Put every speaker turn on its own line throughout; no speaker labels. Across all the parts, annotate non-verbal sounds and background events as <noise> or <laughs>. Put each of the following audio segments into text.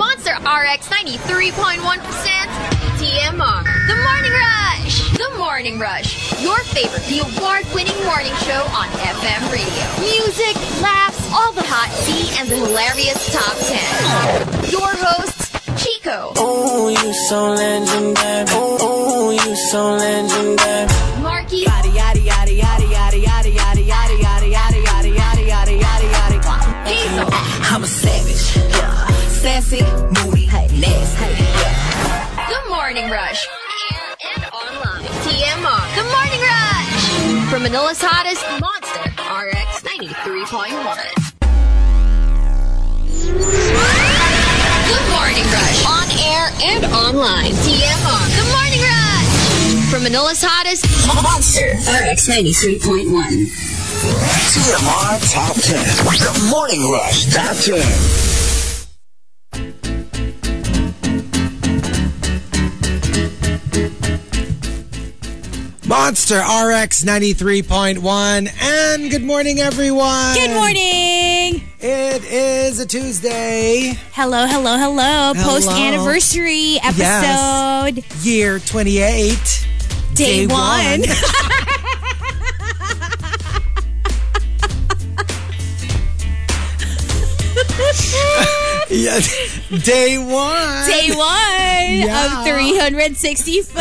RX 93.1% TMR. The Morning Rush. The Morning Rush. Your favorite, the award-winning morning show on FM radio. Music, laughs, all the hot tea, and the hilarious top 10. Your hosts, Chico,
Ooh, you so legendary. Ooh, ooh, you so legendary.
Marky, Hazel,
I'm a savage. Yeah. Sassy, moody, nasty.
The Morning Rush. And online. TMR. The Morning Rush. From Manila's hottest monster, RX 93.1. The Morning Rush. On air and online. TMR. The Morning Rush. From Manila's hottest monster, RX 93.1.
TMR Top 10. The Morning Rush Top 10.
Monster RX 93.1. And good morning, everyone.
Good morning.
It is a Tuesday,
Hello, hello, hello. Post anniversary episode,
year 28.
day, <laughs> one.
yes. Day one.
day one
Yeah.
of 365.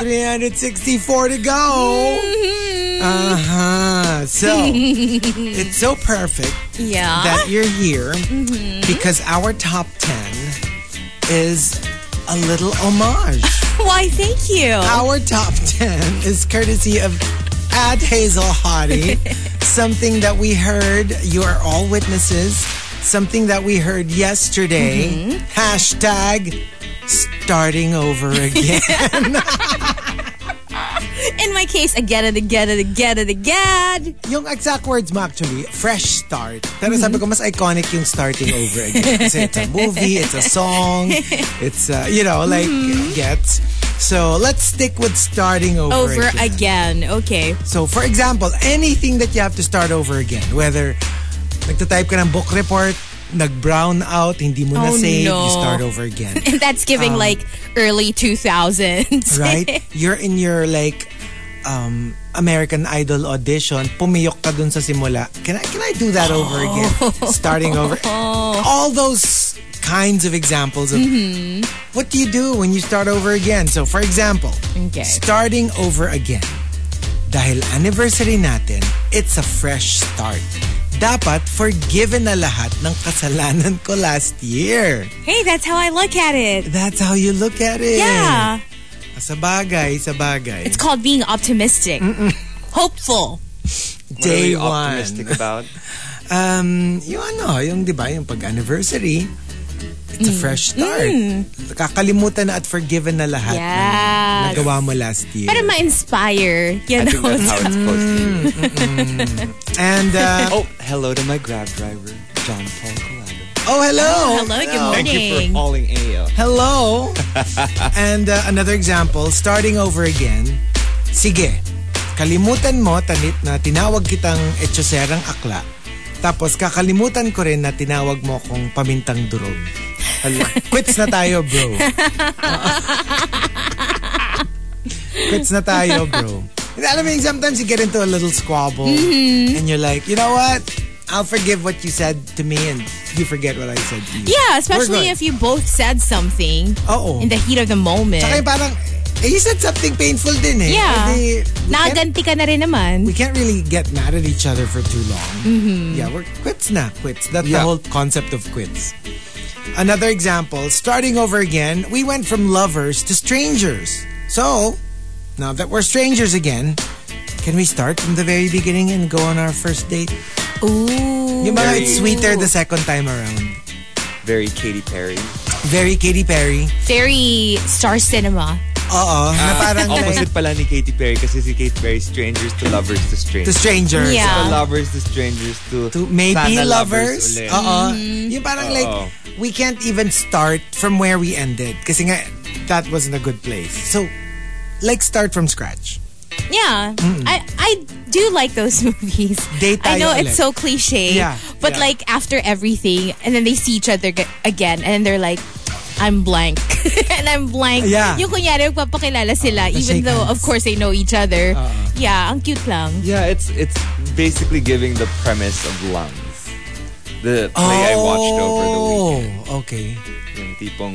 364 to go.
Mm-hmm.
Uh huh.
<laughs>
So it's so perfect
yeah.
that you're here because our top 10 is a little homage.
Why, thank you.
Our top 10 is courtesy of at Hazel Hottie. something that we heard, you are all witnesses. Something that we heard yesterday. Hashtag starting over again.
In my case, again and again and again and again.
yung exact words mo actually, fresh start. Pero sabi ko, mas iconic yung starting over
<laughs>
again. Kasi it's a movie, it's a song, it's, uh, you know, like,
Mm-hmm.
gets. So, let's stick with starting over,
Over
again.
again. Okay. <laughs>
So, for example, anything that you have to start over again, whether nagtatype ka ng book report, nag-brown out, hindi mo
Oh,
na-save, you
no.
start over again.
And that's giving like early 2000s.
right? You're in your, like, um, American Idol audition, pumiyok ka dun sa simula. Can I, can I do that
Oh.
over again? Starting
<laughs>
over. All those kinds of examples of
Mm-hmm.
what do you do when you start over again? So, for example,
<laughs> Okay.
starting over again. Dahil anniversary natin, it's a fresh start. Dapat forgiven na lahat ng kasalanan ko last year.
Hey, that's how I look at it.
That's how you look at it.
Yeah.
Sa bagay, sa bagay.
It's called being optimistic, hopeful.
Day
really
one.
optimistic about.
<laughs> Um, yung ano, yung di ba, yung pag-anniversary, it's a fresh start. Kakalimutan na at forgiven na lahat ng
Yeah.
nagawa mo last year.
Para ma-inspire, you
I think
know.
that's how it's supposed to be.
And,
<laughs>
uh,
Oh, hello to my grab driver, John Paul Collado.
oh, hello!
Hello, good morning.
Thank you for hauling uh, AO.
<laughs>
Hello. and uh, another example, starting over again. Sige, kalimutan mo tanit na tinawag kitang etyoserang akla. Tapos kakalimutan ko rin na tinawag mo akong pamintang durog.
<laughs>
Hala, Quits na tayo, bro. Quits na tayo, bro. And alam mo, yung sometimes you get into a little squabble
Mm-hmm.
and you're like, you know what? I'll forgive what you said to me and you forget what I said to you. We're
Yeah, especially
good.
if you both said something
Oo.
in the heat of the moment.
Tsaka yung parang, eh, you said something painful din eh.
Yeah.
Eh, di, we, can't,
Nakaganti ka na rin
we
naman.
can't really get mad at each other for too long.
Mm-hmm.
Yeah, we're quits na, quits. That's the
Yeah.
whole concept of quits. Another example, starting over again, we went from lovers to strangers. So, now that we're strangers again, can we start from the very beginning and go on our first date?
Ooh.
Yung mga
Very-
it's sweeter the second time around.
Very Katy Perry.
Very Katy Perry.
Very star cinema.
Oo. na parang like,
Ah. Opposite pala ni Katy Perry kasi si Katy Perry, strangers to lovers to
the
strangers.
strangers.
Yeah.
To lovers to strangers to,
to maybe
sana
lovers.
ulit.
Oo. Yung parang like,
Oo.
we can't even start from where we ended. Kasi nga, that wasn't a good place. So, like start from scratch.
Yeah. I I do like those <laughs> movies.
Mm. Date
I know
tayo
it's
ulit.
so cliche,
Yeah,
but
yeah.
like after everything, and then they see each other ga- again, and they're like, I'm blank. <laughs> and I'm blank.
Yeah.
Yung kunyari, magpapakilala sila,
they
even
shake Uh-uh.
though,
hands.
of course, they know each other. Yeah, ang cute lang.
Yeah, it's it's basically giving the premise of Lungs. The play I watched over the weekend.
Oh, okay.
Yung tipong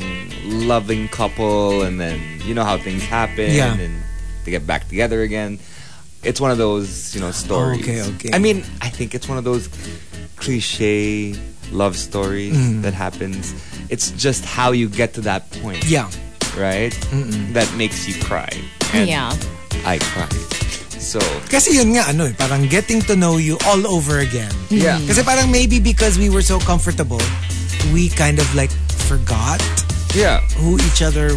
loving couple and then you know how things happen
Yeah.
and they get back together again. It's one of those, you know, stories.
Okay, okay.
I mean, I think it's one of those cliche love stories
Mm.
that happens. It's just how you get to that point.
Yeah.
Right? That makes you cry. And
Yeah.
I cried. So,
Kasi yun nga, ano eh, parang getting to know you all over again.
Yeah.
Kasi parang maybe because we were so comfortable, we kind of like forgot
yeah.
who each other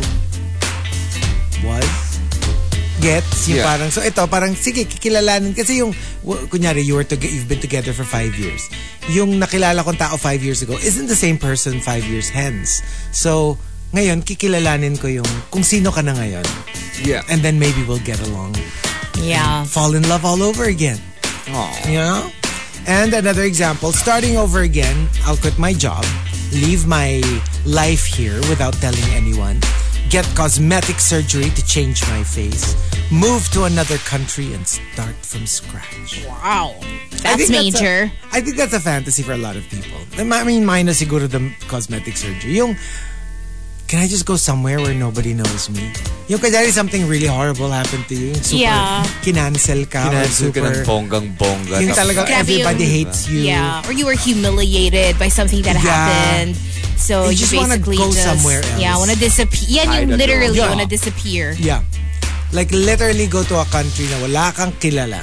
was. Gets? Yung
Yeah.
parang, so ito, parang sige, kikilalanin. Kasi yung, w- kunyari, you were to, you've been together for five years. Yung nakilala kong tao five years ago isn't the same person five years hence. So, ngayon, kikilalanin ko yung kung sino ka na ngayon.
Yeah.
And then maybe we'll get along.
Yeah.
Fall in love all over again.
Aw.
You know? And another example, starting over again, I'll quit my job, leave my life here without telling anyone, get cosmetic surgery to change my face, move to another country and start from scratch.
Wow.
I
That's
think a-
major.
I think that's a fantasy for a lot of people. I mean, mine is siguro the cosmetic surgery. Yung, can I just go somewhere where nobody knows me? Yung kanyari something really horrible happened to you. yung Super,
Yeah.
Kinancel ka. or
Kinansel ka ng
super-
bonggang-bongga.
Yung
Tapos,
talagang
Grabe yung-
everybody hates you.
Yeah. Or you were humiliated by something that
Yeah.
happened. So
You
you,
just wanna
basically
go
just
somewhere else.
yeah, want to disappear. Yeah,
Hide
you
and
literally
go.
want
Yeah.
to disappear.
Yeah. Like literally go to a country na wala kang kilala.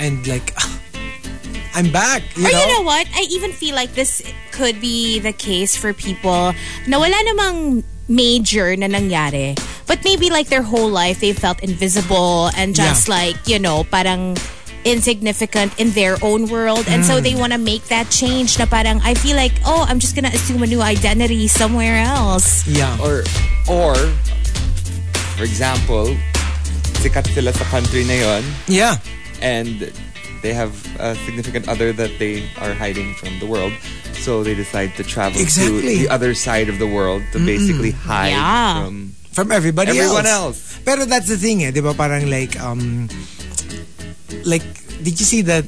And like, <laughs> I'm back. You
or
know?
you know what? I even feel like this could be the case for people na wala namang major na nangyari. But maybe like their whole life they felt invisible and just
Yeah.
like, you know, parang insignificant in their own world and
Mm.
so they want to make that change na parang I feel like oh I'm just gonna assume a new identity somewhere else
Yeah.
Or, or, for example, sikat sila sa country na yon
yeah.
and they have a significant other that they are hiding from the world. So they decide to travel
Exactly.
to the other side of the world to basically hide
Yeah.
from...
From everybody
Everyone
else. Pero that's the thing eh, di ba? Parang like, um, like, did you see that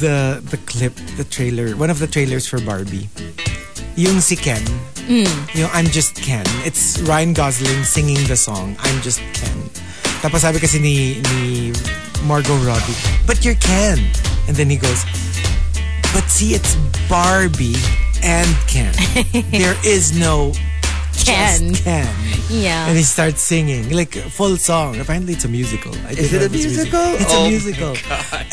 the the clip, the trailer, one of the trailers for Barbie? Yung si Ken, yung I'm Just Ken. It's Ryan Gosling singing the song, I'm Just Ken. Tapos sabi kasi ni, ni Margot Robbie, but you're Ken. And then he goes, but see, it's Barbie and Ken. there is no
Ken.
just Ken.
Yeah.
And he starts singing, like full song. Apparently, it's a musical. I
Is it a
didn't know this
musical?
It's
Oh
a
my
musical.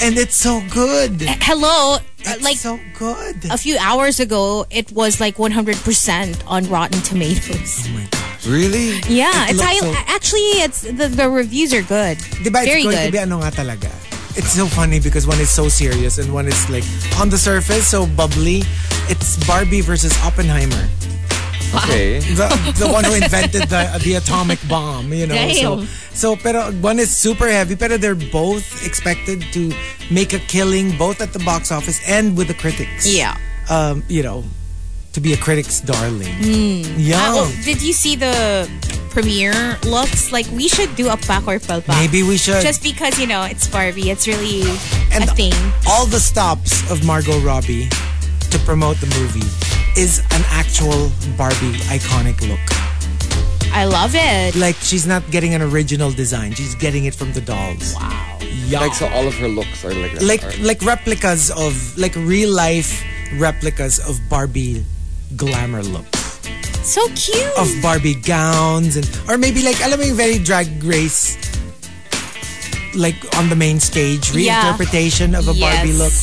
And it's so good.
hello
It's
Uh, like
so good.
a few hours ago it was like 100% on Rotten Tomatoes
oh my gosh.
Really?
Yeah,
It
it's
looks
high,
so-
actually it's the, the reviews are good.
Diba,
Very
it's going
good.
to be ano nga talaga. It's so funny because one is so serious and one is like on the surface so bubbly. It's Barbie versus Oppenheimer,
Okay.
the the one who invented the the atomic bomb. You know, so
Damn.
so pero one is super heavy. Pero they're both expected to make a killing both at the box office and with the critics.
yeah.
um, you know, to be a critic's darling.
Uh,
Yeah.
well, did you see the premiere looks? Like we should do a pack or palpak.
Maybe we should.
Just because you know it's Barbie, it's really
and
a thing.
all the stops of Margot Robbie to promote the movie is an actual Barbie iconic look.
I love it.
Like she's not getting an original design; she's getting it from the dolls.
wow.
Yeah.
Like, so all of her looks are like that.
like
are-
like replicas of like real life replicas of Barbie glamour looks.
So cute.
of Barbie gowns and or maybe like alam mo yung very drag race like on the main stage
Yeah.
reinterpretation of a Barbie
Yes.
look.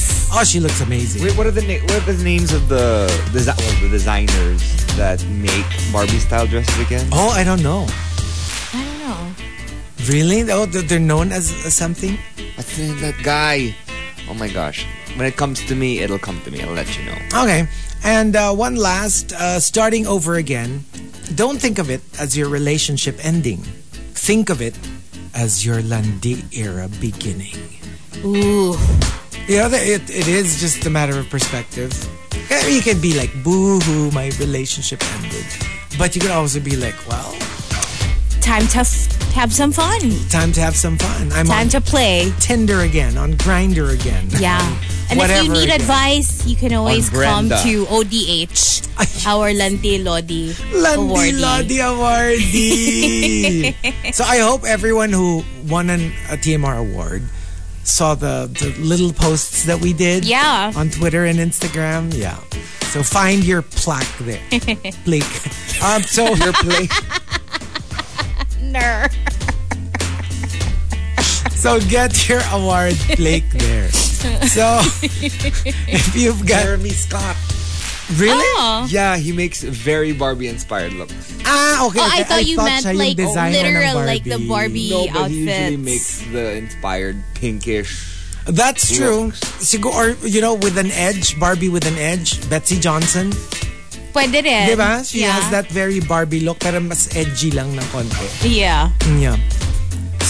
Oh, she looks amazing.
Wait, what are the na- what are the names of the desi- well, the designers that make Barbie style dresses again?
Oh, I don't know.
I don't know.
Really? Oh, th- they're known as, as something.
What's the name of that guy? Oh my gosh! When it comes to me, it'll come to me. I'll let you know.
Okay. And uh, one last, uh, starting over again. Don't think of it as your relationship ending. Think of it as your Landi era beginning.
Ooh.
You know, that it, it is just a matter of perspective. I mean, you can be like, boo hoo, my relationship ended. But you can also be like, well,
Time to f- have some fun.
time to have some fun. I'm
Time
on
to play.
Tinder again, on Grinder again. <laughs>
Yeah. And if you
Whatever
need
again.
advice, you can always
On
come
Brenda.
to ODH, our Lante Lodi
Landi
awardee.
Lodi Awardy.
<laughs>
so I hope everyone who won an, a TMR award saw the, the little posts that we did.
Yeah.
On Twitter and Instagram. Yeah. So find your plaque
<laughs>
there. Plaque. Um, so your plaque.
Ner.
So get your award plaque there.
<laughs>
So if you've got Jeremy Scott. Really?
Oh.
Yeah, he makes very Barbie inspired looks.
Ah, okay.
Oh,
okay.
I thought you meant
siya yung
like
designer ng
literal, like the Barbie
No, but he usually
outfits.
makes the inspired pinkish.
That's true.
Looks.
Sigur, or, you know, with an edge, Barbie with an edge, Betsy Johnson.
Pwede rin.
Di ba? She
yeah.
has that very Barbie look, pero mas edgy lang ng konti.
Yeah.
Yeah.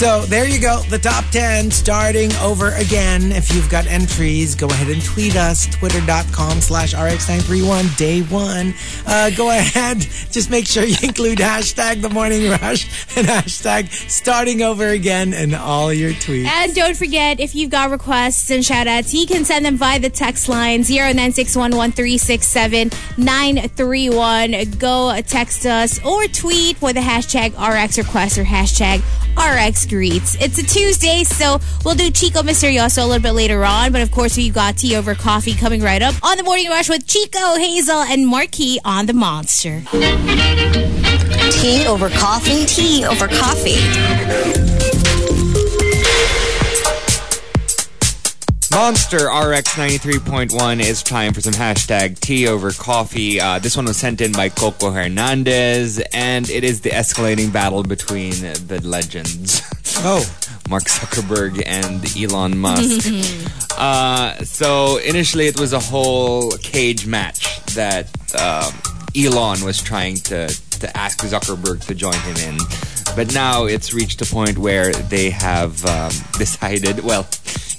So, there you go. The top 10 starting over again. If you've got entries, go ahead and tweet us. Twitter.com slash RX931 day one. Uh, go ahead. <laughs> Just make sure you include hashtag The Morning Rush and hashtag starting over again in all your tweets.
And don't forget, if you've got requests and shout outs, you can send them via the text line 0961-1367-931. Go text us or tweet with the hashtag RX request or hashtag RX greets. It's a Tuesday, so we'll do Chico Misterioso a little bit later on. But of course, we've got tea over coffee coming right up on the morning rush with Chico, Hazel, and Marquis on the monster.
Tea over coffee. Tea over coffee.
Monster RX 93.1 is time for some hashtag tea over coffee. Uh, this one was sent in by Coco Hernandez, and it is the escalating battle between the legends. <laughs>
Oh.
Mark Zuckerberg and Elon Musk.
<laughs>
uh, so initially, it was a whole cage match that um, Elon was trying to to ask Zuckerberg to join him in, but now it's reached a point where they have um, <laughs> decided. Well,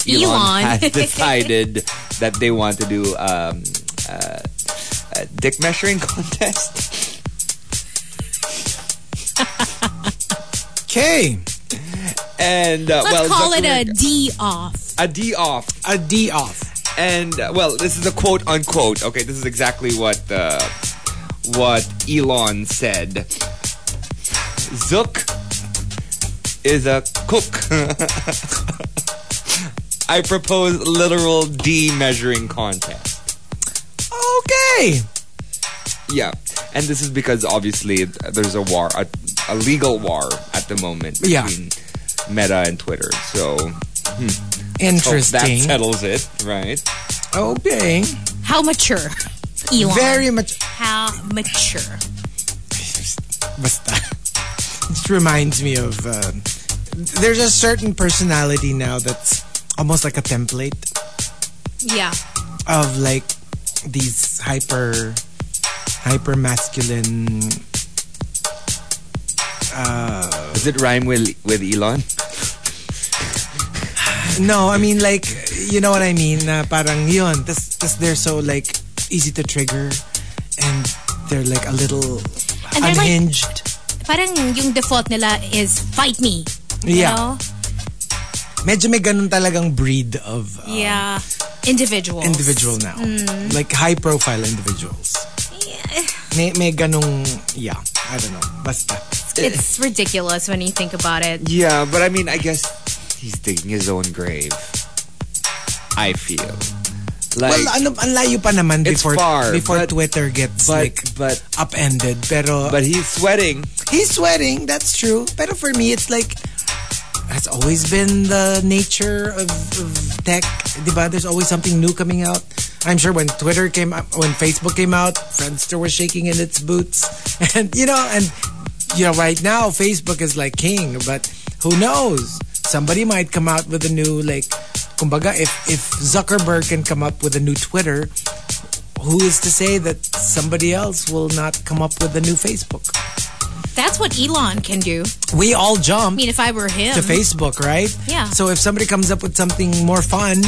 Elon,
Elon.
has
<laughs>
decided that they want to do. Um, uh, a dick measuring <laughs> contest.
Okay.
And uh, well,
Let's call it a
Zuckerberg-
D off.
a D off.
A D off.
And uh, well, this is a quote unquote. Okay, this is exactly what uh, what Elon said. Zook is a cook. <laughs> I propose literal D measuring contest.
Okay.
Yeah, and this is because obviously there's a war, a, a legal war at the moment
Yeah.
between Meta and Twitter. So hope that
Interesting.
settles it, right?
okay.
How mature? Elon.
Very much.
How mature?
Basta. <laughs> This reminds me of. Uh, there's a certain personality now that's almost like a template
Yeah.
of like these hyper, hyper masculine.
Does it rhyme with with Elon?
No, I mean like you know what I mean. Na parang yun. Tas, tas they're so like easy to trigger, and they're like a little
And they're like-
unhinged.
parang yung default nila is fight me. You
yeah.
know?
medyo may ganun talagang breed of uh,
yeah. Individuals.
individual now. Like high profile individuals. May, may ganung, yeah, I don't know. Basta.
It's ridiculous when you think about it.
Yeah, but I mean, I guess he's digging his own grave. I feel like,
well, ano, ang layo pa naman
It's
before,
far,
before
but-
Twitter gets
but
like
but
upended. Pero
but he's sweating.
he's sweating, that's true. Pero for me, it's like, that's always been the nature of, of tech. Diba? There's always something new coming out. I'm sure when Twitter came up, when Facebook came out, Friendster was shaking in its boots. <laughs> And, you know, and, you know, right now, Facebook is like king, but who knows? Somebody might come out with a new, like, kumbaga, if, if Zuckerberg can come up with a new Twitter, who is to say that somebody else will not come up with a new Facebook?
That's what Elon can do.
We all jump
I mean, if I were him.
to Facebook, right?
Yeah.
So if somebody comes up with something more fun,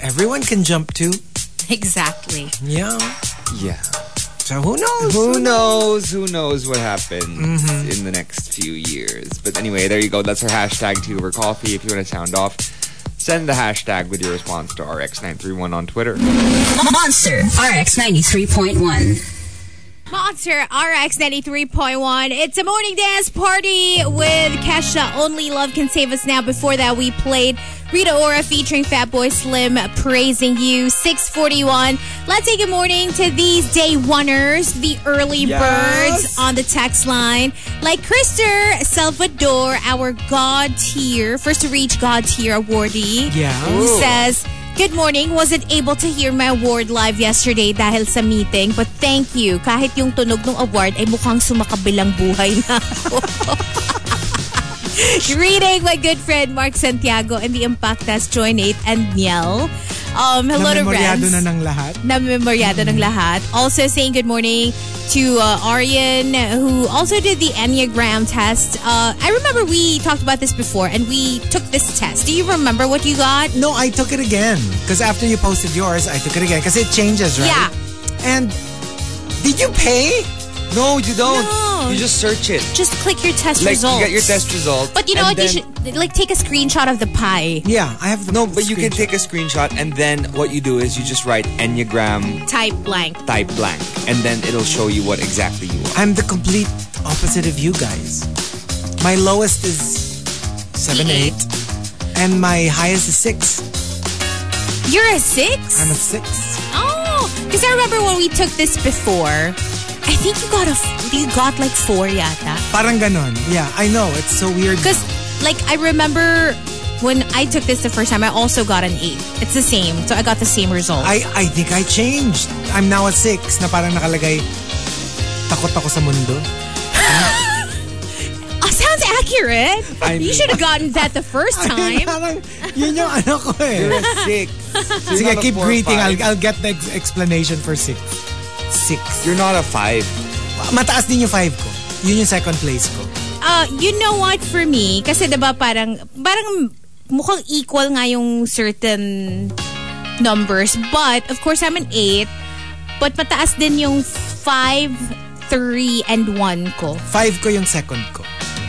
everyone can jump to.
Exactly.
Yeah.
Yeah.
So who knows?
Who knows? Who knows what happens in the next few years? But anyway, there you go. That's our hashtag tea over coffee. If you want to sound off, send the hashtag with your response to RX931 on Twitter.
Monster RX 93.1.
Monster RX 93.1. It's a morning dance party with Kesha. Only Love Can Save Us Now. Before that, we played Rita Ora featuring Fatboy Slim, Praising You, 641. Let's say good morning to these day oneers, the early
Yes.
birds on the text line. Like Krister Salvador, our God tier, first to reach God tier awardee.
Yeah.
who says, Good morning. Wasn't able to hear my award live yesterday dahil sa meeting. But thank you. Kahit yung tunog ng award ay mukhang sumakabilang buhay na ako. <laughs> Reading my good friend Mark Santiago and the Impactas, Joy Nate and Niel. Um, hello to
Namemoryado
Rems
na ng lahat.
namemoryado ng lahat. Also saying good morning to uh, Aryan who also did the Enneagram test. Uh, I remember we talked about this before and we took this test. Do you remember what you got?
No, I took it again. Because after you posted yours, I took it again. Because it changes, right?
Yeah.
And did you pay?
No, you don't.
No.
You just search it.
Just click your test
Like
results.
you get your test result.
But you know
and
what? You
then-
should like take a screenshot of the pie.
Yeah, I have the
No, but you can
screenshot.
take a screenshot, and then what you do is you just write enneagram
Type blank.
type blank, and then it'll show you what exactly
<laughs>
you are.
I'm the complete opposite of you guys. My lowest is seven,
Eight.
eight, and my highest is six.
You're a 6
I'm a six.
oh, because I remember when we took this before. I think you got a f- you got like four yata.
Parang ganon. Yeah, I know. It's so weird.
Because, like, I remember when I took this the first time, I also got an eight. It's the same. So I got the same result.
I, I think I changed. I'm now a six na parang nakalagay, takot ako sa mundo.
Uh, sounds accurate. you should have gotten that the first
Ay,
time.
<laughs> parang, yun yung ano ko eh.
Six. So
Sige,
you're not a
keep
four or
greeting. I'll,
five.
I'll get the ex- explanation for six. Six.
You're not a five.
Mataas din yung five ko. Yun yung second place ko.
Uh, you know what, for me, kasi diba parang, parang mukhang equal nga yung certain numbers. But, of course, I'm an eight. But mataas din yung five, three, and one ko.
Five ko yung second ko.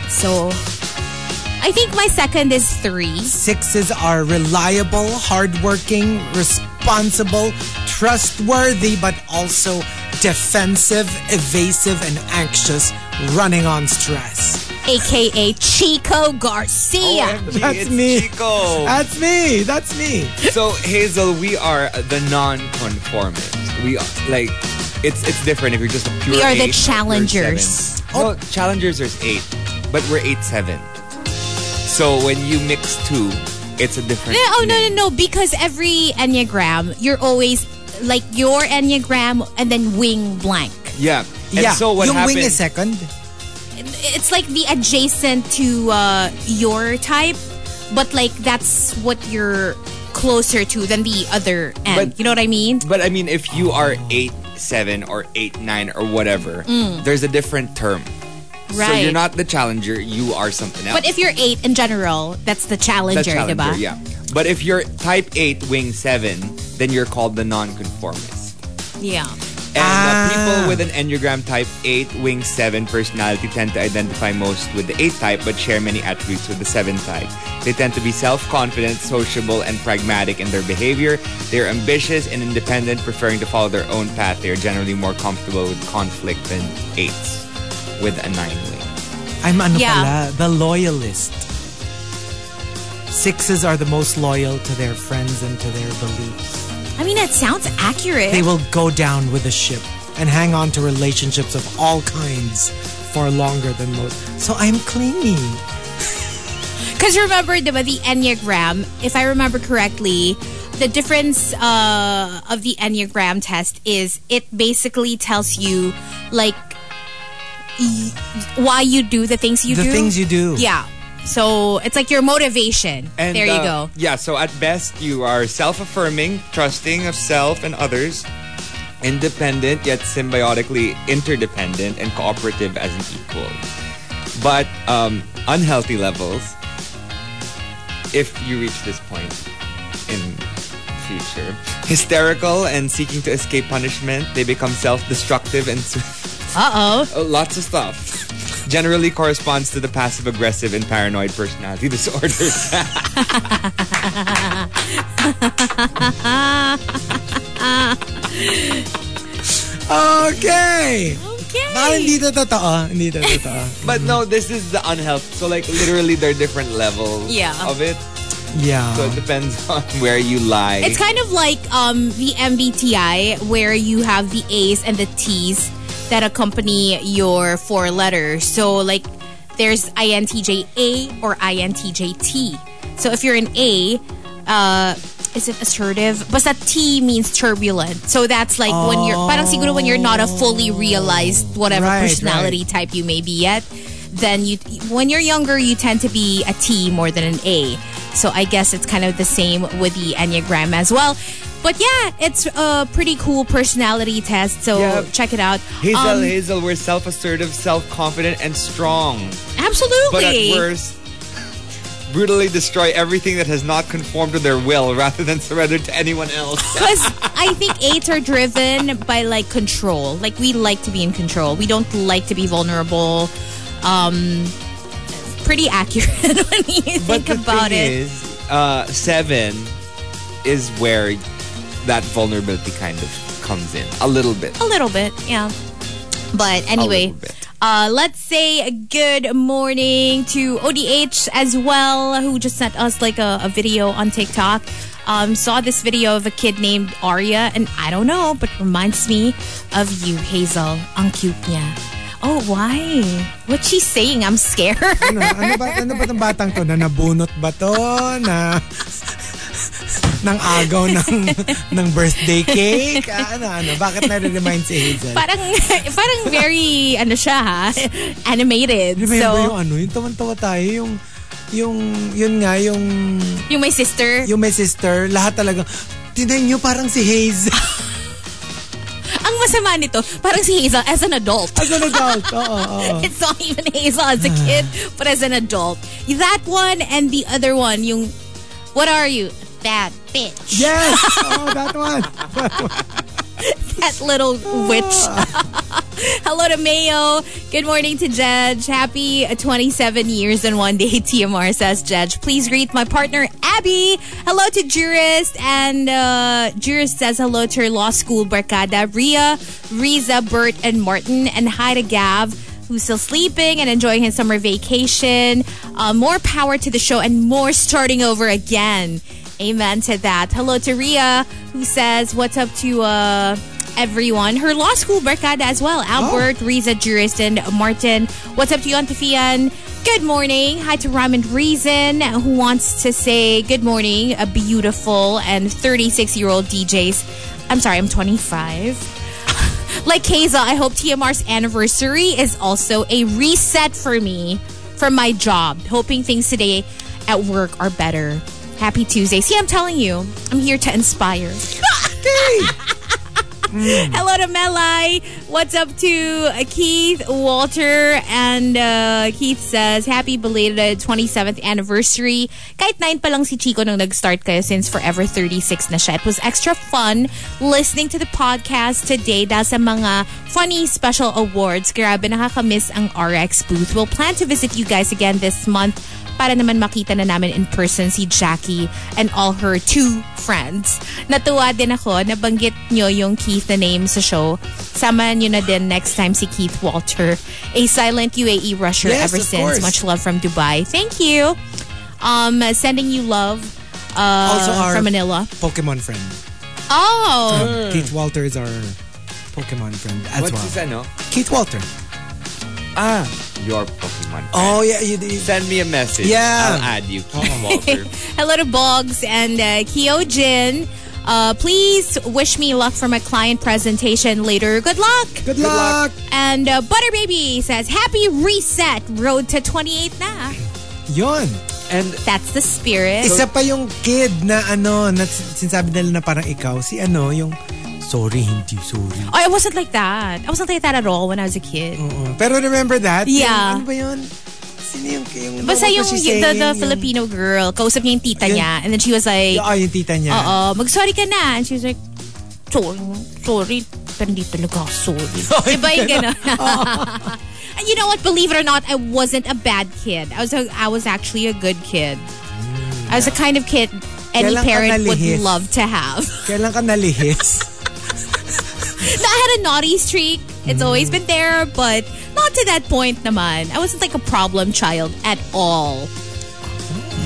So, I think my second is three.
Sixes are reliable, hardworking, responsible, trustworthy, but also defensive, evasive, and anxious, running on stress.
aka Chico Garcia.
OMG,
That's
it's
me.
Chico.
That's me. That's me.
so Hazel, we are the non-conformist. We are like it's it's different if you're just a pure.
We are the
eight, you're
challengers.
seven. No, challengers is eight, but we're eight seven. So when you mix two, it's a different.
No, oh no no no because every enneagram you're always like your enneagram and then wing blank.
Yeah. And
yeah.
So what
yung
happened?
wing is second.
It's like the adjacent to uh, your type, but like that's what you're closer to than the other end.
But-
you know what I mean?
But I mean, if you are eight seven or eight nine or whatever, there's a different term. So
Mm. Right.
you're not the challenger. You are something else.
But if you're eight in general, that's the challenger,
the challenger,
diba?
yeah. But if you're type eight wing seven, then you're called the non-conformist.
Yeah.
And uh,
Ah.
people with an Enneagram type 8, wing 7 personality tend to identify most with the 8 type but share many attributes with the 7 type. They tend to be self confident, sociable, and pragmatic in their behavior. They're ambitious and independent, preferring to follow their own path. They are generally more comfortable with conflict than 8s with a 9 wing.
I'm ano
Yeah.
pala, the loyalist. Sixes are the most loyal to their friends and to their beliefs.
I mean that sounds accurate.
They will go down with the ship and hang on to relationships of all kinds for longer than most. So I'm clingy.
Because remember, diba, the Enneagram, if I remember correctly, the difference uh, of the Enneagram test is it basically tells you, like, y- why you do the things you
the
do.
things you do.
Yeah. So it's like your motivation.
And,
there you
uh,
go.
Yeah, so at best, you are self affirming, trusting of self and others, independent yet symbiotically interdependent and cooperative as an equal. But um, unhealthy levels, if you reach this point in future, hysterical and seeking to escape punishment, they become self-destructive and
Uh oh.
<laughs> Oh, lots of stuff. Generally corresponds to the passive aggressive and paranoid personality <laughs> disorders.
Okay!
Okay.
Parang hindi to totoo. Hindi to totoo.
but no, this is the unhealthy. So, like, literally, there are different levels
Yeah.
of it.
Yeah.
So, it depends <laughs> on where you lie.
It's kind of like um, the MBTI, where you have the A's and the T's that accompany your four letters. So, like, there's INTJA or INTJT. So, if you're an A, uh, is it assertive? Basta T means turbulent. So, that's like when you're, parang siguro when you're not a fully realized whatever
Right,
personality type you may be yet. Then you, when you're younger, you tend to be a T more than an A. So I guess it's kind of the same with the Enneagram as well. But yeah, it's a pretty cool personality test. So
Yeah.
check it out.
Hazel,
Um,
Hazel, we're self assertive, self confident, and strong. But
absolutely.
at worst, brutally destroy everything that has not conformed to their will rather than surrender to anyone else.
Because I think eights are driven by like control. Like we like to be in control. We don't like to be vulnerable. Um, pretty accurate <laughs> when you
But
think
the
about
thing is,
it.
uh, seven is where that vulnerability kind of comes in a little bit.
A little bit, yeah. But anyway,
little bit.
uh, let's say a good morning to ODH as well, who just sent us like a, a video on TikTok. Um, saw this video of a kid named Aria, and I don't know, but reminds me of you, Hazel. Ang cute niya. Oh, why? What's she saying? I'm scared. <laughs>
ano, ano ba ano ba tong batang to na nabunot ba to na ng agaw ng ng birthday cake ano ano bakit na remind si Hazel
parang, parang very, ano siya ha? Animated.
remember
so,
yung ano yung tuwan-tuwa tayo yung yung yun nga yung
yung my sister.
yung may sister lahat talaga tinan nyo parang si
<laughs>
Hazel
Ang masama nito, parang si Hazel as an adult.
as an adult oo oo
<laughs> It's not even Hazel as a kid, but as an adult. That one and the other one, yung, what are you? That bitch.
yes oh that one
That little witch. <laughs> Hello to Mayo. Good morning to Judge. Happy 27 years and one day, TMR says Judge. Please greet my partner, Abby. Hello to Jurist. And uh, Jurist says hello to her law school, Barcada, Ria, Riza, Bert, and Martin. And hi to Gav. Who's still sleeping and enjoying his summer vacation? Uh, more power to the show and more starting over again. Amen to that. Hello to Ria, who says, What's up to uh, everyone. Her law school barkada as well. Albert, Riza, Jurist, and Martin. What's up to you, Auntie Fian? Good morning. Hi to Raymond Reason, who wants to say good morning, a beautiful and 36 year old DJs. I'm sorry, I'm 25. <laughs> Like Hazel, I hope TMR's anniversary is also a reset for me from my job. Hoping things today at work are better. Happy Tuesday. See, I'm telling you, I'm here to inspire. Hello to Melai. What's up to uh, Keith, Walter, and uh, Keith says, Happy belated 27th anniversary. Kahit 9 pa lang si Chico nung nag-start kayo since Forever 36 na siya. It was extra fun listening to the podcast today dahil sa mga funny special awards. Grabe, nakakamiss ang RX booth. We'll plan to visit you guys again this month para naman makita na namin in person si Jackie and all her two friends. Natuwa din ako, nabanggit nyo yung Keith na name sa show. Sama nyo na din next time si Keith Walter, a silent UAE rusher
Yes, of
ever since.
course.
Much love from Dubai. Thank you. Um, sending you love uh,
also our
from Manila.
Pokemon friend
Oh,
Keith Walter is our Pokemon friend as
What's
well
this? I know.
Keith Walter
Ah, your Pokemon.
oh yeah you, you,
Send me a message.
Yeah.
I'll add you, Keith Walter.
hello to Boggs and uh, Kyojin. Uh, please wish me luck for my client presentation later. Good luck.
Good, luck.
And uh, Butter Baby says, Happy Reset Road to 28 na.
Yun.
<laughs> and
That's the spirit.
Isa pa yung kid na ano, na s- sinasabi nila na parang ikaw, si ano, yung sorry, hindi sorry.
Oh, I wasn't like that. I wasn't like that at all when I was a kid.
Mm, Pero remember that?
Yeah.
Yung, ano ba yun? Sino yung... yung
Basta
what
yung
was she
y- the,
saying?
the
Yung-
Filipino girl, kausap niya yung tita
Yun.
niya. And then she was like,
Yung, oh, yung tita niya.
oo, mag-sorry ka na. And she was like, sorry, sorry. Pero hindi talaga ako
<laughs>
sorry. Diba yung gano'n? <laughs> And you know what? Believe it or not, I wasn't a bad kid. I was a, I was actually a good kid.
Mm.
I was the kind of kid any
Kailan ka
parent would
nalihis?
love to have. <laughs>
Kailan ka nalihis?
So I had a naughty streak. It's
Mm.
always been there, but not to that point naman. I wasn't like a problem child at all.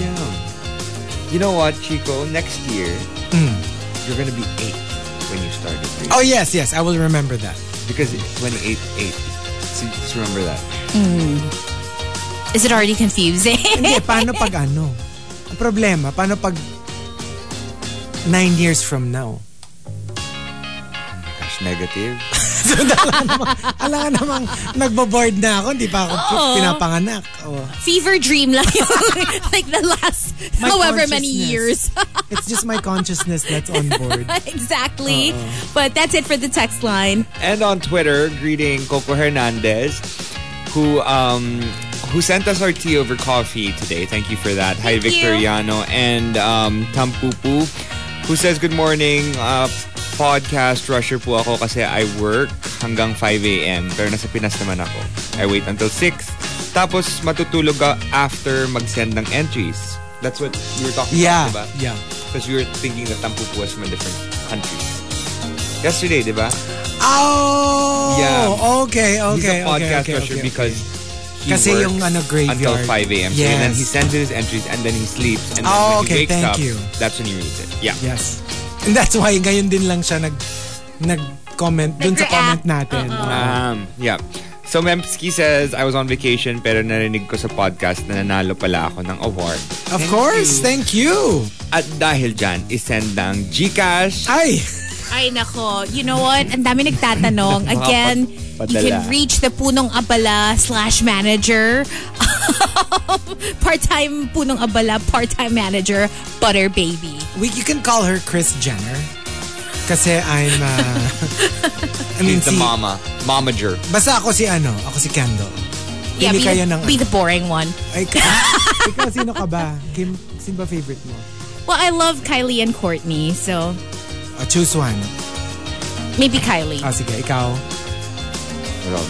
Yeah. You know what, Chico? Next year, you're gonna be eight when you start to grade.
<laughs> oh, yes, yes. I will remember that.
Because it's when eight, eight. So just remember that.
Is it already confusing? <laughs>
Hindi, paano pag ano? Ang problema, paano pag nine years from now?
Gosh, negative.
Alam ka namang nagbo-board na ako, hindi pa ako
Oo.
pinapanganak. Oh.
Fever dream lang yun. <laughs> like the last
My
however many years. <laughs>
consciousness. It's just my consciousness that's on board.
exactly. But that's it for the text line.
and on Twitter, greeting Coco Hernandez, who um, who sent us our tea over coffee today. Thank you for that. Hi,
Thank you.
Victoriano and um, Tampupu, who says good morning. Uh, podcast rusher po ako kasi I work hanggang 5 a.m. Pero nasa Pinas naman ako. I wait until 6. Tapos matutulog ka after mag-send ng entries. That's what you were talking
<laughs> Yeah,
about, diba?
yeah.
Because you were thinking that Tampupu was from a different country. Yesterday, diba?
Oh!
Yeah.
Okay, okay,
He's a
okay,
podcast
okay,
rusher
okay.
because he
Kasi
works
yung ano, graveyard.
until 5 a.m. So, And then
Yes.
he sends in his entries and then he sleeps and then when
Oh,
he
okay,
wakes
thank
up,
you.
that's when he reads it. Yeah.
Yes. And that's why ngayon din lang siya nag nag-comment dun sa
Nag-react. Uh-uh.
comment natin.
Um, yeah. So Memski says, I was on vacation pero narinig ko sa podcast na nanalo pala ako ng award.
Of course, thank you.
At dahil dyan, isend ng Gcash.
Ay,
Ay nako, you know what? Ang dami
<laughs>
nagtatanong.
Mga
Again,
pad-
you can
padala.
reach the Punong Abala slash manager. <laughs> part-time Punong Abala, part-time manager, Butter Baby.
we, you can call her Chris Jenner. Kasi
<laughs>
I'm, uh, I mean,
He's the
si,
mama. Momager.
basta ako si ano, ako si Kendall.
Yeah,
Pili
be,
kayo
the,
ng,
be the boring one.
ay, <laughs> ka, ikaw sino ka ba? Kim, sino ba favorite mo?
Well, I love Kylie and Courtney, so
Oh, choose one.
maybe Kylie.
Ah, sige, ikaw.
Rob.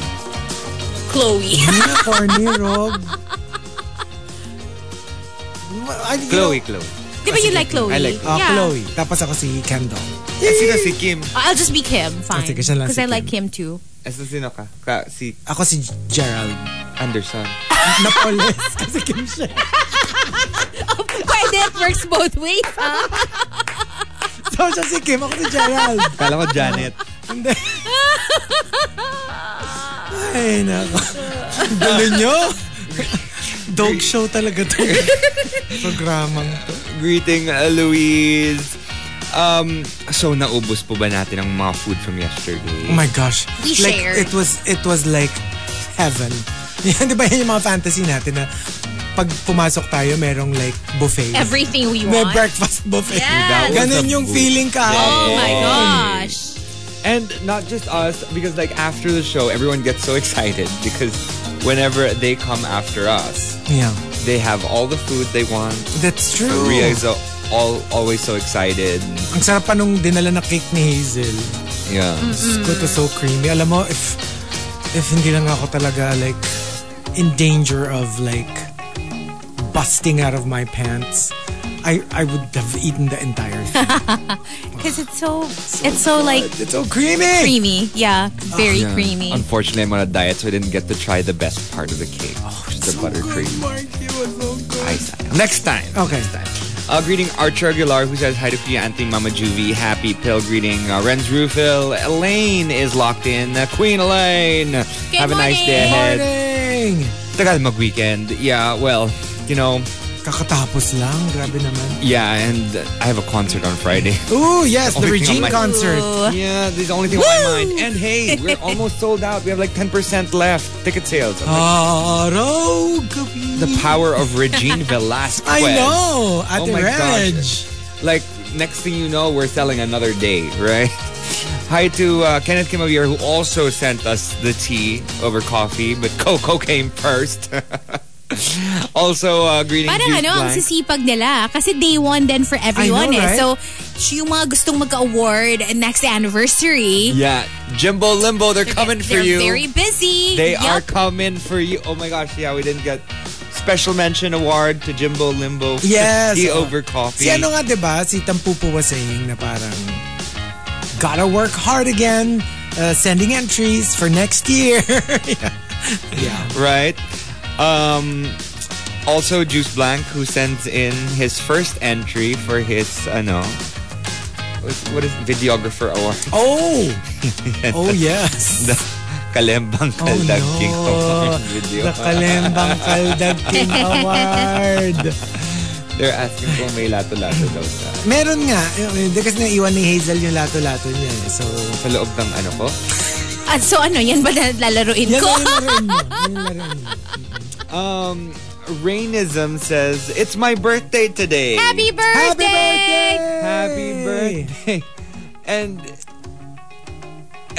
Chloe.
<laughs> Nina Corny, Rob. Ay, you know-
Chloe, Chloe.
<laughs> Di ba you like Chloe?
I like
Ah,
yeah.
Chloe. Tapos ako si Kendall.
Eh, sino si Kim?
I'll just be Kim,
Ah,
fine.
sige, siya lang
Because
si
I like Kim too.
Eh, sino ka? ka? Si
Ako si <laughs> Gerald.
Anderson.
Napoles. Kasi Kim siya.
Pwede, it works both
<laughs>
ways. huh?
So siya si Kim, ako si Gerald.
Kala ko Janet.
Hindi. Ay, nako. Ang Gulo nyo. Dog show talaga to. Programang to.
Greeting, uh, Louise. Um, so, naubos po ba natin ang mga food from yesterday?
Oh my gosh.
We
like,
shared.
It was, it was like heaven. Yan, di ba yan yung mga fantasy natin na pag pumasok tayo, merong like buffet.
Everything we
May
want.
breakfast buffet.
Yes.
That was
Ganun
a
yung
buffet.
feeling ka.
Oh my gosh.
And not just us, because like after the show, everyone gets so <laughs> excited because whenever they come after us,
Yeah.
they have all the food they want.
That's true.
So Rhea is uh, all, always so excited.
Ang sarap pa nung dinala na cake ni Hazel.
Yeah.
Diyos ko, it was so creamy. Alam mo, if, if hindi lang ako talaga like in danger of like busting out of my pants, I I would have eaten the entire
<laughs>
thing.
Because it's so, it's so like
It's so creamy!
creamy. Yeah, very
Yeah.
creamy.
Unfortunately, I'm on a diet, so I didn't get to try the best part of the cake,
Oh,
which is the buttercream. Ice aisle. Next time.
Okay.
Next time. Uh, greeting Archer Aguilar, who says hi to Pia Anthony, Mama Juvie, Happy Pill. Greeting uh, Renz Rufil. Elaine is locked in. Uh, Queen Elaine. Have a nice
morning.
day ahead.
Morning!
Tagal mag weekend. Yeah, well, you know,
Kakatapos lang. Grabe naman.
yeah, and I have a concert on
<laughs>
Friday.
Ooh, yes, the
Only thing on
Regine
my-
concert.
yeah, this is the only thing on my mind. And hey,
<laughs>
we're almost sold out. We have like 10% left. Ticket sales.
Oh.
I'm like,
Araw, gabi.
the power of Regine
<laughs>
Velasquez.
I know! Ate
oh my
Reg.
gosh. Like, next thing you know, we're selling another day, right? <laughs> Hi to uh, Kenneth Kimavier, who also sent us the tea over coffee, but <laughs> Coco came first. <laughs> also, uh, greeting
Parang
Juice
ano, ang
Blank.
sisipag nila. Kasi day one then for everyone
know,
eh.
right?
So, yung mga gustong mag-award next anniversary,
Yeah, Jimbo Limbo, they're coming for
they're
you.
very busy.
They
Yup.
are coming for you. Oh my gosh, yeah, we didn't get special mention award to Jimbo Limbo for
Yes.
tea over coffee.
Si ano nga, di ba? Si Tampupo was saying na parang, gotta work hard again, uh, sending entries for next year. <laughs> yeah. yeah.
right? Um, also, Juice Blank, who sends in his first entry for his, ano, what's- what is videographer award? <laughs>
Oh! oh, yes.
The Kalembang
Oh,
Kaldag King
no.
Award video.
The Kalembang Kaldag King Award.
They're asking kung may lato-lato daw sa,
Meron nga. eh, Hindi kasi naiwan ni Hazel yung lato-lato niya. eh. So,
sa loob ng ano ko.
At Ah, so ano, yan ba na lalaruin
yan
ko?
na yung laruin mo. Yan yung laruin mo.
Um, Rainism says, It's my birthday today.
<laughs> Happy birthday!
Happy birthday!
<laughs> Happy birthday. And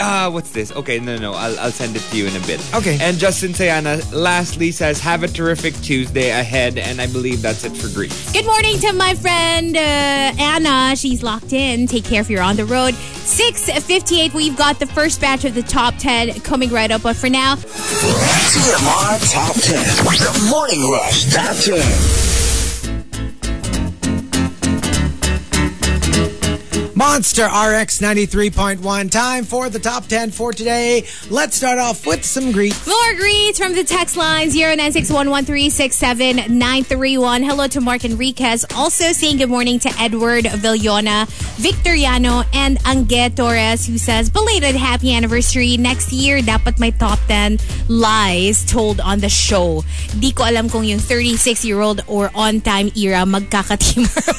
ah, what's this? Okay, no, no, I'll I'll send it to you in a bit.
Okay.
And Justin Sayana lastly says, "Have a terrific Tuesday ahead," and I believe that's it for Greece.
Good morning to my friend uh, Anna. She's locked in. Take care if you're on the road. 6.58, we've got the first batch of the top 10 coming right up. But for now,
TMR Top 10. The Morning Rush Top 10.
Monster RX 93.1. Time for the top 10 for today. Let's start off with some greets.
more greets from the text line 096113679931. Hello to Mark Enriquez. Also saying good morning to Edward Villona, Victoriano, and Ange Torres, who says belated happy anniversary. Next year, dapat my top 10 lies told on the show. Di ko alam kung yung 36-year-old or on-time era magkakatimar.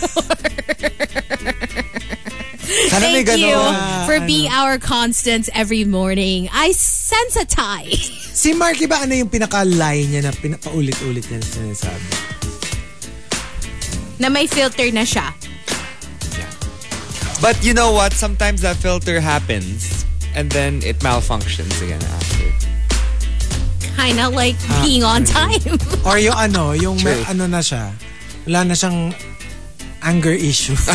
Sana may
Thank you
ganun na,
for
ano.
being our constants every morning. I sense a tie.
Si Marky ba ano yung pinaka-line niya na pinapaulit-ulit niya na sinasabi?
na may filter na siya.
But you know what? Sometimes that filter happens, and then it malfunctions again after.
Kind of like being on time.
Or yung ano, yung may,
True.
ano na siya. Wala na siyang anger issues.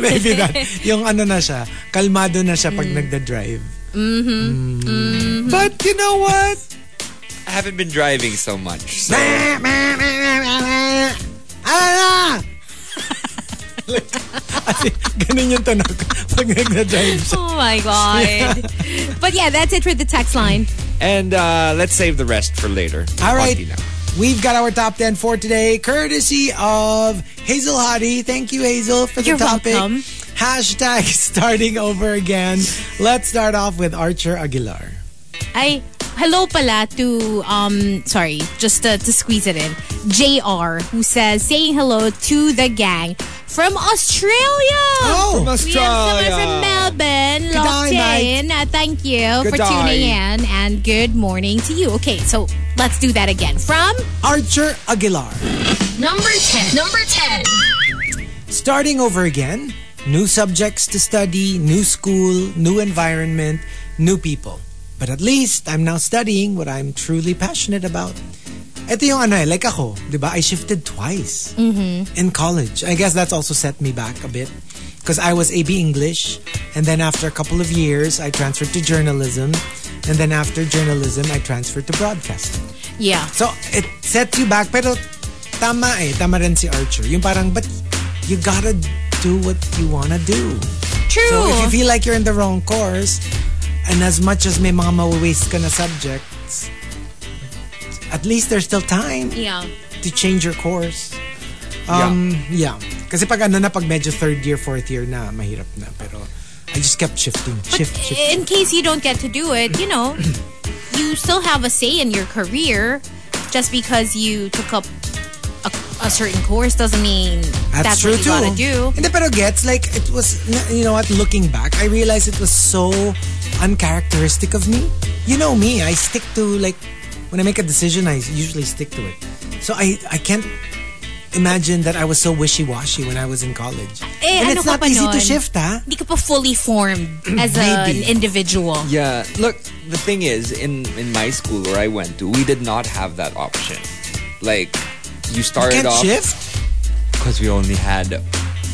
Maybe that. Yung ano na siya, kalmado na siya pag nagda-drive. Mm.
But you know what? I haven't been driving so much. So
Ah! <laughs> As in, ganun yung tunog pag nagda-drive siya.
oh my God. but yeah, that's it for the text line.
and uh, let's save the rest for later.
All right.
Konti lang.
We've got our top 10 for today, courtesy of Hazel Hottie. Thank you, Hazel, for the
You're
topic.
welcome.
Hashtag <laughs> starting over again. Let's start off with Archer Aguilar.
Ay, hello pala to, um, sorry, just to, to squeeze it in. JR, who says, saying hello to the gang from Australia.
Oh, from
We have someone from
Australia.
Melbourne locked
day, mate.
in. Uh, thank you for
Good
tuning
day.
in and good morning to you. Okay, so let's do that again. From
Archer Aguilar.
Number 10. Number 10.
Starting over again, new subjects to study, new school, new environment, new people. But at least I'm now studying what I'm truly passionate about. Ito yung ano eh, like ako, di ba? I shifted twice in college. I guess that's also set me back a bit because I was AB English and then after a couple of years, I transferred to journalism and then after journalism, I transferred to broadcasting.
Yeah.
So, it sets you back. Pero tama eh. Tama rin si Archer. Yung parang, but you gotta do what you wanna do.
True.
So, if you feel like you're in the wrong course, and as much as may mga mawawaste ka na subjects, at least there's still time
yeah.
to change your course. Um, yeah. Kasi pag ano na, pag medyo third year, fourth year na, mahirap na. Pero, I just kept shifting. Shift, shift.
In case you don't get to do it, you know, you still have a say in your career. Just because you took up a, a certain course doesn't mean that's,
true
what you gotta do.
Hindi, pero gets, like, it was, you know what, looking back, I realized it was so uncharacteristic of me. You know me, I stick to, like, when I make a decision, I usually stick to it. So I, I can't imagine that I was so wishy-washy when I was in college.
Eh,
and
ano
it's
ka
not
pa
easy to
nun?
shift, ah. ha?
Hindi ka pa fully formed as an
Maybe.
individual.
Yeah. Look, the thing is, in in my school where I went to, we did not have that option. Like, you started
Can't
off
shift?
because we only had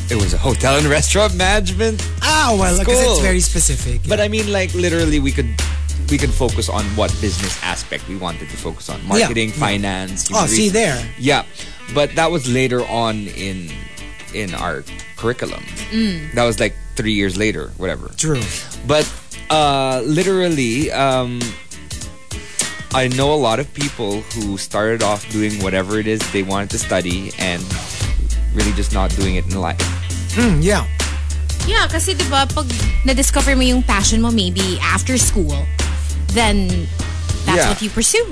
it was a hotel and <laughs> restaurant management.
Ah, well, because it's
School.
very specific.
But I mean, like literally, we could we could focus on what business aspect we wanted to focus on: marketing,
yeah.
finance.
Oh,
human
see
resources.
there.
Yeah, but that was later on in in our curriculum.
Mm.
That was like three years later, whatever.
True.
But uh, literally, um, I know a lot of people who started off doing whatever it is they wanted to study and really just not doing it in life.
Mm, yeah.
Yeah, kasi di ba pag na-discover mo yung passion mo maybe after school, then that's
Yeah.
what you pursue.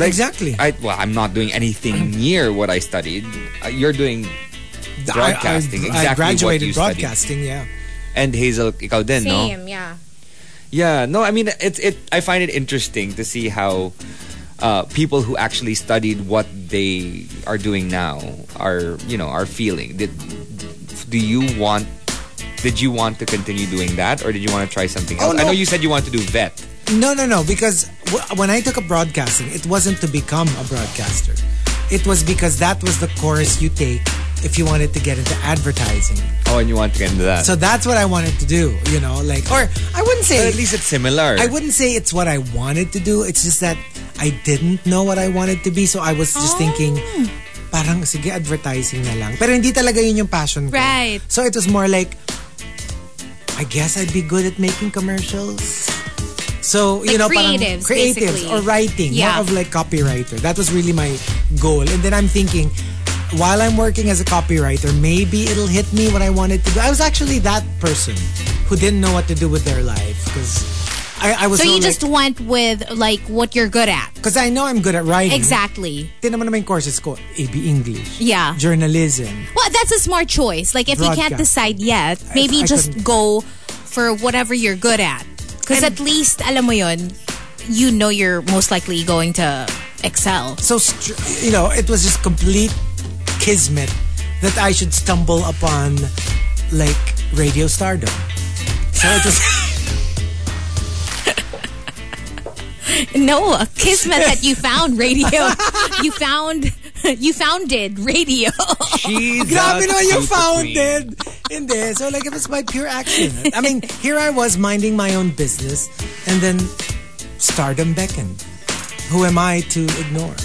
exactly.
I well, I'm not doing anything near what I studied. Uh, you're doing
I-
broadcasting.
I, I,
exactly what
graduated
you studied.
broadcasting, yeah.
And Hazel, ikaw din, no?
Same, yeah.
Yeah, no. I mean, it's it. I find it interesting to see how uh, people who actually studied what they are doing now are, you know, are feeling. Did do you want? Did you want to continue doing that, or did you want to try something
Oh,
else? I
no.
know you said you want to do vet.
No, no, no. Because w- when I took up broadcasting, it wasn't to become a broadcaster. It was because that was the course you take if you wanted to get into advertising.
Oh, and you want to get into that.
So that's what I wanted to do, you know, like, or I wouldn't
But
say,
at least it's similar.
I wouldn't say it's what I wanted to do. It's just that I didn't know what I wanted to be. So I was
Oh.
just thinking, parang sige, advertising na lang. Pero hindi talaga yun yung passion ko.
Right.
So it was more like, I guess I'd be good at making commercials. So, you
Like
know, parang
creatives,
creatives
basically.
or writing,
Yeah.
more of like copywriter. That was really my goal. And then I'm thinking, while I'm working as a copywriter, maybe it'll hit me what I wanted to do. I was actually that person who didn't know what to do with their life because I, I was
So you
so,
just went with like what you're good at.
because I know I'm good at writing.
Exactly.
Tinan mo naman yung courses ko, AB English,
Yeah.
journalism.
Well, that's a smart choice. Like if you can't
Broadcast.
decide yet, maybe
I
just
couldn't-
go for whatever you're good at. Because at least alam mo yun, you know you're most likely going to excel.
so str- you know it was just complete kismet that I should stumble upon like radio stardom. So it was
No, a kismet that you found radio. <laughs> you found you founded radio.
Jesus,
<laughs> grabe naman yung
Super
founded. Hindi. So like it was by pure accident. I mean, here I was minding my own business and then stardom beckoned. Who am I to ignore?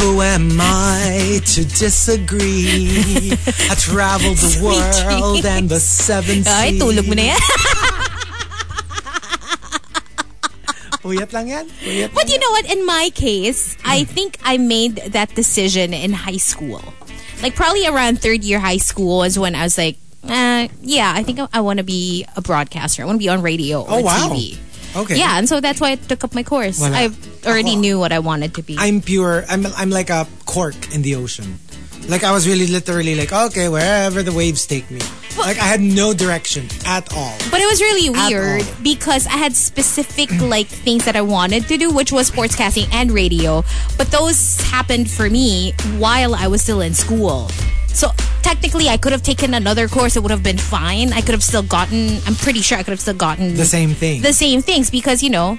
Who am I to disagree? I traveled
<laughs>
the world and the seven seas.
Ay, tulog mo na yan.
Puyat lang yan. Puyat
But you know what? In my case, I think I made that decision in high school. Like probably around third year high school is when I was like, uh, yeah, I think I, I want to be a broadcaster. I want to be on radio
Oh,
or
wow.
TV.
Okay. Uh-huh.
Yeah, and so that's why I took up my course.
Wala.
I already knew what I wanted to be.
I'm pure. I'm I'm like a cork in the ocean. Like I was really literally like okay wherever the waves take me. Like I had no direction at all.
but it was really weird
all.
because I had specific like things that I wanted to do, which was sportscasting and radio. But those happened for me while I was still in school. So technically, I could have taken another course; it would have been fine. I could have still gotten. I'm pretty sure I could have still gotten
The same thing.
the same things because you know,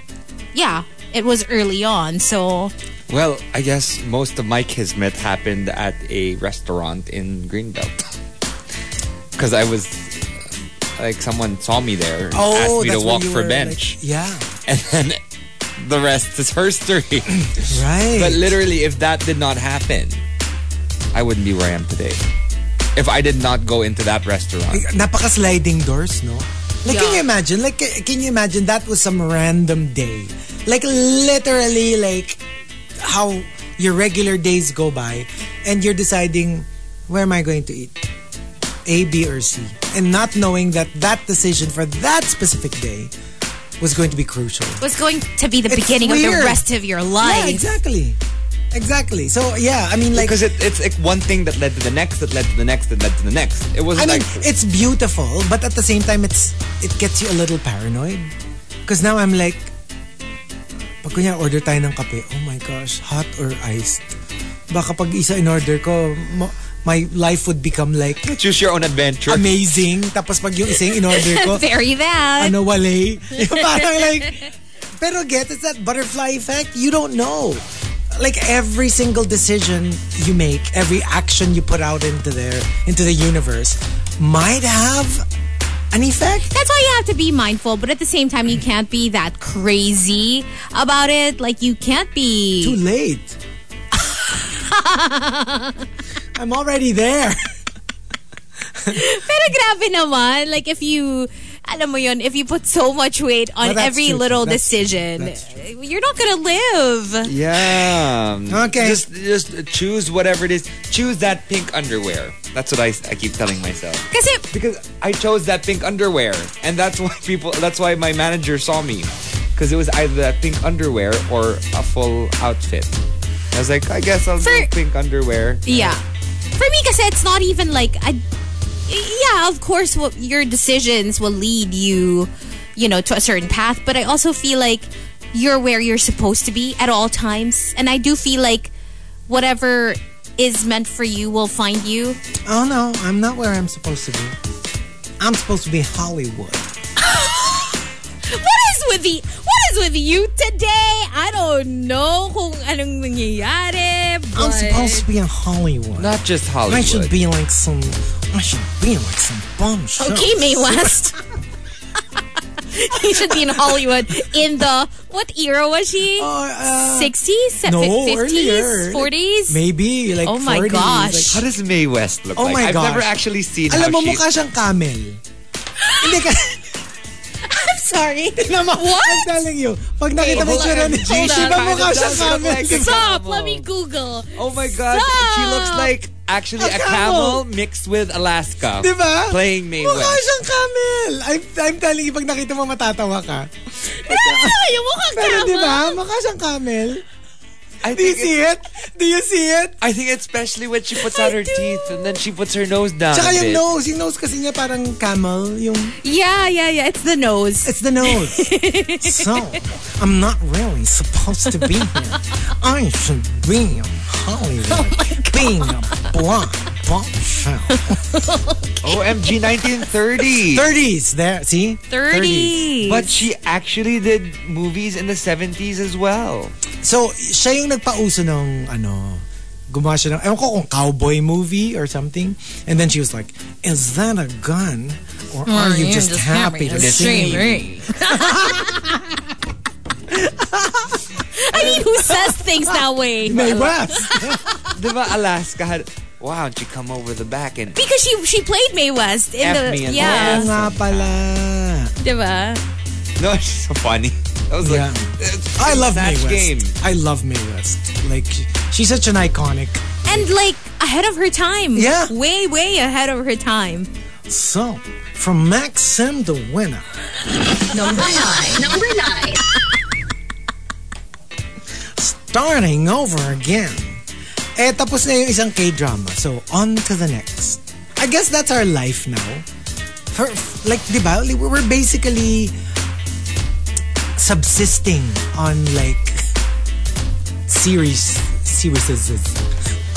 yeah, it was early on. So
Well, I guess most of my kismet happened at a restaurant in Greenbelt. <laughs> Because I was like, someone saw me there and asked me to
Oh, that's when
walk
you
for
were,
bench. <laughs>
like- yeah,
And then the rest is her
<laughs>
story.
right.
but literally, if that did not happen, I wouldn't be where I am today. If I did not go into that restaurant.
napaka sliding doors, no? Like can you
Yeah.
imagine? Like ca- can you imagine that was some random day? Like literally like how your regular days go by and you're deciding where am I going to eat? A, B or C. And not knowing that that decision for that specific day was going to be crucial.
it was going to be the
It's
beginning of
weird.
the rest of your life.
Yeah, exactly. Exactly. So yeah, I mean like
Because it, it's like one thing that led to the next, that led to the next, that led to the next. It
I
wasn't
mean,
like.
it's beautiful, but at the same time, it's it gets you a little paranoid. Because now I'm like, pag kunya order tayo ng kape, oh my gosh, hot or iced? baka pag isa in order ko, mo- my life would become like
Choose your own adventure.
amazing. Tapos pag yung isa in order ko,
Very that.
ano <laughs> wale. Yung parang like, pero get it's that butterfly effect. You don't know. Like every single decision you make, every action you put out into there, into the universe, might have an effect.
That's why you have to be mindful, but at the same time, you can't be that crazy about it. Like, you can't be.
Too late. <laughs> I'm already there.
Pero grabe naman. Like, if you, alam mo yun, if you put so much weight on
Well, that's
every
true.
little
That's true.
decision,
That's
you're not gonna live.
Yeah.
Okay.
Just just choose whatever it is. Choose that pink underwear. That's what I, I keep telling myself.
Kasi,
Because I chose that pink underwear, and that's why people. That's why my manager saw me, because it was either that pink underwear or a full outfit. I was like, I guess I'll
For-
do pink underwear.
yeah. For me, kasi it's not even like, I, yeah, of course, what, your decisions will lead you, you know, to a certain path, but I also feel like you're where you're supposed to be at all times. And I do feel like whatever is meant for you will find you.
Oh no, I'm not where I'm supposed to be. I'm supposed to be Hollywood.
What is with the What is with you today? I don't know kung anong nangyayari.
I'm
but-
supposed to be in Hollywood.
Not just Hollywood.
I should be like some. I should be like some bum.
<laughs>
show.
Okay, Mae West. <laughs> he should be in Hollywood in the what era was she?
Or, uh,
Sixties,
no,
fifties,
earlier.
forties.
Maybe like.
Oh my
40s,
gosh.
How
Like,
does Mae West look
Oh
like?
my
I've
gosh.
never actually seen.
alam
how
mo,
she-
mukha siyang
<laughs>
camel. Hindi ka.
I'm sorry.
Naman,
What?
I'm telling you. Pag nakita mo
hold
siya
on.
ni
Hold
Gigi,
on.
ba mukha
Kinda
siyang
does look
camel?
like a
Stop.
Camel.
Let me Google.
Oh my God! She looks
Stop.
like actually
A
a,
camel.
camel mixed with Alaska.
Di ba?
Playing Mae
Diba? Mukha
West.
siyang camel. I'm, I'm telling you, pag nakita mo, matatawa ka.
Ay, yung mukhang
<laughs> Pero
tama.
di ba? Mukha siyang camel.
I
Do you
think,
see
it,
it? Do you see it?
I think especially when she puts out her teeth and then she puts her nose down.
Tsaka
a
yung
bit.
nose. Yung nose kasi niya parang camel. Yung,
Yeah, yeah, yeah. It's the nose.
it's the nose. so, I'm not really supposed to be here. I should be in Hollywood. being a blonde bombshell. <laughs>
OMG 1930.
30s. There, see?
30s.
But she actually did movies in the 70s as well.
So, siya yung nagpauso ng ano, gumawa siya ng, ewan ko kung cowboy movie or something. And then she was like, is that a gun? Or are you just, happy to see me?
I mean, who says things that
<laughs>
way?
May West.
Diba Alaska had, wow, and she come over the back and <laughs>
Because she she played Mae West in
F
the
me in the
Oo
yeah,
ass.
nga pala.
diba?
no, it's so funny. I was
Yeah.
like, it's
I love Mae
match
West.
game.
I love Mae West. Like, she's such an iconic.
And like ahead of her time.
Yeah.
way way ahead of her time.
So, from Maxim the winner.
Number nine. Number nine.
starting over again. Eh, tapos na yung isang K-drama. So, on to the next. I guess that's our life now. For, like, di ba? Like, We're basically subsisting on, like, series, series,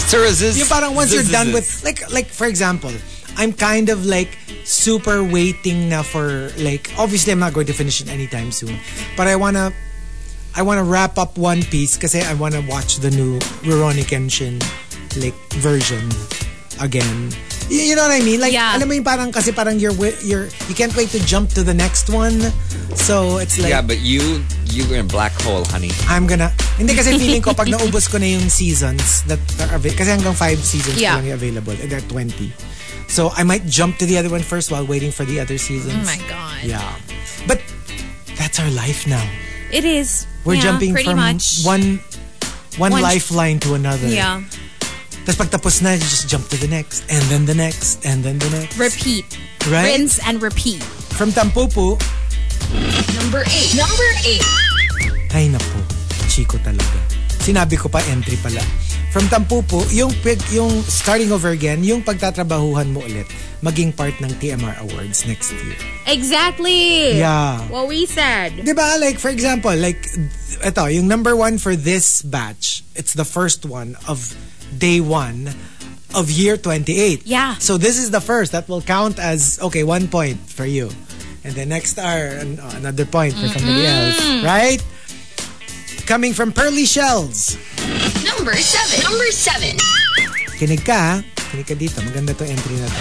Surresis.
yung parang once you're done with like like for example, I'm kind of like super waiting na for like obviously I'm not going to finish it anytime soon, but I wanna I wanna wrap up One Piece because I wanna watch the new Rurouni Kenshin like version again. Y- You know what I mean? Like,
Yeah.
alam mo yung parang kasi parang you're wi- you're you can't wait to jump to the next one. So it's like
Yeah, but you, you were in black hole, honey.
I'm gonna... Hindi kasi feeling ko, pag naubos ko na yung seasons that are available, kasi hanggang 5 seasons
Yeah.
lang yung available, and there are 20. So, I might jump to the other one first while waiting for the other seasons.
Oh god,
Yeah. But, that's our life now.
it is.
We're
yeah,
jumping
pretty
from
much.
one... One,
One-
lifeline to another.
yeah
Tapos pag tapos na, you just jump to the next, and then the next, and then the next.
repeat,
Right?
rinse and repeat.
From Tampupu,
Number eight. Number eight.
Ay naku, Chico talaga. Sinabi ko pa entry pala. From Tampupo, yung, pig- yung starting over again, yung pagtatrabahuhan mo ulit, maging part ng TMR Awards next year.
Exactly.
Yeah.
What we said.
Di ba? Like, for example, like, ito, yung number one for this batch, it's the first one of day one of year 28.
Yeah.
So this is the first that will count as, okay, one point for you. And the next are an- oh, another point for somebody else, right? Coming from Pearly Shells.
Number seven. Number seven.
Kinig ka, ha? kinig ka dito. Maganda to entry na to.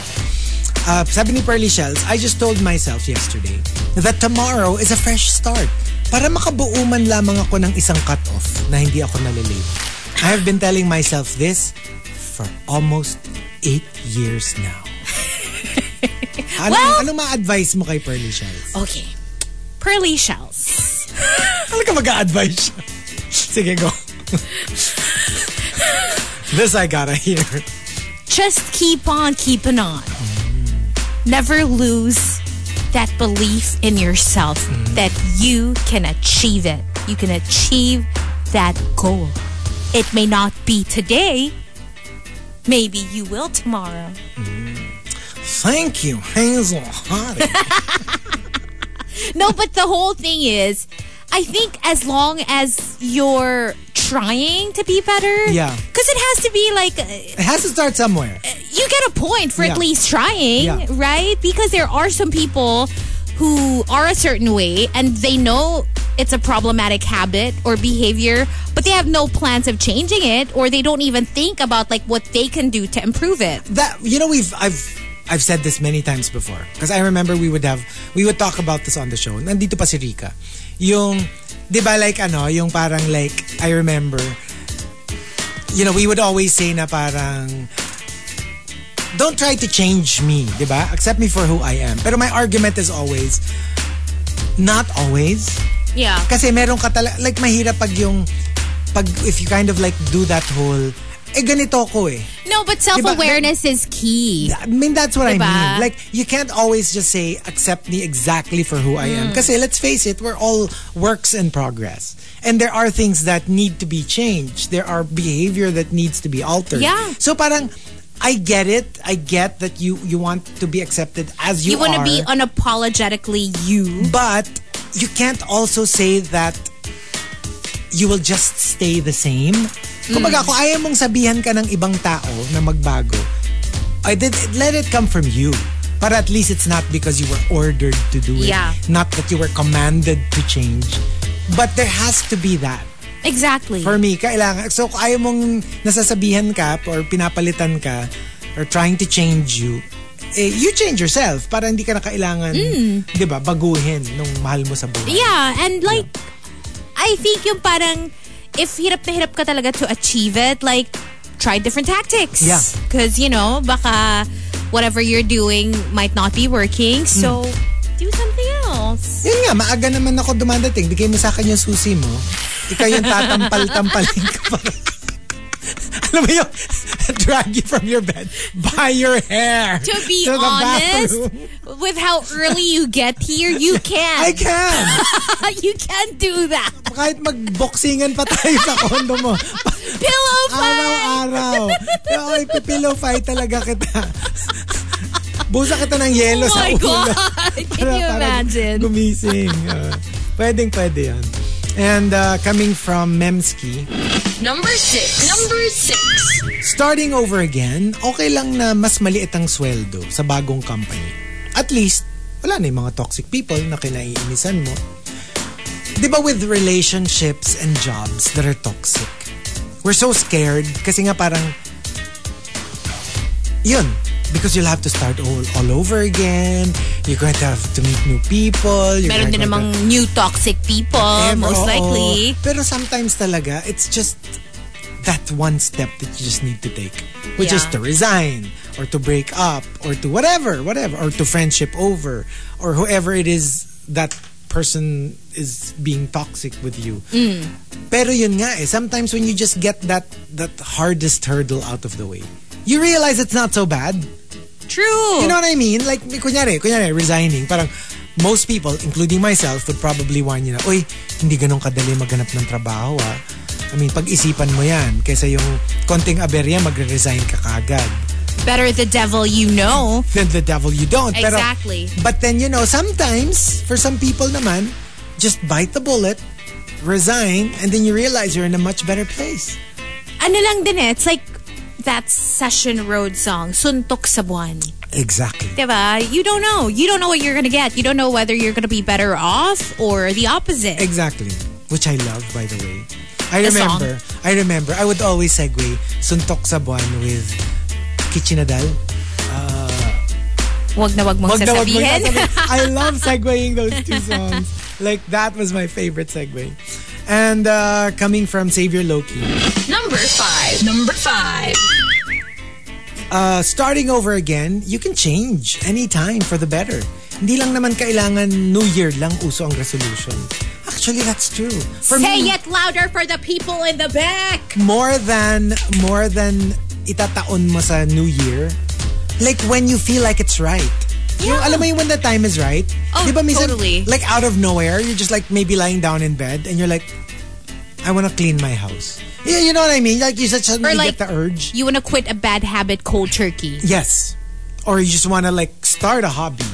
Uh, sabi ni Pearly Shells, I just told myself yesterday that tomorrow is a fresh start para makabuo man lamang ako ng isang cut-off na hindi ako nalilate. I have been telling myself this for almost eight years now. Ano,
Well-
ano ma-advise mo kay Pearly Shells?
Okay. Pearly shells.
Ano ka mag-a-advise siya? Sige, go. this I gotta hear.
Just keep on keeping on.
Mm-hmm.
Never lose that belief in yourself
Mm-hmm.
that you can achieve it. You can achieve that goal. It may not be today. Maybe you will tomorrow.
Thank you, Hazel Hardy.
No, but the whole thing is, I think as long as you're trying to be better,
Yeah.
because it has to be like uh,
It has to start somewhere.
you get a point for at
Yeah.
least trying,
Yeah.
right? Because there are some people who are a certain way and they know it's a problematic habit or behavior, but they have no plans of changing it, or they don't even think about like what they can do to improve it.
That you know we've I've I've said this many times before because I remember we would have we would talk about this on the show. Nandito pa si Rika. Yung 'di ba like ano, yung parang like I remember you know, we would always say na parang don't try to change me, 'di ba? Accept me for who I am. Pero my argument is always not always
Yeah.
Kasi meron ka talaga, like mahirap pag yung, pag if you kind of like do that whole, eh ganito ko eh.
No, but self awareness is key.
I mean, that's what I
Diba?
mean. Like, you can't always just say, accept me exactly for who I
Mm.
am. Kasi let's face it, we're all works in progress. And there are things that need to be changed. There are behavior that needs to be altered.
Yeah.
So parang, I get it. I get that you you want to be accepted as you,
You, want
are.
to be unapologetically you.
But you can't also say that you will just stay the same.
Mm.
Kumbaga, kung ayaw mong sabihan ka ng ibang tao na magbago, I did, let it come from you. But at least it's not because you were ordered to do it.
Yeah.
Not that you were commanded to change. But there has to be that.
Exactly.
For me, kailangan. So, kung ayaw mong nasasabihan ka or pinapalitan ka or trying to change you, eh, you change yourself para hindi ka na kailangan, di ba, baguhin nung mahal mo sa buhay.
Mm. yeah, and like, I think yung parang, if hirap na hirap ka talaga to achieve it, like, try different tactics.
Yeah.
Because, you know, baka whatever you're doing might not be working, so
Mm.
do something else.
Yun nga, maaga naman ako dumadating. Bigay mo sa akin yung susi mo. Ikaw yung tatampal-tampalin ka pa. <laughs> Alam mo yung <laughs> drag you from your bed by your hair
To be
the
honest,
bathroom.
with how early you get here, you can.
<laughs> I can.
<laughs> you can do that.
Kahit magboxingan pa tayo sa kondo mo.
Pillow fight!
Araw-araw. Ay, pipilo fight talaga kita. Busa kita ng yelo
Oh
sa
my
ulo.
God! <laughs> Can
Para-
you
para
imagine?
Gumising. Ah, pwedeng pwede yan. And uh, coming from Memski,
Number six. Number six.
starting over again, okay lang na mas maliit ang sweldo sa bagong company. At least, wala na yung mga toxic people na kinaiinisan mo. Di ba with relationships and jobs that are toxic, we're so scared kasi nga parang, yun, because you'll have to start all, all over again, you're going to have to meet new people, you're
Meron din
going to
namang new toxic people,
Ever,
most
oo.
likely.
Pero sometimes talaga, it's just that one step that you just need to take. Which is
Yeah.
to resign, or to break up, or to whatever, whatever, or to friendship over, or whoever it is that person is being toxic with you.
Mm.
Pero yun nga eh, sometimes when you just get that that hardest hurdle out of the way, you realize it's not so bad.
True.
You know what I mean? Like, kunyari, kunyari, resigning. Parang, most people, including myself, would probably warn you na, Uy, hindi ganun kadali maghanap ng trabaho, ah. I mean, pag-isipan mo yan. Kesa yung konting aberya, magre-resign ka kagad. <laughs>
better the devil you know.
Then the devil you don't. Pero-
Exactly.
but then, you know, sometimes, for some people naman, just bite the bullet, resign, and then you realize you're in a much better place.
Ano lang din eh, it's like that Session Road song, Suntok sa Buwan.
Exactly.
Diba? You don't know. You don't know what you're gonna get. You don't know whether you're gonna be better off or the opposite.
Exactly. Which I love, by the way. I
The song?
remember. I remember. I would always segue Suntok sa Buwan with Kichinadal.
wag na wag mong
Wag na wag mo
sasabihin.
sasabihin.
<laughs>
I love segueing those two songs. Like, that was my favorite segue. And uh, coming from Savior Loki,
Number five. Number five.
uh, starting over again, you can change anytime for the better. Hindi lang naman kailangan New Year lang uso ang resolution. Actually, that's true. For
Say
me,
it louder for the people in the back.
more than more than itataon mo sa new year like when you feel like it's right Yung, alam mo yung when the time is right
Oh,
Di ba minsan,
totally.
like out of nowhere you're just like maybe lying down in bed and you're like I wanna clean my house yeah you know what I mean like you such
Or
suddenly
like
get the urge
You wanna quit a bad habit cold turkey.
yes or you just wanna like start a hobby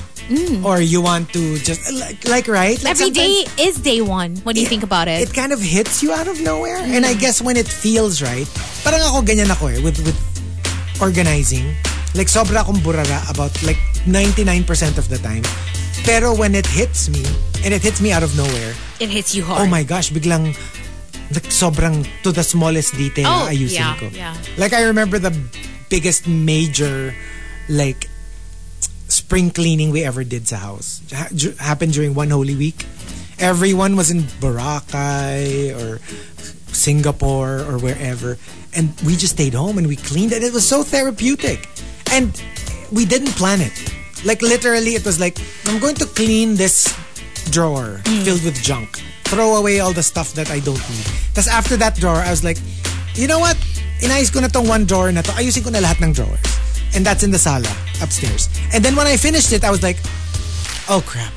or you want to just like, like right like
Mm. Every
sometimes-
day is day one. What do you think about it? Mm-hmm.
it kind of hits you out of nowhere. And I guess when it feels right, parang ako ganyan ako eh, with, with organizing. Like, sobra akong burara about like 99% of the time. Pero when it hits me, and it hits me out of nowhere,
It hits you
oh
hard.
my gosh, biglang like, sobrang to the smallest detail
Oh,
ayusin
yeah,
ko.
yeah.
Like, I remember the biggest major, like, spring cleaning we ever did sa house. Ha- ju- happened during one holy week. Everyone was in Boracay or Singapore or wherever. And we just stayed home and we cleaned and it was so therapeutic. And we didn't plan it. Like literally it was like, I'm going to clean this drawer filled with junk. Throw away all the stuff that I don't need. Tapos after that drawer, I was like, you know what? Inayos ko na tong one drawer na to. Ayusin ko na lahat ng drawers. And that's in the sala upstairs. And then when I finished it, I was like, oh crap.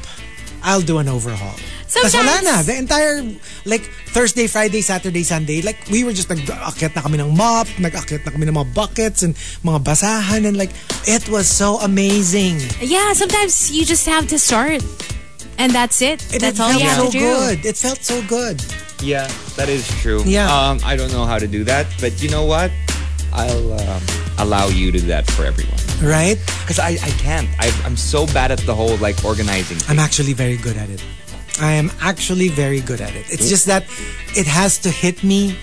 I'll do an overhaul. Tas wala
Sometimes-
na. The entire, like, Thursday, Friday, Saturday, Sunday, like, we were just nag-akit na kami ng mop, nag-akit na kami ng mga buckets and mga basahan and like, it was so amazing.
Yeah, sometimes you just have to start. And that's it.
It,
that's
it
all
felt
you have
so
to do.
good. It felt so good.
Yeah, that is true.
Yeah.
Um, I don't know how to do that, but you know what? I'll um, allow you to do that for everyone.
Right?
Because I, I can't. I, I'm so bad at the whole like organizing.
I'm
Thing.
actually very good at it. I am actually very good at it. It's just that it has to hit me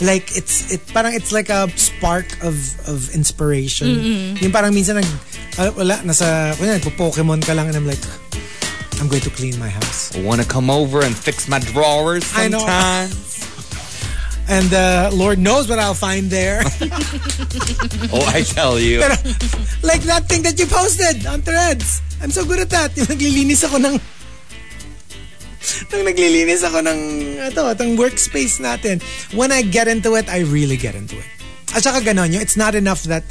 like it's it parang it's like a spark of of inspiration. Yung parang minsan nag ah, wala nasa kunya nagpo-Pokemon ka lang and I'm like I'm going to clean my house.
I want to come over and fix my drawers
I know.
sometimes.
<laughs> And uh, Lord knows what I'll find there.
Oh, I tell you.
like that thing that you posted on threads. I'm so good at that. <laughs> Yung naglilinis ako ng nang naglilinis ako ng ito, itong workspace natin. When I get into it, I really get into it. At saka ganon yung, it's not enough that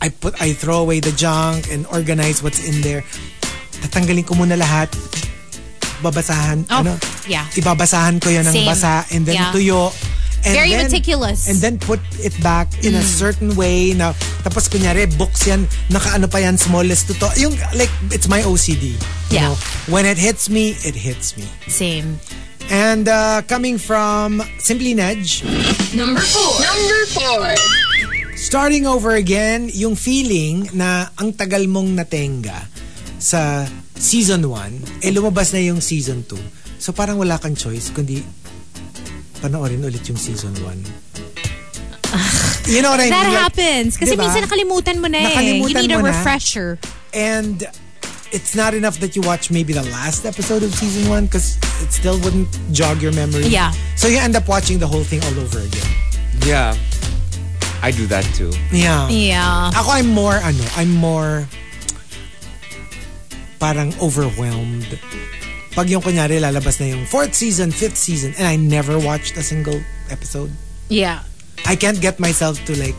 I put I throw away the junk and organize what's in there. Tatanggalin ko muna lahat. Babasahan.
Oh,
ano,
yeah.
Ibabasahan ko yun ng
Same.
basa and then
Yeah.
tuyo. And
Very
then-
meticulous. Mm.
And then then put it back in a certain way na tapos kunyari books yan nakaano pa yan smallest to to yung like it's my OCD you
Yeah.
know when it hits me it hits me
Same.
and uh, coming from Simply Nedge
Number four. Number four.
starting over again yung feeling na ang tagal mong natenga sa season 1 eh lumabas na yung season 2 so parang wala kang choice kundi panoorin ulit yung season 1 you know what I mean
That
Like,
happens. Kasi
diba?
minsan nakalimutan mo na eh.
Nakalimutan
you need a
mo na.
refresher.
and it's not enough that you watch maybe the last episode of season one because it still wouldn't jog your memory.
Yeah.
So you end up watching the whole thing all over again.
yeah, I do that too.
Yeah.
Yeah.
Ako, I'm more, ano, I'm more parang overwhelmed. Pag yung kunyari, lalabas na yung fourth season, fifth season, and I never watched a single episode.
Yeah.
I can't get myself to like,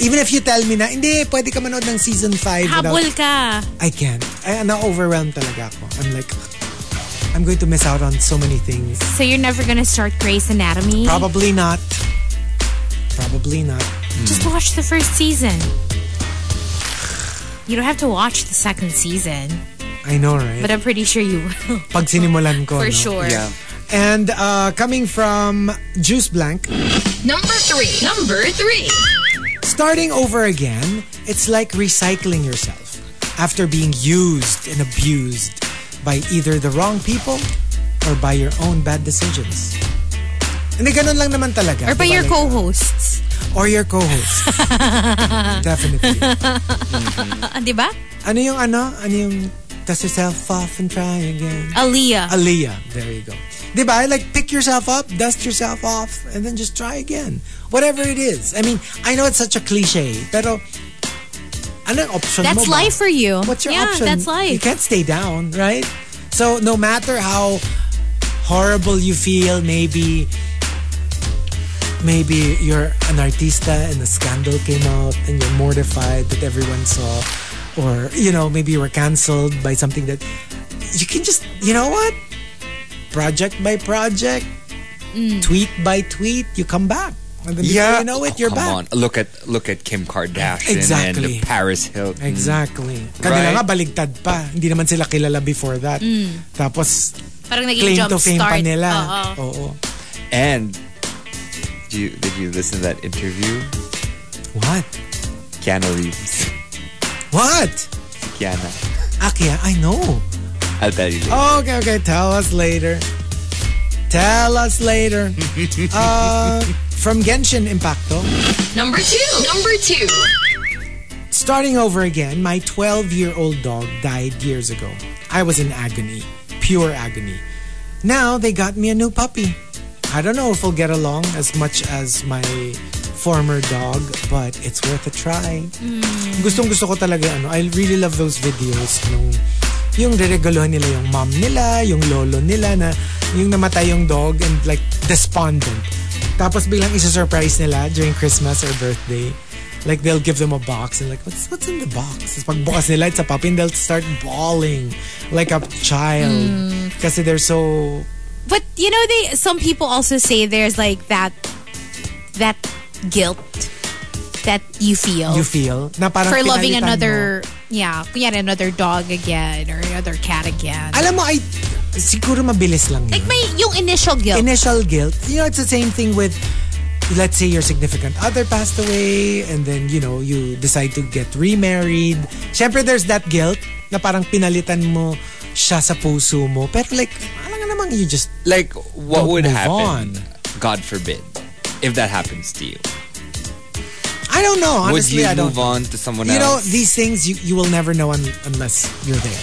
even if you tell me na, hindi, pwede ka manood ng season 5 without
Habol ka.
I can't. I, na-overwhelm talaga ako. I'm like, I'm going to miss out on so many things.
So you're never gonna start Grey's Anatomy?
Probably not. Probably not.
Just watch the first season. You don't have to watch the second season,
I know, right?
but I'm pretty sure you will.
Pag sinimulan ko,
For
Oh, no?
sure.
Yeah.
And uh, coming from Juice Blank,
Number three. Number three.
Starting over again, it's like recycling yourself after being used and abused by either the wrong people or by your own bad decisions. Hindi, ganun lang naman talaga.
Or by
Di ba?
your
Like,
co-hosts.
Or your
<laughs>
co-host. Definitely.
Ah, di ba?
Ano yung ano? Ano yung dust yourself off and try again?
Aaliyah.
Aaliyah. There you go. Diba? Like, pick yourself up, dust yourself off, and then just try again. Whatever it is. I mean, I know it's such a cliche, pero ano yung option mo
That's
ba?
life for you.
What's your
yeah,
option?
that's
You
life.
can't stay down, right? So no matter how horrible you feel, maybe maybe you're an artista and a scandal came out and you're mortified that everyone saw or you know, maybe you were cancelled by something that you can just you know what? Project by project,
Mm.
tweet by tweet, you come back. And then before you know it, you're
Oh, come
back.
on. Look at look at Kim Kardashian
Exactly.
and Paris Hilton.
Exactly. Kanila
Mm. Right.
nga baligtad pa. Hindi naman sila kilala before that. Tapos
Parang naging
claim
Mm. jump
to fame pa
start. Uh-huh.
nila.
Oo.
Oo.
And do you, did you listen to that interview?
What?
Keanu Reeves. <laughs>
What?
Keanu.
Akia, I know.
I'll tell you. later.
Okay, okay. Tell us later. Tell us
<laughs>
later. uh, from Genshin Impacto.
Number two. Number two.
Starting over again, my 12 year old dog died years ago. I was in agony, pure agony. Now they got me a new puppy. I don't know if we'll get along as much as my former dog, but it's worth a try. Gustong gusto ko talaga ano, I really love those videos nung yung diregalohan nila yung mom nila, yung lolo nila na yung namatay yung dog and like despondent. Tapos biglang isa-surprise nila during Christmas or birthday. Like they'll give them a box and like what's what's in the box? Tapos pagbukas nila it's a puppy and they'll start bawling like a child
Hmm.
kasi they're so
But you know, they some people also say there's like that that guilt that you feel
you feel na parang
Oh. for loving
pinalitan mo.
another yeah, kunyari another dog again or another cat again.
Alam mo ay siguro mabilis lang yun.
like may yung initial
Oh.
guilt.
initial guilt. You know, it's the same thing with, let's say your significant other passed away, and then, you know, you decide to get remarried. Siyempre, there's that guilt na parang pinalitan mo siya sa puso mo. Pero like, alam nga namang you just,
Like what
Don't
would
move
happen?
on.
God forbid. If that happens to you,
I don't know. Honestly,
would you
I don't
move on to someone
You know,
else,
these things you, you will never know un- unless you're there.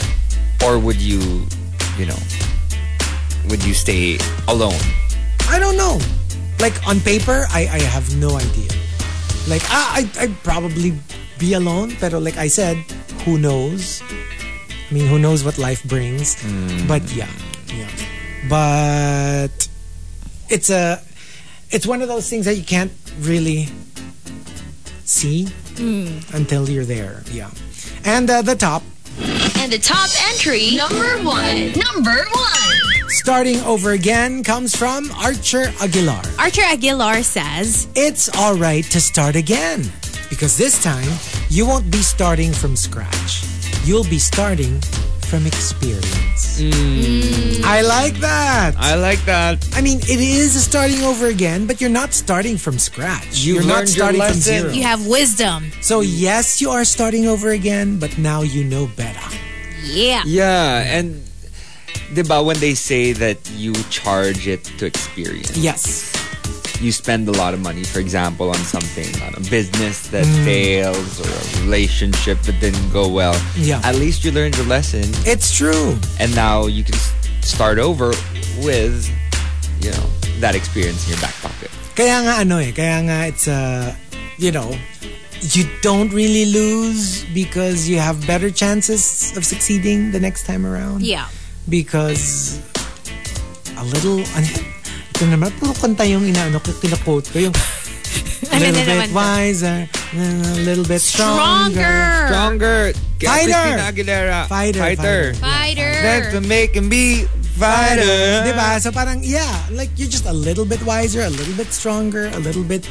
or would you, you know, would you stay alone?
I don't know. Like on paper, I, I have no idea. Like I I I'd probably be alone, but like I said, who knows? I mean, who knows what life brings? But yeah, yeah. But it's a it's one of those things that you can't really see until you're there. Yeah. And uh, the top
And the top entry. Number one. Number one.
starting over again comes from Archer Aguilar.
Archer Aguilar says,
it's all right to start again because this time you won't be starting from scratch. You'll be starting from experience. I like that.
Mm. I like that.
I mean, it is a starting over again, but you're not starting from scratch.
You've
are not
learned your
starting from
lesson.
zero.
"You have wisdom."
So yes, you are starting over again, but now you know better.
Yeah.
Yeah, and diba when they say that you charge it to experience,
Yes.
you spend a lot of money, for example, on something, on a business that fails or a relationship that didn't go well.
Yeah.
At least you learned your lesson,
It's true.
and now you can s- start over with, you know, that experience in your back pocket.
Kaya nga ano eh, kaya nga it's a, you know, you don't really lose because you have better chances of succeeding the next time around.
Yeah.
Because a little, <laughs> ano, ito naman, puro kanta yung inaano ko, kinakote ko yung a
<laughs> Ano na
little bit
naman to?
wiser, and a little bit stronger.
Stronger.
Stronger, Get
Fighter!
Christina Aguilera,
Fighter,
fighter. That's
Fighter.
to make and be fighter.
Diba? So parang, yeah, like you're just a little bit wiser, a little bit stronger, a little bit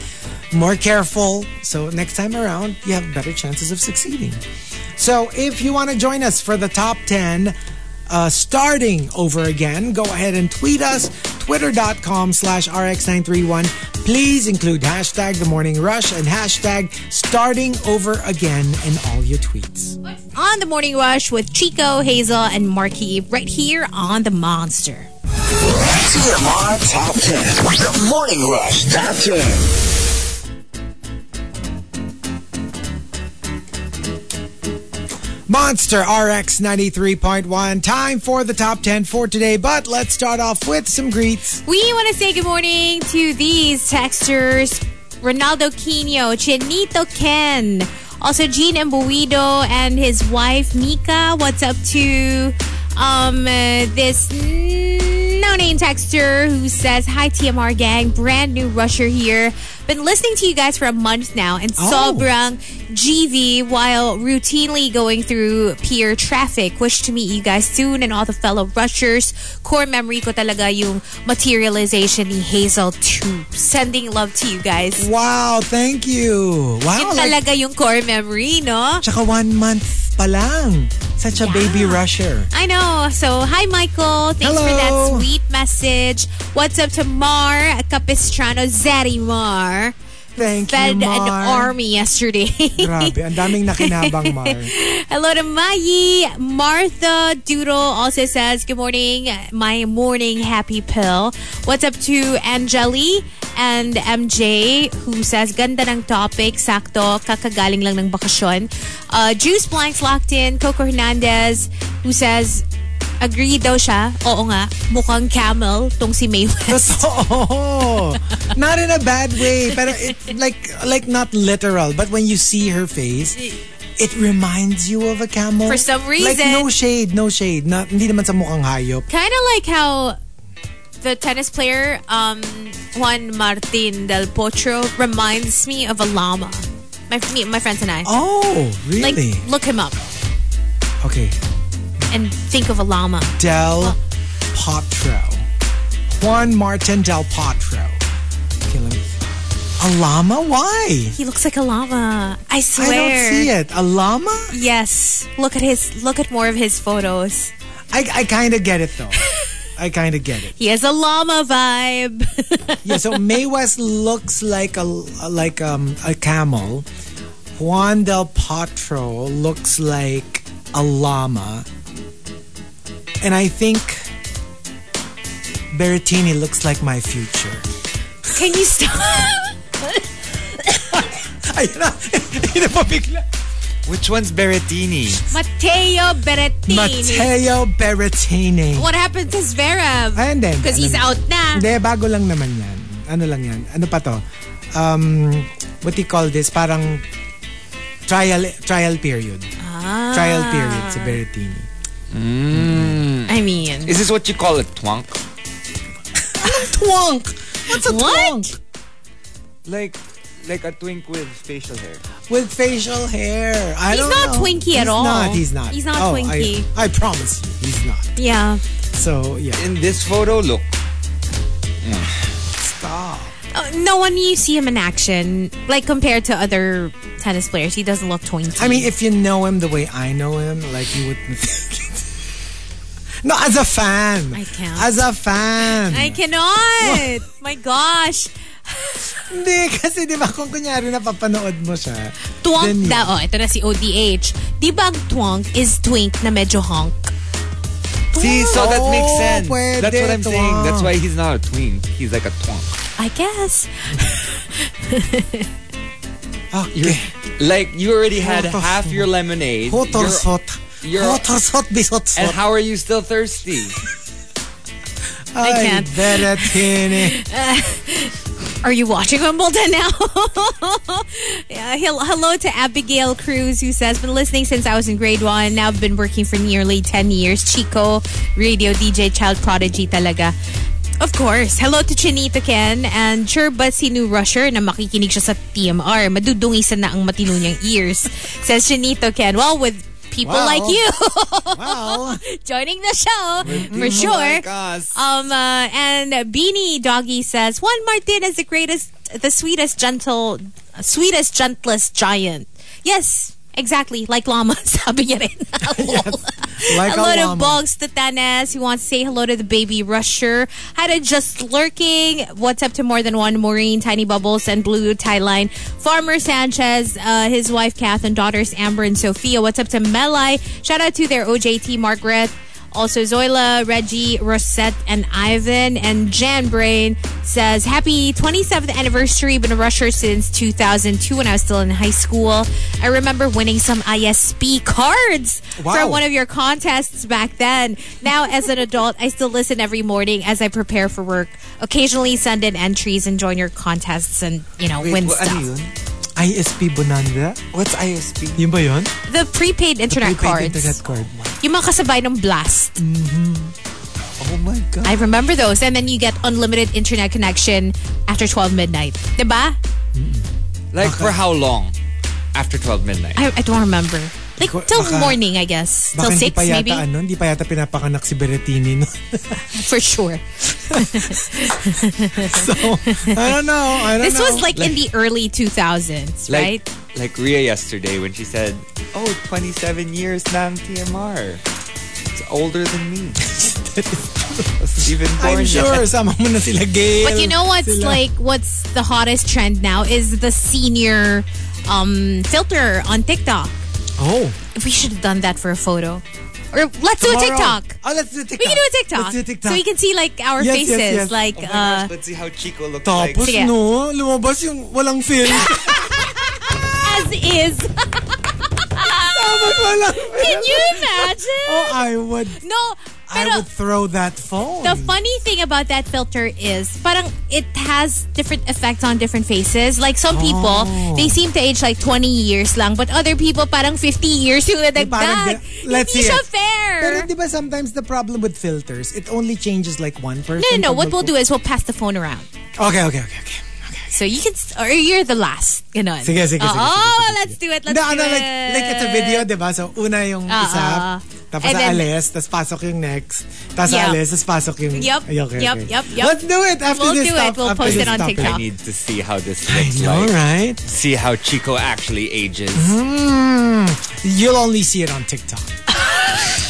more careful. So next time around, you have better chances of succeeding. So if you want to join us for the top 10, uh, starting over again, go ahead and tweet us. twitter.com slash rx931. Please include hashtag the morning rush and hashtag starting over again in all your tweets.
on the morning rush with Chico, Hazel, and Marky right here on the Monster.
TMR Top 10. The Morning Rush Top 10.
Monster RX 93.1. Time for the top 10 for today, but let's start off with some greets.
We want to say good morning to these texters Ronaldo Quino, Chinito Ken, also Gene Embuido and his wife Mika. What's up to um uh, this no name texter who says, Hi TMR gang, brand new rusher here. Been listening to you guys for a month now and
Oh.
sobrang GV while routinely going through peer traffic. Wish to meet you guys soon and all the fellow rushers. Core memory ko talaga yung materialization ni Hazel 2. Sending love to you guys.
Wow, thank you. Wow,
Yun
Oh, like,
talaga yung core memory, no?
tsaka one month pa lang. Such a baby rusher.
I know. So, hi, Michael. Thanks for
Hello.
that sweet message. What's up to Mar Capistrano Zeri Mar?
Thank
Fed
you,
an
Mar.
army yesterday. <laughs>
Grabe, ang daming nakinabang, Mar.
Hello to Mayi. Martha Doodle also says, Good morning, my morning happy pill. What's up to Angeli and MJ who says, Ganda ng topic, sakto, kakagaling lang ng bakasyon. Uh, Juice Blanks locked in. Coco Hernandez who says, Agree daw siya. Oo nga, mukhang camel tong si May West.
Totoo. not in a bad way, pero it, like like not literal, but when you see her face, it reminds you of a camel.
For some
Like
reason.
no shade, no shade. Not, hindi naman sa mukhang hayop.
kind of like how the tennis player um, Juan Martin del Potro reminds me of a llama. My me, my friends and I.
Oh,
like
really?
look him up
okay.
and think of a llama.
Del Potro. Juan Martin Del Potro. Okay, let me- A llama? Why?
He looks like a llama. I swear.
I don't see it. A llama?
Yes. Look at his look at more of his photos.
I, I kind of get it though. I kind of get it.
He has a llama vibe. <laughs>
Yeah, so May West looks like a like um a camel. Juan del Potro looks like a llama. And I think Berrettini looks like my future.
Can you stop? <laughs>
Ayun na. <laughs> Hindi pa bigla.
Which one's Berrettini?
Matteo Berrettini.
Matteo Berrettini.
what happened to Zverev?
Ayan din.
Because
Ano
he's
na.
out na.
Hindi, bago lang naman yan. Ano lang yan? Ano pa to? Um, what do you call this? Parang trial trial period.
Ah.
Trial period sa Berrettini.
I mean,
Is this what you call a twonk?
Twonk! What's a
What?
twonk?
Like, like a twink with facial hair.
With facial hair. I
He's
don't
not
know.
twinky at
He's
all.
Not, he's not.
He's not
oh,
twinky.
I, I promise you, he's not.
yeah.
So, yeah.
In this photo, look.
Stop.
Uh, no, when you see him in action, like compared to other tennis players, he doesn't look twinky.
I mean, if you know him the way I know him, like you wouldn't think it. <laughs> No, as a fan.
I can't.
As a fan.
I cannot. My gosh,
<laughs> Hindi, kasi di ba kung kunyari napapanood mo siya.
twonk
then
daw. Oh, ito na si ODH. Di ba ang twonk is twink na medyo honk?
See, so that makes
Oh,
sense.
pwede,
That's what I'm saying. That's
twonk.
why he's not a twink. He's like a twonk.
I guess.
Okay.
Like, you already had
Hot as
half your lemonade.
Hot or
You're-
hot.
you're-
Hot or hot, bisot
And
hot.
how are you still thirsty?
I
can't. <laughs>
Berrettini.
Are you watching Wimbledon now? <laughs> yeah, hel- hello to Abigail Cruz, who says, Been listening since I was in grade one. Now I've been working for nearly 10 years. Chico, radio DJ, child prodigy talaga. Of course. Hello to Chinito Ken and sure but si New Rusher na makikinig siya sa TMR. Madudungisan na ang matino niyang
<laughs>
ears. Says Chinito Ken, well, with people
Wow.
like you <laughs>
Wow.
joining the show, for sure.
Like us.
Um, uh, and Beanie Doggy says Juan Martin is the greatest, the sweetest, gentle, sweetest, gentlest giant. Yes, Exactly, like llama, <laughs> sabi niya rin.
like
hello
a
to
llama.
Bugs, to Tanas, who wants to say hello to the baby rusher. Hi to Just Lurking, what's up to more than one, Maureen, Tiny Bubbles, and Blue Tie Line. Farmer Sanchez, uh, his wife Kath, and daughters Amber and Sophia. What's up to Melai? Shout out to their OJT, Margaret. Also Zoila, Reggie, Rosette, and Ivan. And Jan Brain says, Happy 27th anniversary. Been a rusher since 2002 when I was still in high school. I remember winning some ISP cards
Wow.
from one of your contests back then. Now, as an adult, I still listen every morning as I prepare for work. Occasionally send in entries and join your contests and, you know,
Wait,
win
wha-
stuff.
ano yun? ISP Bonanza?
What's ISP?
Yun ba yun?
The prepaid internet
Prepaid
cards.
internet card.
Yung mga kasabay ng blast.
Oh my God.
I remember those. And then you get unlimited internet connection after 12 midnight. Diba?
Like for how long? After 12 midnight.
I, I don't remember. Like
Ko-
till
baka-
morning, I guess. Till
Baka hindi
6
pa yata,
maybe.
ano, hindi pa yata pinapakanak si Berrettini. no?
For sure.
so, <laughs> I don't know. I don't
This
know.
was like, in the early 2000s,
like,
right?
Like Ria yesterday when she said, "Oh, 27 years ng TMR. It's older than me. <laughs> Wasn't even born
I'm
yet.
sure, sama mo na sila Gail.
But you know what's
sila.
like what's the hottest trend now is the senior um, filter on TikTok.
Oh.
We should have done that for a photo. Or let's do a
tomorrow.
TikTok.
Oh, let's do a TikTok.
We can do a TikTok.
Let's do a TikTok.
So we can see like our
Yes, yes,
faces.
yes.
Like
Oh my
uh
gosh, let's see how Chico looks like.
Tapos
Sige.
no, lumabas yung walang
<laughs>
film.
as is.
Tapos walang film.
Can you imagine?
<laughs> Oh, I would,
No,
I
pero
would throw that phone.
the funny thing about that filter is parang it has different effects on different faces. Like some people,
Oh.
they seem to age like 20 years lang, but other people parang 50 years yung
parang
nadagdag.
di- let's
Hindi
see
siya
it.
fair.
Pero di ba sometimes the problem with filters, it only changes like one person.
no, no, no.
from
What we'll do
multiple-
is we'll pass the phone around.
Okay, okay, okay, okay.
So you can, or you're the last. Ganon.
Sige, sige, sige, sige,
oh,
sige,
let's do it. Let's
no,
do
no,
it.
like, like it's a video, di ba? So, una yung
Ah,
isa,
ah, ah.
tapos
And then-
aalis, tapos pasok yung next, tapos
Yup.
aalis, tapos pasok yung...
Yup,
Ay, okay,
yup,
okay.
yup, yup.
Let's do it after
We'll
this
do it.
stop.
We'll
after
post
this
it on
stop.
TikTok.
I need to see how this looks
All
like.
right.
See how Chico actually ages.
Hmm. You'll only see it on
<laughs>
TikTok.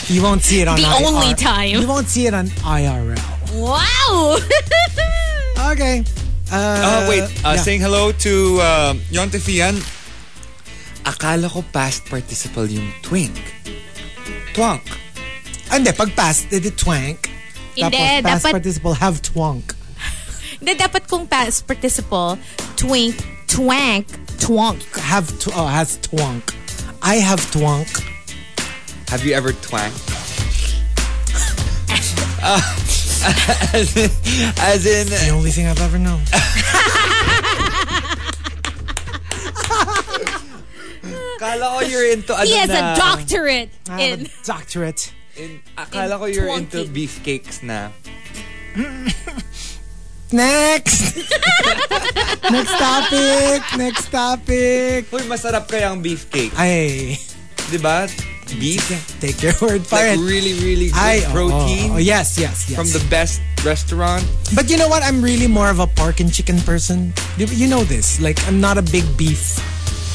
you won't see it on
The
IR.
only time.
You won't see it on IRL.
Wow. <laughs>
Okay.
Oh,
Uh,
wait. Uh,
yeah.
Saying hello to um, Yon Tefian. Akala ko past participle yung twink. Twonk.
Ah, Hindi, pag past, did it twank?
Hindi,
Tapos past
dapat-
participle have twonk.
Hindi, dapat kung past participle, twink, twank, twonk.
Have tw- oh, has twonk. I have twonk.
Have you ever twanked? Uh, <laughs> as in,
The only thing I've ever known.
akala ko you're into ano
He has
na.
a doctorate
I have
in.
a doctorate.
In, akala ko you're
In
into
twonking.
beefcakes na.
Next! <laughs> next topic! Next topic!
Uy, masarap kaya ang beefcake.
Ay,
Di ba? Beef?
take your word for
Like
it.
really, really good
Ay, oh,
protein
oh, oh, yes, yes, yes.
from the best restaurant.
But you know what? I'm really more of a pork and chicken person. You- You know this. Like, I'm not a big beef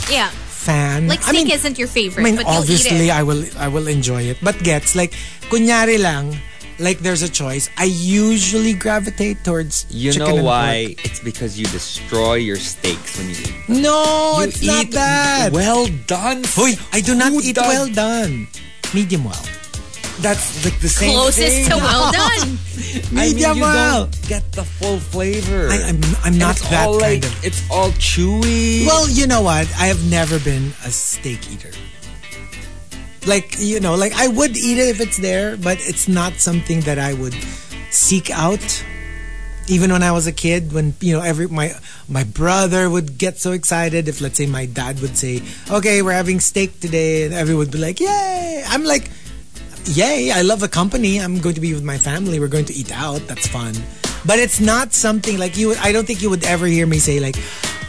Yeah.
fan.
Like
I mean,
steak isn't your
I
favorite,
mean,
but you'll
obviously,
eat it.
I will, I will enjoy it. But gets like, kunyari lang, like there's a choice. I usually gravitate towards
You
chicken
know
and
why? It's because you destroy your steaks when you eat.
pork. No,
You
it's not that.
well done.
Hoy, I do not
Who
eat
does-
well done. Medium well.
That's like the same thing.
<laughs>
Closest to well
I
done.
mean,
Medium
you
well.
don't get the full flavor.
I, I'm, I'm
And
not
it's
that
all,
kind
like,
of.
It's all chewy.
Well, you know what? I have never been a steak eater. Like, you know, like I would eat it if it's there, but it's not something that I would seek out. Even when I was a kid, when you know, every my my brother would get so excited if let's say my dad would say, Okay, we're having steak today, and everyone would be like, Yay! I'm like, Yay, I love the company. I'm going to be with my family. We're going to eat out. That's fun. But it's not something like you would, I don't think you would ever hear me say like,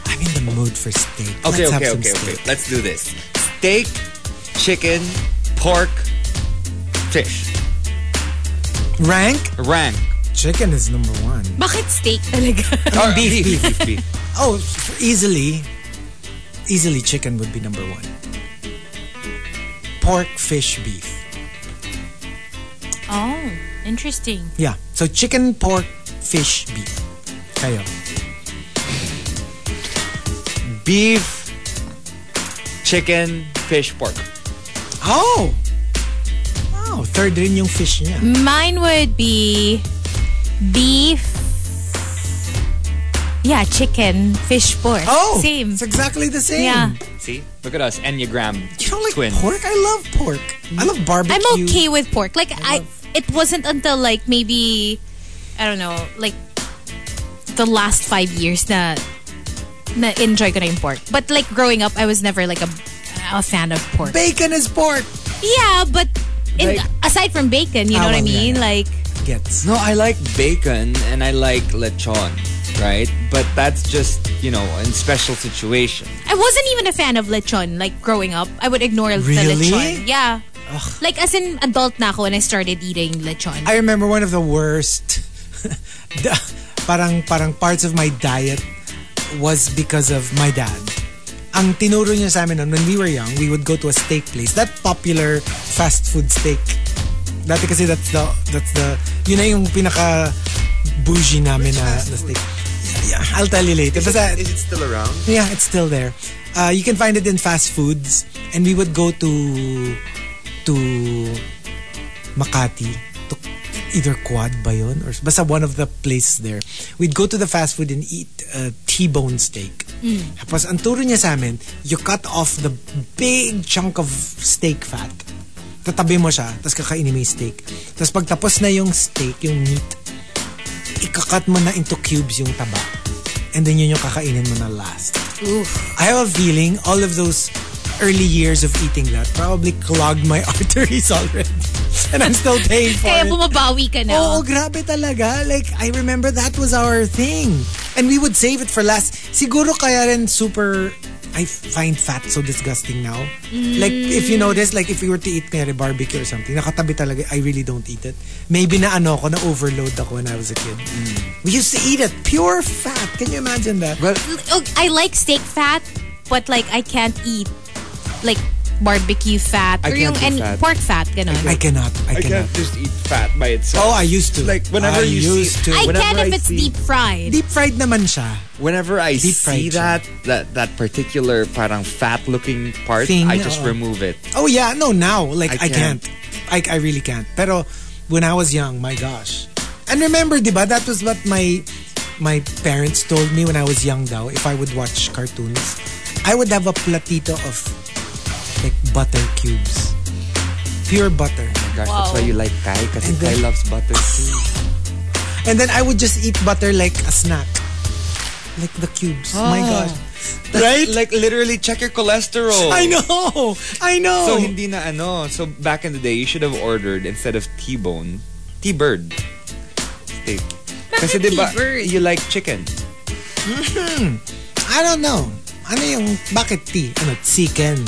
I'm in the mood for steak.
okay,
Let's have
okay,
some
okay, okay.
steak."
Let's do this: steak, chicken, pork, fish.
Rank
Rank.
chicken is number one.
Bakit steak talaga?
Or beef, beef, beef,
<laughs>
beef.
Oh, f- easily, easily chicken would be number one. pork fish beef.
Oh, interesting.
Yeah. So chicken, pork, fish, beef. Kayo.
Beef, chicken, fish, pork.
Oh! Wow, third rin yung fish niya.
Mine would be beef. Yeah, chicken, fish, pork.
Oh!
same.
It's exactly the same.
Yeah,
See? Look at us, Enneagram
You don't like
twins.
pork? I love pork. I love barbecue.
I'm okay with pork. Like I, it wasn't until like maybe I don't know, like the last five years na na enjoy ko na yung pork. But like growing up, I was never like a a fan of pork.
Bacon is pork.
yeah, but in,
Like-
aside from bacon, you know
Ah,
what I
well, yeah,
mean?
yeah.
Like
Gets.
No, I like bacon and I like lechon, right? But that's just, you know, in special situation.
I wasn't even a fan of lechon. Like growing up, I would ignore the
Really?
lechon. Yeah. Like as an adult na ako when I started eating lechon.
I remember one of the worst <laughs> da- parang parang parts of my diet was because of my dad. Ang tinuro niya sa amin noon, when we were young, we would go to a steak place. That popular fast food steak. Dati kasi that's the, that's the, yun na yung pinaka bougie namin na, na steak. Yeah, yeah. I'll tell you later. Basta-
Is it still around?
yeah, it's still there. Uh, you can find it in fast foods, and we would go to to Makati to either Quad ba yun? or basta one of the places there. We'd go to the fast food and eat uh, T-bone steak. Tapos ang turo niya sa amin, you cut off the big chunk of steak fat. Tatabi mo siya, tapos kakainin mo yung steak. Tapos pagtapos na yung steak, yung meat, ikakat mo na into cubes yung taba. And then yun yung kakainin mo na last. I have a feeling all of those early years of eating that probably clogged my <laughs> arteries already. And I'm still paying for
Kaya
it.
bumabawi ka na.
Oo, grabe talaga. Like, I remember that was our thing. And we would save it for last. Siguro kaya rin super... I find fat so disgusting now. Like, if you notice, like, if we were to eat kaya barbecue or something, nakatabi talaga, I really don't eat it. Maybe na ano ako, na overload ako when I was a kid. We used to eat it. Pure fat. Can you imagine that?
Mm. Well,
Oh, I like steak fat, but like I can't eat like barbecue fat
I
or
can't
yung
do
and
fat.
pork fat ganun.
I cannot. I,
I
cannot.
can't just eat fat by itself.
Oh, I used to.
Like, whenever
I
you see-
used to.
I
Whenever
can if
I
it's
see-
deep fried.
Deep fried naman siya.
Whenever I
Deep fried
see
siya.
that, that that particular parang fat looking part,
Thing,
I just
oo.
remove it.
Oh yeah, no now like I,
I
can't.
can't.
I I really can't. Pero when I was young, my gosh. And remember, diba, that was what my my parents told me when I was young daw if I would watch cartoons. I would have a platito of like butter cubes. Pure butter.
Gosh, that's why you like Kai, kasi Kai loves butter too. <laughs>
And then I would just eat butter like a snack. Like the cubes. My
Oh.
gosh.
right? Like literally check your cholesterol.
I know. I
So
know.
hindi na ano. So back in the day, you should have ordered instead of T-bone, T-bird steak. Kasi diba, you like chicken.
I don't know. Ano yung, bakit tea? Ano, <laughs> chicken.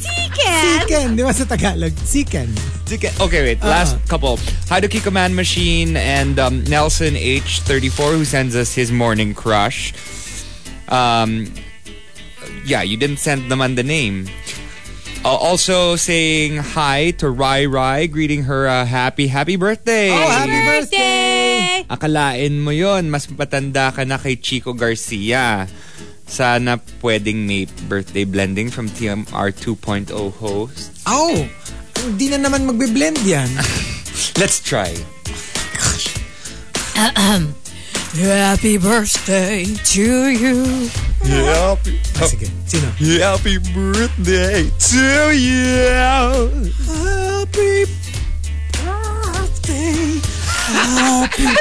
Chicken.
Chicken, di ba sa Tagalog? Chicken.
Chicken. Okay, wait. Last
Uh.
couple. Hi to Key Command Machine and um, Nelson H34 who sends us his morning crush. Um, yeah, you didn't send naman the name. Uh, also saying hi to Rai Rai, greeting her a happy, happy birthday.
Oh, happy birthday!
Akalain mo yon mas matanda ka na kay Chico Garcia. Sana pwedeng may birthday blending from TMR 2.0 host.
Oh, hindi na naman magbe-blend yan.
Let's try.
Happy birthday to you.
Happy,
Ah, sige, sino?
happy birthday to you.
Happy birthday.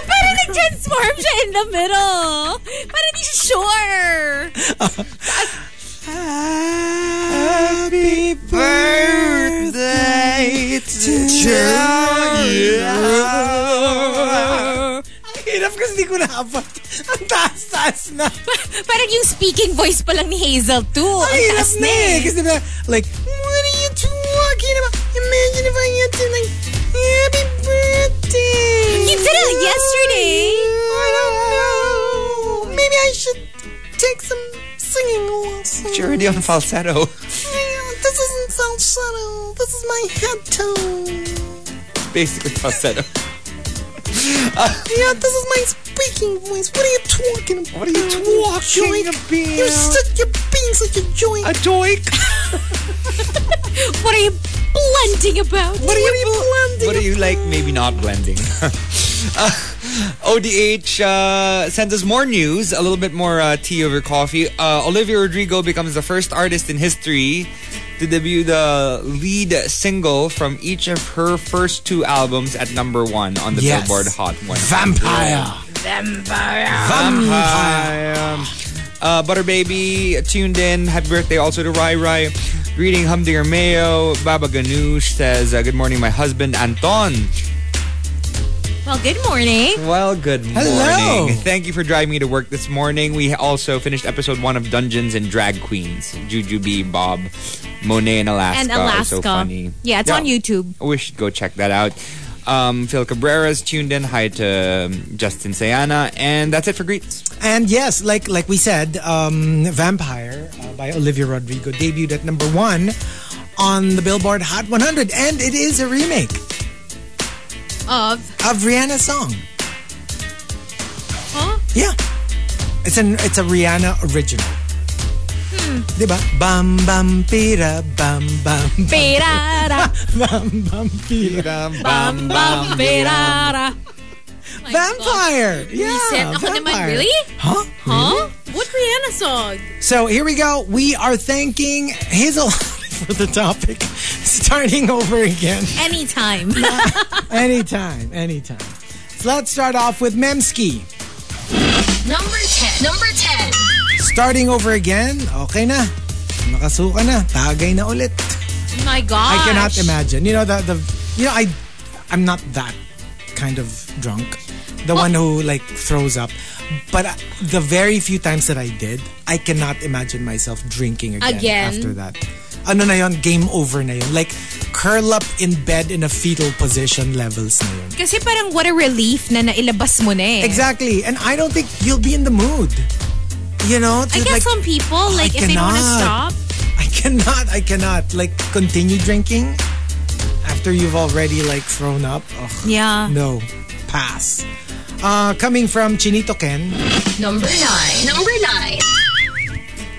Parang nag-transform siya in the middle. Parang di siya sure.
Happy birthday to you. Ang hirap kasi hindi ko naapat. Ang taas-taas na.
Parang yung speaking voice pa lang ni Hazel too. Ang
Ang hirap
taas
na eh. Kasi diba, like, what are you talking about? Imagine if I had to like, happy birthday.
You did it yesterday.
I don't know. Maybe I should take some singing lessons.
You're already on falsetto.
I don't this is my head too.
Basically falsetto.
Yeah, this is my speaking voice. What are you talking about?
What are you talking
joink? You
about?
suck your being such a joint.
A doik.
What are you blending about?
what are you blending?
What are you like? Maybe not blending. <laughs> Uh, ODH uh, sends us more news, a little bit more uh, tea over coffee. Uh, Olivia Rodrigo becomes the first artist in history to debut the lead single from each of her first two albums at number one on the
Yes.
Billboard Hot 100.
Vampire.
Hi, um, uh, Butter Baby tuned in. Happy birthday also to Rai Rai. Greeting Humdinger Mayo. Baba Ganoush says, uh, Good morning, my husband Anton.
Well, good morning.
Well, good morning.
Hello.
Thank you for driving me to work this morning. We also finished episode one of Dungeons and Drag Queens. Jujubee, Bob, Monet, and Alaska.
And
are
Alaska.
So funny.
Yeah, it's on YouTube.
We should go check that out. Um, Phil Cabrera's tuned in. Hi to um, Justin Sayana. And that's it for greets.
And yes, like like we said, um, Vampire uh, by Olivia Rodrigo debuted at number one on the Billboard Hot 100, and it is a remake
Of
of Rihanna's song.
huh?
Yeah, it's an it's a Rihanna original. Diba? Bam bam pira bam bam <laughs>
Pirara,
bam bam pira
bam, bam, pirara.
vampire. Yeah,
Reset. Ako naman,
vampire.
oh, really?
Huh?
Huh? What Rihanna song?
So here we go. We are thanking Hazel <laughs> for the topic. Starting over again. <laughs>
Anytime.
anytime, anytime. So let's start off with Memski.
Number 10. Number 10.
Starting over again, okay na. Nakasuka na. Tagay na ulit.
My
I
gosh.
cannot imagine. You know, the, the you know, I I'm not that kind of drunk. The one who like throws up. But uh, the very few times that I did, I cannot imagine myself drinking again,
Again.
after that. Ano na yun, game over na yun. Like, curl up in bed in a fetal position levels na yun.
Kasi parang what a relief na nailabas mo na eh.
Exactly. And I don't think you'll be in the mood. You know?
I
to,
guess
like,
some people, like, if they don't want to
cannot.
stop,
<laughs> I cannot, I cannot. Like, continue drinking after you've already, like, thrown up. Ugh,
yeah.
No. Pass. Uh, coming from Chinito Ken.
Number 9. Number 9.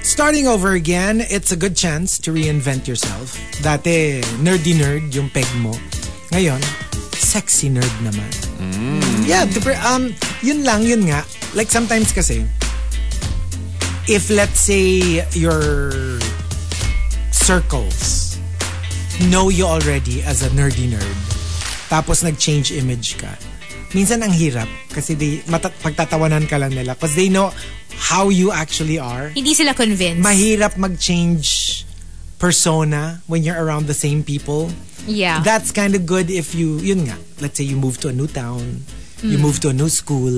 Starting over again, it's a good chance to reinvent yourself. Dati, nerdy nerd yung peg mo. Ngayon, sexy nerd naman. Yeah, the, per- um, yun lang, yun nga. Like sometimes kasi, if let's say your circles know you already as a nerdy nerd, tapos nag-change image ka, minsan ang hirap kasi di, mata- pagtatawanan ka lang nila because they know how you actually are
Hindi sila convinced.
mahirap mag-change persona when you're around the same people.
yeah.
That's kind of good if you, yun nga, let's say you move to a new town, you move to a new school,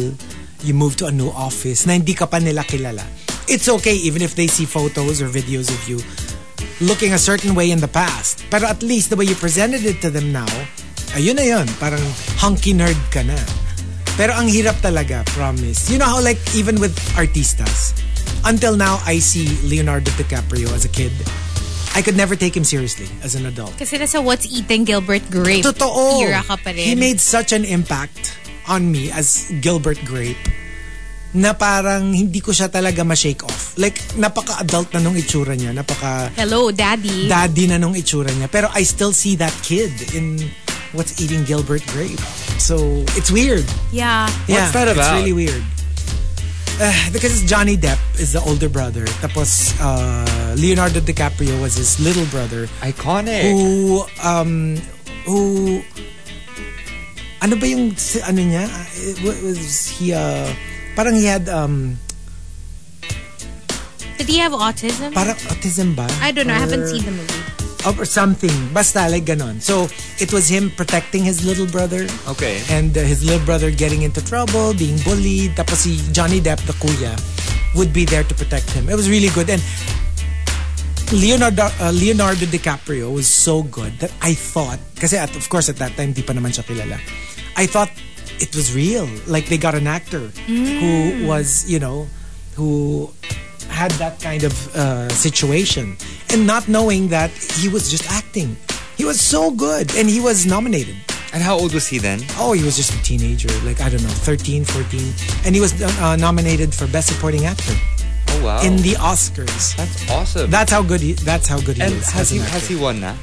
you move to a new office na hindi ka pa nila kilala. It's okay even if they see photos or videos of you looking a certain way in the past. Pero at least the way you presented it to them now, ayun na yun, parang hunky nerd ka na. Pero ang hirap talaga, promise. You know how like even with artistas, until now I see Leonardo DiCaprio as a kid. I could never take him seriously as an adult.
Kasi nasa What's Eating Gilbert Grape.
Totoo.
Era ka pa rin.
He made such an impact on me as Gilbert Grape na parang hindi ko siya talaga ma-shake off. Like, napaka-adult na nung itsura niya. Napaka
Hello, Daddy.
daddy na nung itsura niya. Pero I still see that kid in What's Eating Gilbert Grape. So, it's weird.
yeah.
Yeah,
that about?
It's really weird. Uh, because Johnny Depp is the older brother. Tapos, uh, Leonardo DiCaprio was his little brother
Iconic.
who um who ano ba yung si- ano niya Uh, wa- was he uh parang he had um
Did he have autism?
parang autism ba
I don't know. I haven't
Or-
seen the movie.
or something basta like ganon so it was him protecting his little brother
Okay.
and uh, his little brother getting into trouble being bullied tapos si Johnny Depp the kuya would be there to protect him it was really good and Leonardo uh, Leonardo DiCaprio was so good that I thought kasi at, of course at that time di pa naman siya kilala I thought it was real like they got an actor
Mm.
who was you know who had that kind of uh, situation and not knowing that he was just acting he was so good. And he was nominated.
And how old was he then?
Oh, he was just a teenager, like, I don't know, 13, 14. And he was uh, nominated for Best Supporting Actor
Oh wow.
in the Oscars.
That's awesome.
That's how good he, that's how good he
and
is.
has
as an
he
actor.
has he won na?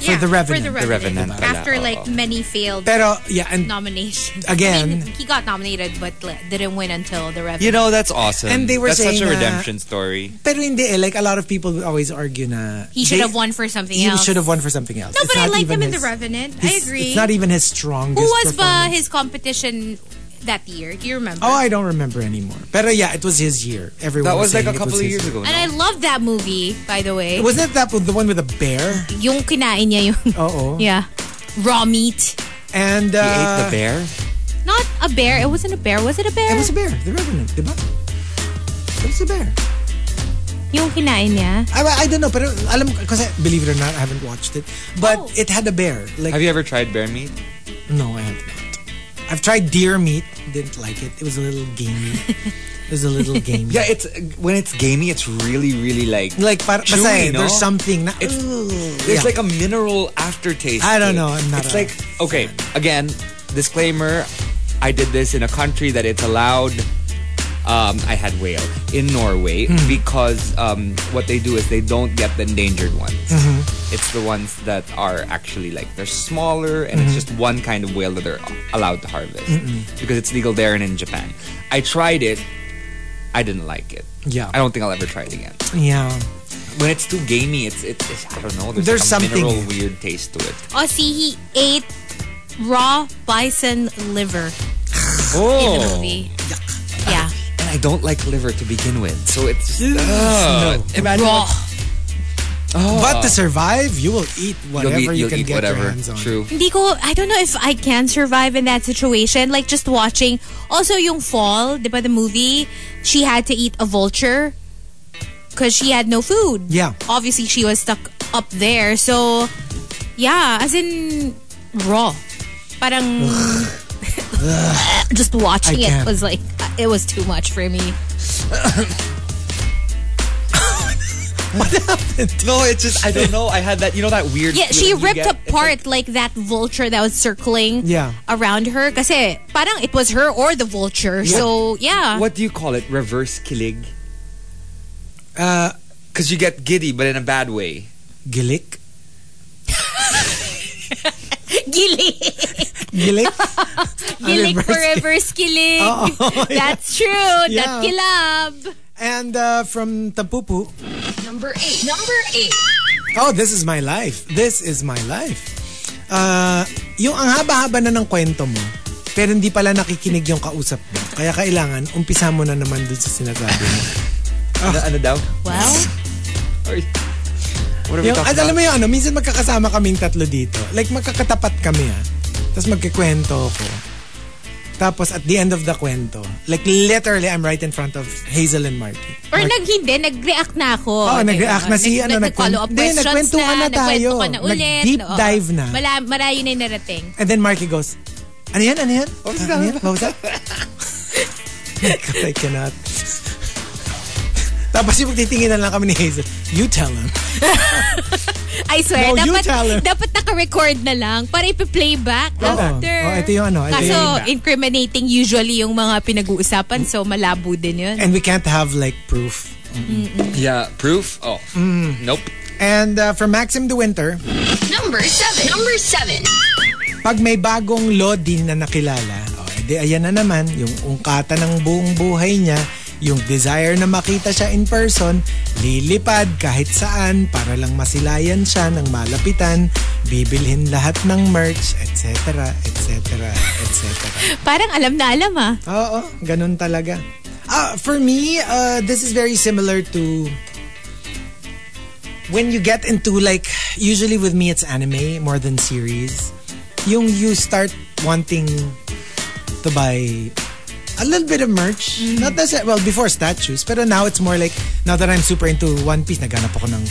Yeah,
the Revenant. The
For the Revenant.
Revenant pala.
After
Oo.
like many failed
Pero, yeah, and
nominations.
Again.
I mean, he got nominated but like, didn't win until the Revenant.
You know that's awesome.
And they were
that's such a
saying na-
redemption story.
Pero hindi eh. Like, a lot of people always argue na...
he
they-
should have won for something
He
else.
should have won for something else.
No,
It's
but
not
I liked him
even
in
his-
the Revenant. I
his-
agree.
It's not even his strongest
Who was ba
performance.
his competition that year? Do you remember?
Oh, I don't remember anymore. But yeah, it was his year. Everyone
That was like a
saying it
couple of
his
years
year.
ago.
and I love that movie, by the way.
Wasn't it that with the one with the bear?
yung kinain niya yung
Oo.
Uh-huh. yeah raw meat.
And
He
uh,
ate the bear.
Not a bear. It wasn't a bear. Was it a
It
bear?
was a bear. The Revenant, diba? It was a bear.
yung kinain niya.
I, I don't know, but alam because believe it or not, I haven't watched it. But
Oh.
it had a bear. Like
Have you ever tried bear meat?
no, I haven't. I've tried deer meat. Didn't like it. It was a little gamey. it was a little
<laughs>
gamey.
Yeah, it's when it's gamey, it's really, really like
Like para,
Chewy,
basta eh,
no?
there's something na
It's-
Ooh,
There's
yeah.
like a mineral aftertaste.
I
to
don't
it.
know, I'm not
It's
a
like okay. Again, disclaimer. I did this in a country that it's allowed. Um, I had whale in Norway
Hmm.
because um, what they do is they don't get the endangered ones.
Mm-hmm.
It's the ones that are actually like they're smaller and
Mm-hmm.
it's just one kind of whale that they're allowed to harvest because it's legal there and in Japan. I tried it. I didn't like it.
Yeah.
I don't think I'll ever try it again.
yeah.
When it's too gamey, it's it's, it's I don't know. There's,
There's
like a
something-
mineral weird taste to it.
Oh, see, he ate raw bison liver
Oh.
in
Oh.
the movie. Yeah.
And I don't like liver to begin with. So it's Ugh. imagine
Raw.
But to survive, you will eat whatever
Oh. you'll eat,
you
you'll
can
eat
get
whatever.
your hands on.
True.
Hindi ko, I don't know if I can survive in that situation. Like, just watching. Also, yung fall, di ba, the movie, she had to eat a vulture because she had no food.
Yeah.
Obviously, she was stuck up there. So, yeah, as in raw. Parang... <laughs> just watching
I
it
can't.
was like, it was too much for me.
No, it's just I don't know. I had that you know that weird.
Yeah, she
feeling you
ripped
get? It's
apart like, that vulture that was circling
Yeah.
around her. Kasi parang it was her or the vulture. So, yeah.
like- What do you call it? Reverse killing.
Uh,
Because you get giddy, but in a bad way.
gilik,
Gili.
gilik.
Gilig
reverse <laughs>
forever skilling.
Oo, Oh, yeah.
That's true.
Yeah.
That kilab.
And uh, from Tampupu,
Number eight. Number eight.
oh, this is my life. This is my life. Uh, yung ang haba-haba na ng kwento mo, pero hindi pala nakikinig yung kausap mo. Kaya kailangan, umpisa mo na naman dun sa sinasabi mo.
Ano- ano daw?
Well,
Or- What are we
Yung,
talking
at
about?
alam mo yung ano, minsan magkakasama kaming tatlo dito. Like, magkakatapat kami ah. Tapos magkikwento ko. Tapos at the end of the kwento, like literally I'm right in front of Hazel and Marky.
or nag hindi, nag-react na ako.
Oo,
Diba?
nag-react na si, ano,
nag-follow up
nagkwen- Hindi,
questions
nagkwentuhan na
nagkwento
tayo.
ka na ulit.
Nag-deep
Oo.
dive na.
Mala, marayo na yung narating.
And then Marky goes, ano yan, ano yan? What was that? What was that? God, I cannot. Tapos yung magtitingin na lang kami ni Hazel, you tell him.
I swear,
No, you
dapat,
tell her.
dapat naka-record na lang para ipi-playback
Oo.
after.
Oo, ito yung ano, ito
Kaso,
yung-
incriminating usually yung mga pinag-uusapan. So, malabo din yun.
And we can't have like proof.
Yeah, proof. Oh, nope.
And uh, from Maxim De Winter,
Number seven. Number seven.
Pag may bagong Lodi na nakilala, o edi ayan na naman, yung ungkata ng buong buhay niya, yung desire na makita siya in person, lilipad kahit saan para lang masilayan siya ng malapitan, bibilhin lahat ng merch, etc., etc., etc.
<laughs> Parang alam na alam ah.
Oo, ganun talaga. Ah, for me, uh, this is very similar to when you get into like usually with me it's anime more than series. Yung you start wanting to buy a little bit of merch. Not necessarily, well, before statues. Pero now it's more like, now that I'm super into One Piece, naghanap ako ng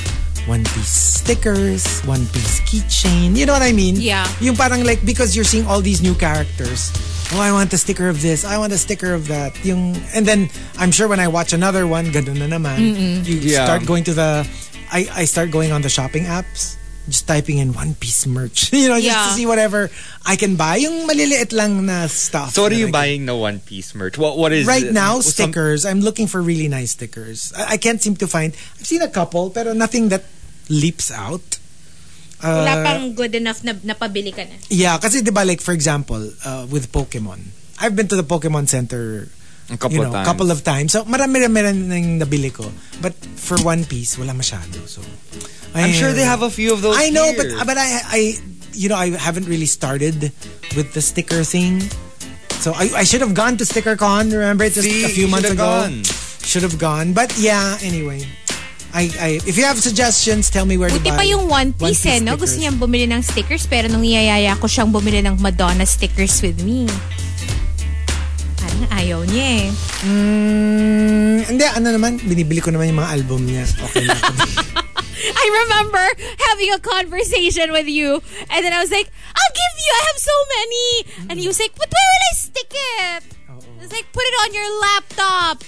One Piece stickers, One Piece keychain. You know what I mean?
Yeah.
Yung parang like, because you're seeing all these new characters. Oh, I want a sticker of this. I want a sticker of that. Yung, and then, I'm sure when I watch another one, ganun na naman. You
Yeah.
start going to the, I, I start going on the shopping apps. just typing in One Piece merch. <laughs> you know, just to
Yeah.
see whatever I can buy. Yung maliliit lang na stuff.
So what are
that I
you
can-
buying the One Piece merch? What what is
Right
it?
now,
Some-
stickers. I'm looking for really nice stickers. I, I can't seem to find. I've seen a couple, pero nothing that leaps out. Uh,
Wala pang good enough na napabili ka na.
Yeah, kasi 'di ba like for example, uh, with Pokemon. I've been to the Pokemon Center
A couple
you
of
know,
times.
couple of times. So marami-rami rin nang nabili ko. But for One Piece, wala masyado. So eh,
I'm sure they have a few of those.
I know,
here.
but but I I you know I haven't really started with the sticker thing. So I, I should have gone to Sticker Con. Remember, it's just
See,
a few
you
months
should
ago.
have gone.
Should have gone, but yeah. Anyway, I, I if you have suggestions, tell me where
Buti
to buy.
pa yung One Piece, eh, no?
stickers.
Gusto niyang bumili ng stickers pero nung iyayaya ko siyang bumili ng Madonna stickers with me. Parang ayaw niya eh.
Mm, hindi, ano naman, binibili ko naman yung mga album niya. Okay na.
<laughs> I remember having a conversation with you and then I was like, I'll give you, I have so many. And he was like, but where will I stick it? I was like, put it on your laptop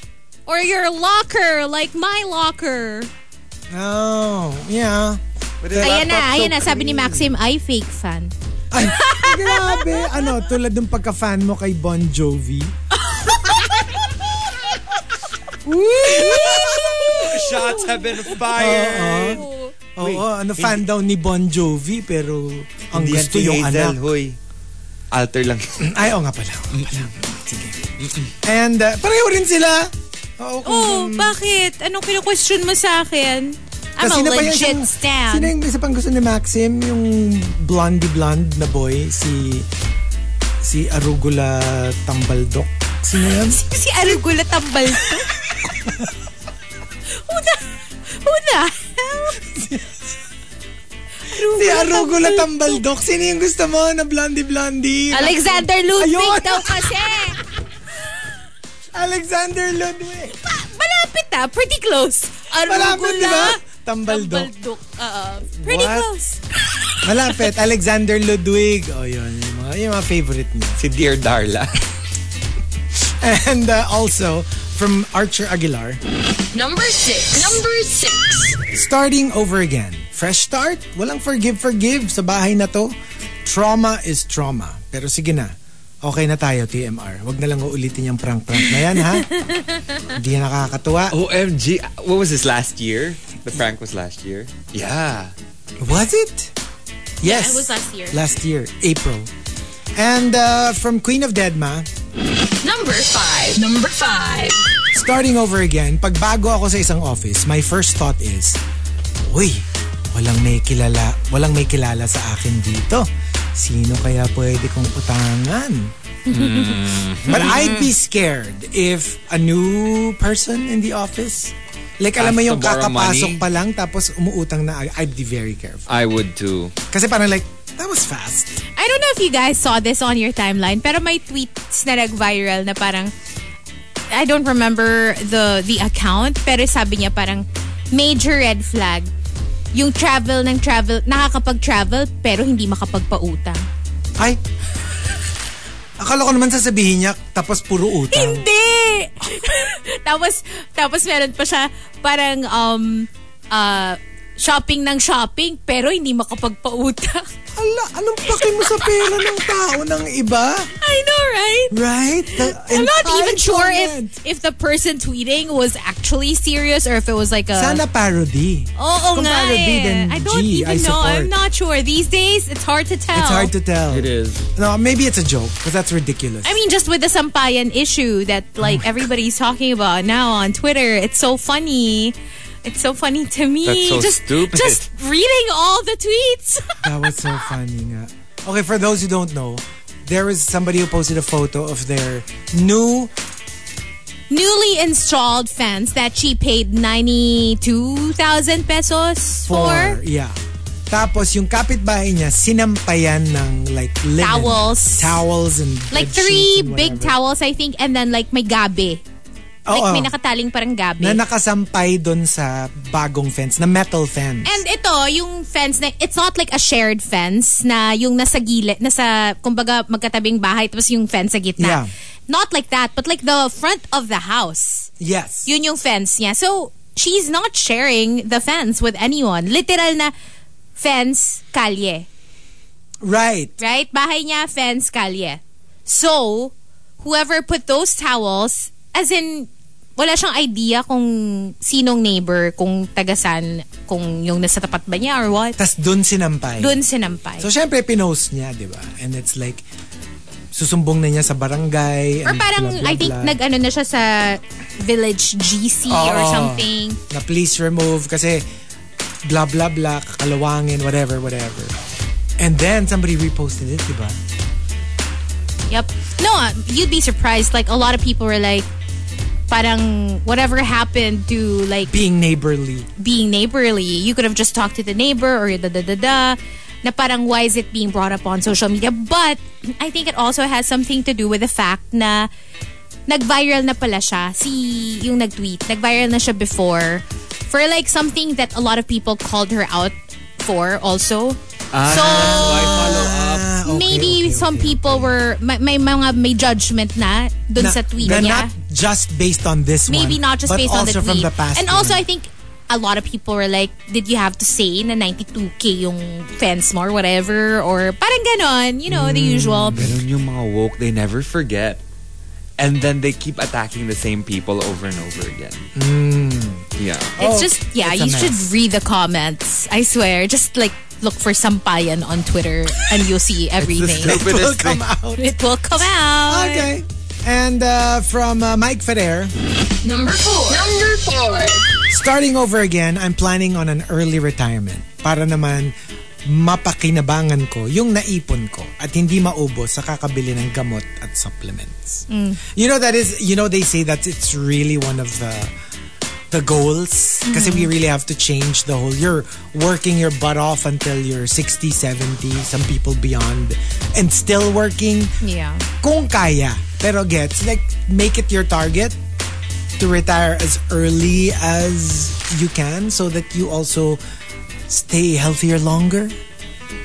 or your locker, like my locker.
oh, yeah.
Ayan na, ayan na, sabi ni Maxim, I fake fan.
Ay, grabe. Ano, tulad ng pagka-fan mo kay Bon Jovi.
Shots have <laughs> been fired.
Oo, ano, fan daw ni Bon Jovi, pero ang gusto yung anak.
Huy. Alter lang. <laughs>
Ay, oo nga pala. oo nga pala. Sige. And, uh, pareho rin sila. Oo, kung-
Oh, bakit? Anong kinu-question mo sa akin? I'm
Tapos
a
sino pa yung
legit
isang-
stan.
Sino yung isa pang gusto ni Maxim? Yung blondie blonde na boy, si si Arugula Tambaldok. Sino yan?
si <laughs> Arugula Tambal to. <laughs> who the, who the hell?
si Arugula Tambaldok. Sino yung gusto mo na blondie blondie?
Alexander Ludwig
Ayun!
daw kasi.
Alexander Ludwig.
Malapit ah, pretty close. Arugula.
Malapit, di ba? Tambaldok.
Tambaldok. Oo. Pretty
What?
close.
Malapit. Alexander Ludwig. O oh, yun. Yung mga, yung mga favorite niya.
si Dear Darla.
And uh, also, from Archer Aguilar,
Number six. Number six.
starting over again. Fresh start? Walang forgive, forgive sa bahay na to. Trauma is trauma. Pero sige na. Okay na tayo, TMR. Huwag na lang uulitin yung prank-prank na yan, <laughs> ha? Hindi na nakakatuwa.
OMG. What was this last year? The prank was last year. Yeah.
Was it? Yes.
it was last year.
Last year, April. And uh, from Queen of Deadma,
Number five. Number five.
starting over again, pag bago ako sa isang office, my first thought is, Uy, walang may kilala, walang may kilala sa akin dito. Sino kaya pwede kong utangan? But I'd be scared if a new person in the office, like alam mo
Ask to
yung
borrow
kakapasok
money?
pa lang tapos umuutang na, ag- I'd be very careful.
I would too.
Kasi parang like, that was fast.
I don't know if you guys saw this on your timeline, pero may tweets na nag-viral na parang I don't remember the the account, pero sabi niya parang major red flag. Yung travel ng travel, nakakapag-travel pero hindi makapagpautang.
Ay! Akala ko naman sasabihin niya, tapos puro utang.
Hindi! <laughs> tapos, tapos meron pa siya parang um, uh, shopping ng shopping pero hindi makapagpautang.
Ala, anong paki mo sa pera ng tao ng iba?
<laughs> I know, right?
Right?
<laughs>
The
I'm not even sure
entitlement.
if if the person tweeting was actually serious or if it was like a
Sana parody.
Oo
Kung
nga
parody,
eh.
then
I don't
G, I
even know.
support.
I'm not sure. These days, it's hard to tell.
It's hard to tell.
is.
No, maybe it's a joke, because that's ridiculous.
I mean, just with the Sampayan issue that like everybody's talking about now on Twitter, it's so funny. It's so funny to me.
That's so
just,
stupid.
Just reading all the tweets. <laughs>
that was so funny nga. Okay, for those who don't know, there was somebody who posted a photo of their new
Newly installed fans that she paid 92,000 pesos
four.
for.
Yeah. Tapos yung kapitbahay niya, sinampayan ng like linen.
Towels.
Towels and
Like
bed sheets
three
and
big
whatever.
towels, I think, and then like may gabi. Like
Oo.
may nakataling parang gabi.
na nakasampay doon sa bagong fence, na metal fence.
And ito, yung fence na, it's not like a shared fence na yung nasa gilid, nasa, kumbaga, magkatabing bahay, tapos yung fence sa gitna.
Yeah.
Not like that, but like the front of the house.
yes.
Yun yung fence niya. So, she's not sharing the fence with anyone. Literal na, fence, kalye.
Right.
Right? Bahay niya, fence, kalye. So, whoever put those towels, as in, wala siyang idea kung sinong neighbor, kung tagasan, kung yung nasa tapat ba niya or what.
Tapos dun sinampay.
Doon sinampay.
So, syempre, pinost niya, di ba? And it's like, susumbong na niya sa barangay.
or
and
parang,
blah, blah,
I think,
blah.
nag-ano na siya sa village GC or
Oo.
something.
na please remove kasi blah, blah, blah, kakalawangin, whatever, whatever. And then, somebody reposted it, di ba?
Yep. No, uh, you'd be surprised. Like, a lot of people were like, parang whatever happened to, like,
Being neighborly.
being neighborly. You could have just talked to the neighbor or da da da da. Na parang why is it being brought up on social media? But I think it also has something to do with the fact na nag-viral na pala siya. Si yung nag-tweet, nag-viral na siya before for like something that a lot of people called her out for also. so
Ah, okay,
maybe
okay,
some
okay.
people were may, may mga may judgment na dun
Na-
sa tweet
na
niya
not just based on this one.
maybe not just
but
based on the
also
tweet.
from the past.
and also, I
one.
think a lot of people were like, did you have to say na 92k yung fans mo or whatever? Or parang ganon, you know, the usual.
Mm.
Ganun yung mga woke, they never forget. And then they keep attacking the same people over and over again. Hmm. Yeah.
It's
Oh,
just, yeah,
it's a
you should
mess.
read the comments. I swear. Just like look for Sampayan on Twitter and you'll see
<laughs>
everything.
it will
stupidest thing.
come out.
<laughs> It will come out.
Okay. And uh, from uh, Mike Ferrer,
Number four. Number four.
starting over again, I'm planning on an early retirement para naman mapakinabangan ko yung naipon ko at hindi maubos sa kakabili ng gamot at supplements. You know that is, you know they say that it's really one of the the goals kasi we really have to change the whole you're working your butt off until you're 60, 70, some people beyond and still working
Yeah.
kung kaya. Pero gets, like, make it your target to retire as early as you can so that you also stay healthier longer.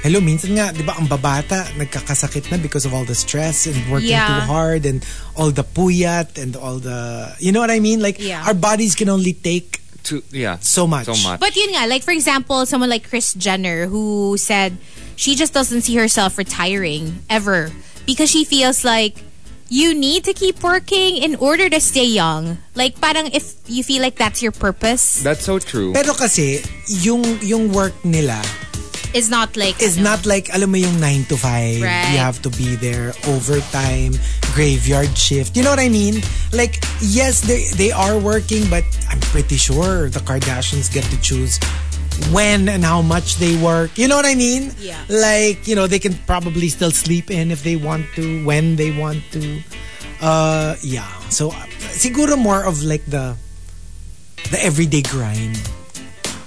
Hello, minsan nga, di ba, ang babata, nagkakasakit na because of all the stress and working
Yeah.
too hard and all the puyat and all the, you know what I mean? Like,
Yeah.
our bodies can only take
To, yeah.
So much.
So much.
But yun nga, like for example, someone like Chris Jenner who said she just doesn't see herself retiring ever because she feels like you need to keep working in order to stay young. Like parang if you feel like that's your purpose,
That's so true.
Pero kasi, yung, yung work nila,
it's not like
is
ano,
not like, alam mo yung 9 to 5.
Right.
You have to be there, overtime, graveyard shift. You know what I mean? Like, yes, they, they are working, but I'm pretty sure the Kardashians get to choose when and how much they work. You know what I mean?
Yeah.
Like, you know, they can probably still sleep in if they want to, when they want to. Uh, yeah. So, uh, siguro more of like the the everyday grind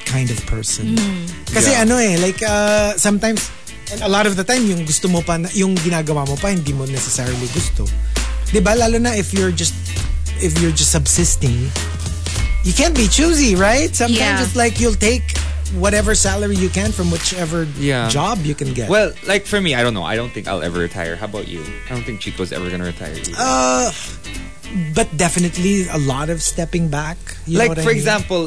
kind of person. Kasi
Yeah.
ano eh, like uh, sometimes, and a lot of the time, yung gusto mo pa, na- yung ginagawa mo pa, hindi mo necessarily gusto. 'Di ba Lalo na if you're just, if you're just subsisting, you can't be choosy, right? Sometimes
Yeah.
it's like you'll take whatever salary you can from whichever
Yeah.
job you can get.
well, like for me, I don't know. I don't think I'll ever retire. How about you? I don't think Chico's ever gonna retire. either.
uh, but definitely a lot of stepping back. You
like
know what I
for
mean?
example,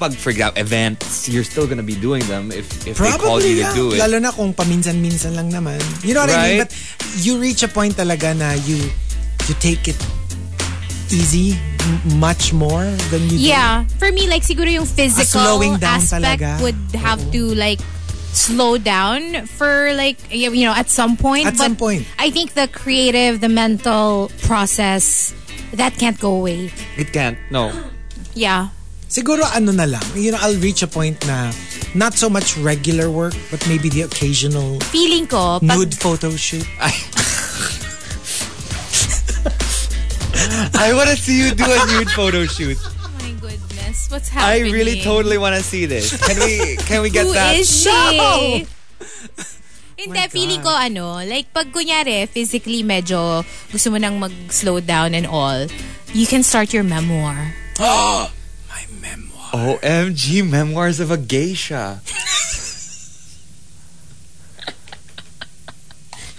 pag for example events, you're still gonna be doing them if if they call
Probably,
you to
yeah.
do it.
Lalo na kung paminsan-minsan lang naman. You know what I mean?
Right?
But you reach a point talaga na you you take it easy m- much more than you
Yeah, for me like siguro yung physical
slowing down
aspect
talaga.
would have to like slow down for like y- you know at some point.
At
but
some point.
I think the creative, the mental process that can't go away.
It can't. No.
do.
Yeah.
Siguro ano na lang. You know, I'll reach a point na not so much regular work but maybe the occasional
Feeling ko pag
nude photo shoot. <laughs>
I want to see you do a nude photo
<laughs>
shoot.
Oh my goodness, what's
I
happening?
really totally want to see this. Can we can we get
Who
that?
is she?
No!
Hindi,
My God.
feeling ko ano, like pag kunyari, physically medyo gusto mo nang mag-slow down and all, you can start your memoir.
My memoir.
OMG, memoirs of a geisha.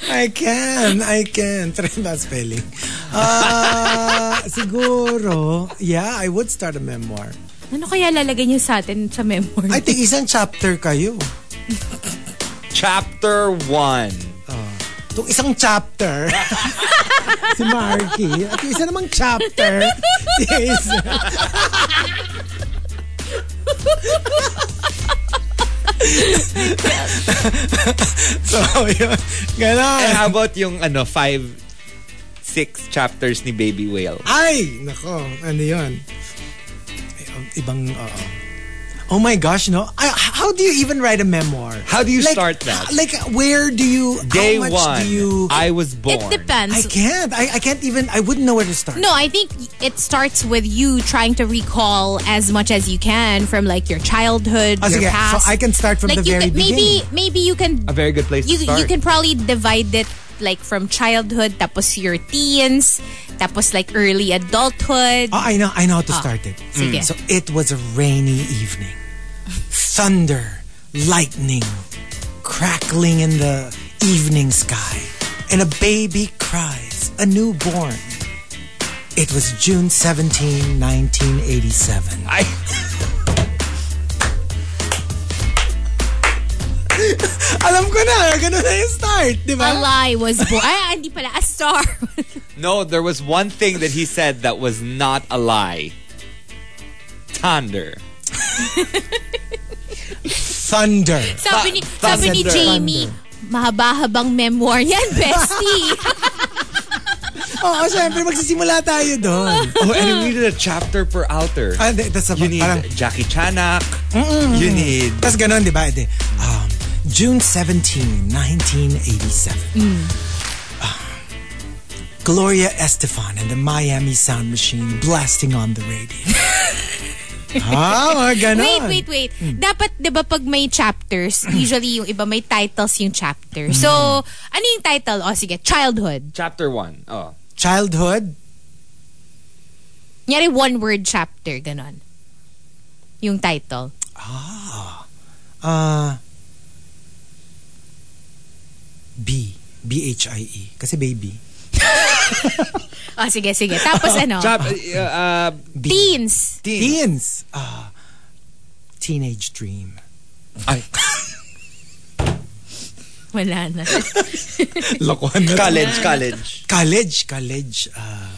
I can, I can. <laughs> Pero yung bad spelling. Ah, <laughs> siguro, yeah, I would start a memoir.
Ano kaya lalagay niyo sa atin sa memoir?
I think isang chapter kayo.
Chapter 1.
<laughs> Itong isang chapter, <laughs> si Marky. At yung isa namang chapter, si Hazel. <laughs> so, yun.
And
Ganon.
how about yung ano, five, six chapters ni Baby Whale?
Ay! Nako, ano yun? Ay, um, Ibang, oo. Oh my gosh, no? I, how do you even write a memoir?
How do you
Like,
start that?
Like, where do you,
Day
how much
one,
do you...
I was born.
It depends.
I can't. I, I can't even. I wouldn't know where to start.
No, I think it starts with you trying to recall as much as you can from like your childhood,
Ah,
your
sige.
past.
So I can start from
like
the
you
very
can, maybe
beginning.
maybe you can
A very good place
you
to start.
you can probably divide it like from childhood, tapos your teens, tapos like early adulthood.
Oh, I know. I know how to start it. Mm.
sige.
So it was a rainy evening. Thunder, lightning, crackling in the evening sky, and a baby cries, a newborn. It was June 17, 1987.
I,
Alam ko na, ganun na yung start, di
a
ba?
lie was born. Ay, ah, hindi pala. A star. <laughs>
no, there was one thing that he said that was not a lie. Thunder.
<laughs> Thunder.
sabi ni, sabi ni
Thunder.
Jamie, mahaba-habang memoir yan, bestie.
Oo, syempre, magsisimula tayo <laughs> doon.
Oh, and we needed a chapter per outer.
Ah, hindi, tas
You need
parang,
Jackie Chanak. You need
Tapos ganun, di ba? Ede, Um, June 17, 1987.
Mm.
Ah, Gloria Estefan and the Miami Sound Machine blasting on the
<laughs>
radio. ah, mga ganon.
Wait, wait, wait. Dapat, di ba, pag may chapters, usually yung iba may titles yung chapter. So, ano yung title? O, sige, childhood.
chapter one. Oh.
Childhood?
Nyari one-word chapter, ganon. Yung title.
Uh, B. B-H-I-E. Kasi baby.
O, Oh, sige, sige. Tapos ano?
Chap- uh, uh,
Teens.
teen.
Teens. Ah, teenage dream.
Ay,
Wala na.
Lokohan na.
college, college.
College, college. Uh,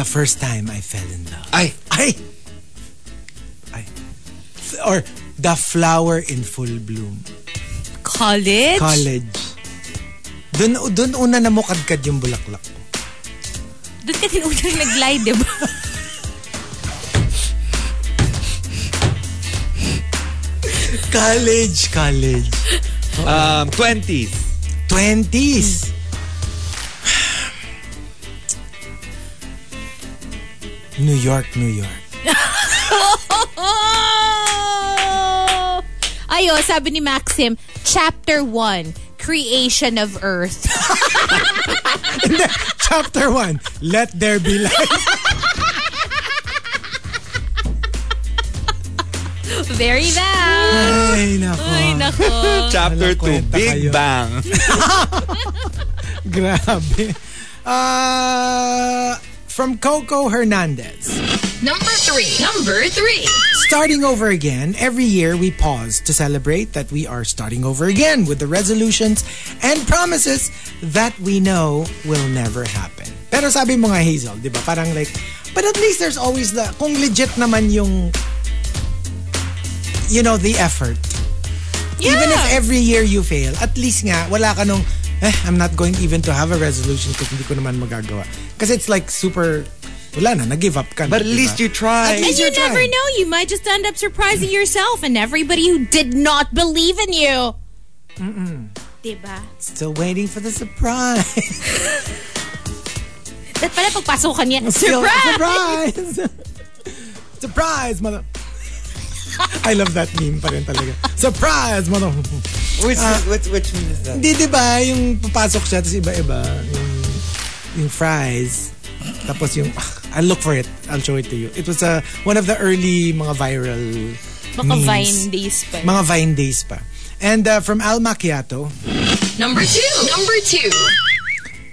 the first time I fell in love.
Ay,
I, I, or the flower in full bloom.
College?
College. Dun, dun una na mukadkad yung bulaklak ko.
Doon ka din unang nag-glide, di ba?
College, college.
um, 20s.
20s. New York, New York.
Oh! Ayo, sabi ni Maxim, Chapter 1, Creation of Earth. <laughs>
Chapter 1, Let There Be Light.
Very bad.
Ay, nako.
Ay, nako.
Chapter two,
Walang kwenta
Big
Ah. kayo.
Bang.
Grabe. Uh, from Coco Hernandez.
Number three. Number three.
Starting over again, every year we pause to celebrate that we are starting over again with the resolutions and promises that we know will never happen. Pero sabi mo nga Hazel, di ba? Parang like, but at least there's always the, kung legit naman yung, you know, the effort. Even if every year you fail, at least nga, wala ka nung, eh, I'm not going even to have a resolution kasi hindi ko naman magagawa. Kasi it's like super, wala na, nag-give up ka na.
But at least you
At
tried.
least-
And you
your
never
time.
know, you might just end up surprising yourself and everybody who did not believe in you. Mm-mm. Diba?
Still waiting for the
<laughs>
surprise.
Dapat pala pagpasokan niya,
Still-
surprise!
Surprise! surprise, mother... I love that meme pa rin talaga. Surprise, mother...
Which, which, which mean is that?
Hindi, di ba? Yung papasok siya, tapos iba-iba. Yung, yung fries. Tapos yung... ah, I'll look for it. I'll show it to you. It was uh, one of the early mga viral
Baka
memes.
Vine days pa.
Mga Vine days pa. And uh, from Al Macchiato,
Number two. Number two.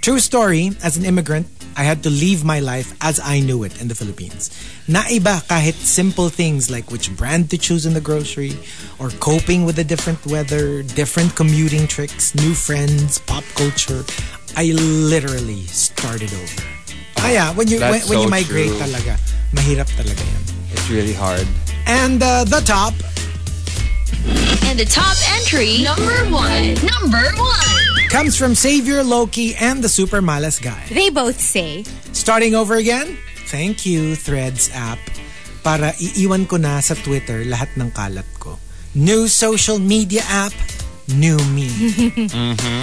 True story, as an immigrant, I had to leave my life as I knew it in the Philippines. Naiba kahit simple things like which brand to choose in the grocery, or coping with the different weather, different commuting tricks, new friends, pop culture. I literally started over. Kaya, when you, when,
That's
when
so
you migrate
true.
talaga, mahirap talaga yan.
It's really hard.
And uh, the top,
And the top entry, number one. Number one.
comes from Savior Loki and the Super Malas guy.
They both say,
Starting over again? Thank you, Threads app. Para iiwan ko na sa Twitter lahat ng kalat ko. New social media app, new me.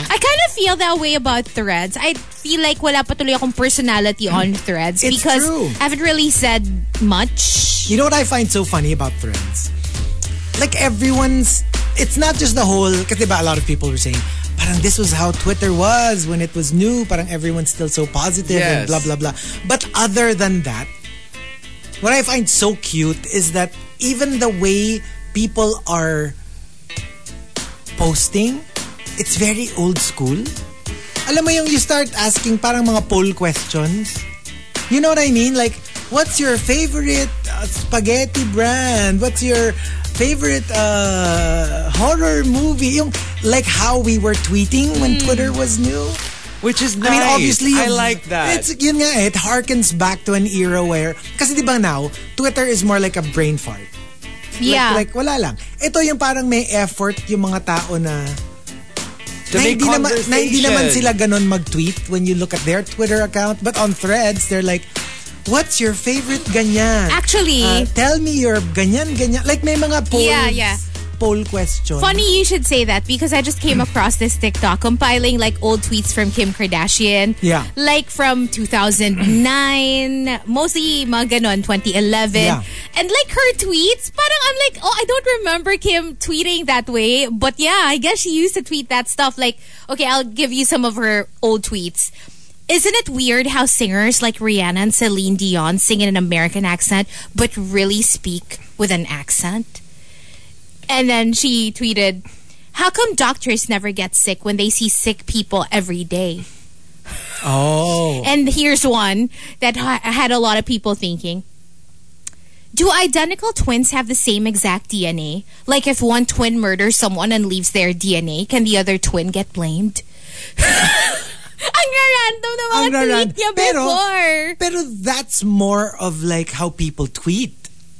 I kind of feel that way about threads. I feel like wala pa tuloy akong personality on threads
It's
because
true.
I haven't really said much.
You know what I find so funny about Threads? Like everyone's, it's not just the whole, kasi ba a lot of people were saying, parang this was how Twitter was when it was new, parang everyone's still so positive
Yes.
and blah, blah, blah. But other than that, what I find so cute is that even the way people are posting, it's very old school. Alam mo yung you start asking parang mga poll questions. You know what I mean? Like, what's your favorite uh, spaghetti brand? What's your favorite uh, horror movie? Yung, like how we were tweeting when Twitter was new.
Which is nice.
I mean, obviously,
Hmm. I like that.
It's yun nga, eh, it harkens back to an era where, kasi di ba now, Twitter is more like a brain fart.
yeah.
Like, wala lang. Ito yung parang may effort yung mga tao na
to
na
make
hindi, naman, na hindi naman
conversation.
sila ganun mag-tweet when you look at their Twitter account. But on threads, they're like, what's your favorite ganyan?
Actually-
Uh, tell me your ganyan, ganyan. Like may mga polls,
Yeah, yeah.
poll questions.
Funny you should say that because I just came across this TikTok compiling like old tweets from Kim Kardashian.
Yeah.
Like from 2009, mostly mga ganon, 2011.
Yeah.
And like her tweets, parang I'm like, oh, I don't remember Kim tweeting that way. But yeah, I guess she used to tweet that stuff. Like, okay, I'll give you some of her old tweets. Isn't it weird how singers like Rihanna and Celine Dion sing in an American accent but really speak with an accent? And then she tweeted, How come doctors never get sick when they see sick people every day?
Oh.
And here's one that ha- had a lot of people thinking Do identical twins have the same exact DNA? Like if one twin murders someone and leaves their DNA, can the other twin get blamed? <laughs> Ang random na mga
Ang raran.
tweet niya
Pero-
before.
Pero that's more of like how people tweet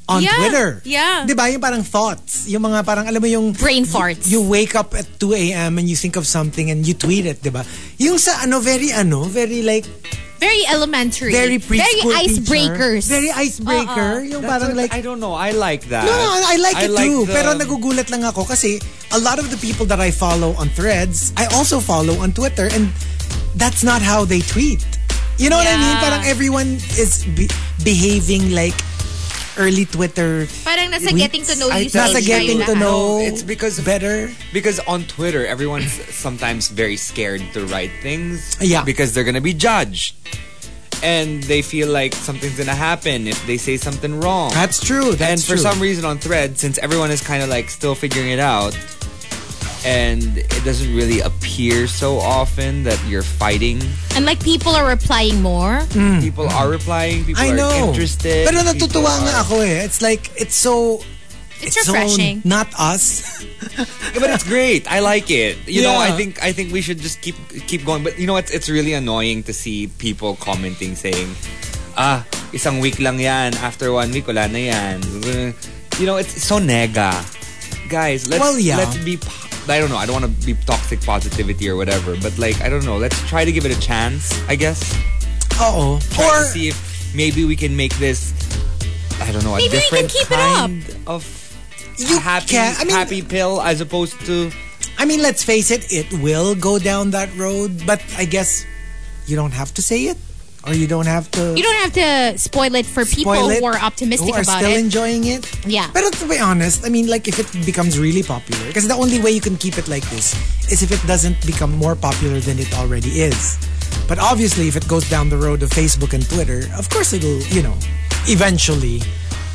on
Yeah,
Twitter.
yeah.
Di ba? Yung parang thoughts. Yung mga parang, alam mo yung...
Brain farts.
You wake up at 2 a.m. and you think of something and you tweet it, di ba? Yung sa ano, very ano, very like
very elementary.
very preschool
Very Uh-uh.
teacher.
icebreakers.
Very icebreaker. Yung
That's
parang
what-
like,
I don't know. I like that.
no, no, I like it too.
the-
Pero nagugulat lang ako kasi a lot of the people that I follow on threads, I also follow on Twitter and that's not how they tweet. You know what I mean?
Yeah.
Parang everyone is be- behaving like early Twitter.
Parang nasa
tweets.
getting to know
I-
you
Nasa
stage
getting to
tayo lahat.
know.
No, it's because-
better.
Because on Twitter, everyone's sometimes very scared to write things.
Yeah.
Because they're going to be judged. And they feel like something's going to happen if they say something wrong.
That's true.
and
That's
for
true.
some reason on Thread, since everyone is kind of like still figuring it out, and it doesn't really appear so often that you're fighting,
And like people are replying more.
Mm,
people are replying, people
Hmm. I
are
know.
interested.
Pero
people
natutuwa
are-
nga ako eh. It's like, it's so...
It's
so
refreshing.
not us.
Yeah, but it's great. I like it. You know, I
Yeah.
think I think we should just keep keep going. But you know, it's it's really annoying to see people commenting saying, "Ah, isang week lang yan. After one week, wala na yan." You know, it's so nega, guys. Let's
Well, yeah.
let's be. po- I don't know. I don't want to be toxic positivity or whatever. But like, I don't know. Let's try to give it a chance. I guess.
Oo.
Try
Or,
to see if maybe we can make this. I don't know. A
Maybe we can
different
keep it up.
kind of
You
happy
can- I mean-
happy pill as opposed to.
I mean, let's face it, it will go down that road, but I guess you don't have to say it or you don't have to
You don't have to spoil it for people
spoil it,
who are optimistic
who are
about
still
it.
enjoying it.
Yeah.
But to be honest, I mean, like if it becomes really popular, because the only way you can keep it like this is if it doesn't become more popular than it already is. But obviously, if it goes down the road of Facebook and Twitter, of course it'll, you know, eventually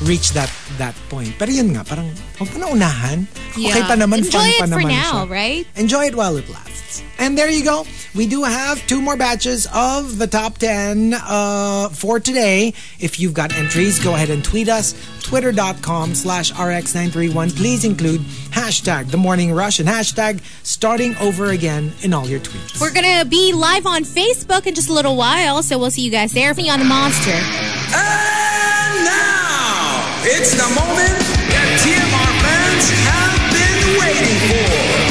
reach that that point. Pero yun nga, parang huwag mo na unahan. Okay pa naman,
Enjoy
fun
it
pa
for
naman
now,
siya.
right?
Enjoy it while it lasts. And there you go. We do have two more batches of the top 10 uh, for today. If you've got entries, go ahead and tweet us. Twitter.com slash RX931. Please include hashtag The Morning Rush and hashtag Starting Over Again in all your tweets.
We're gonna be live on Facebook in just a little while, so we'll see you guys there. Everything on the monster.
And now, it's the moment that TMR fans have been waiting for.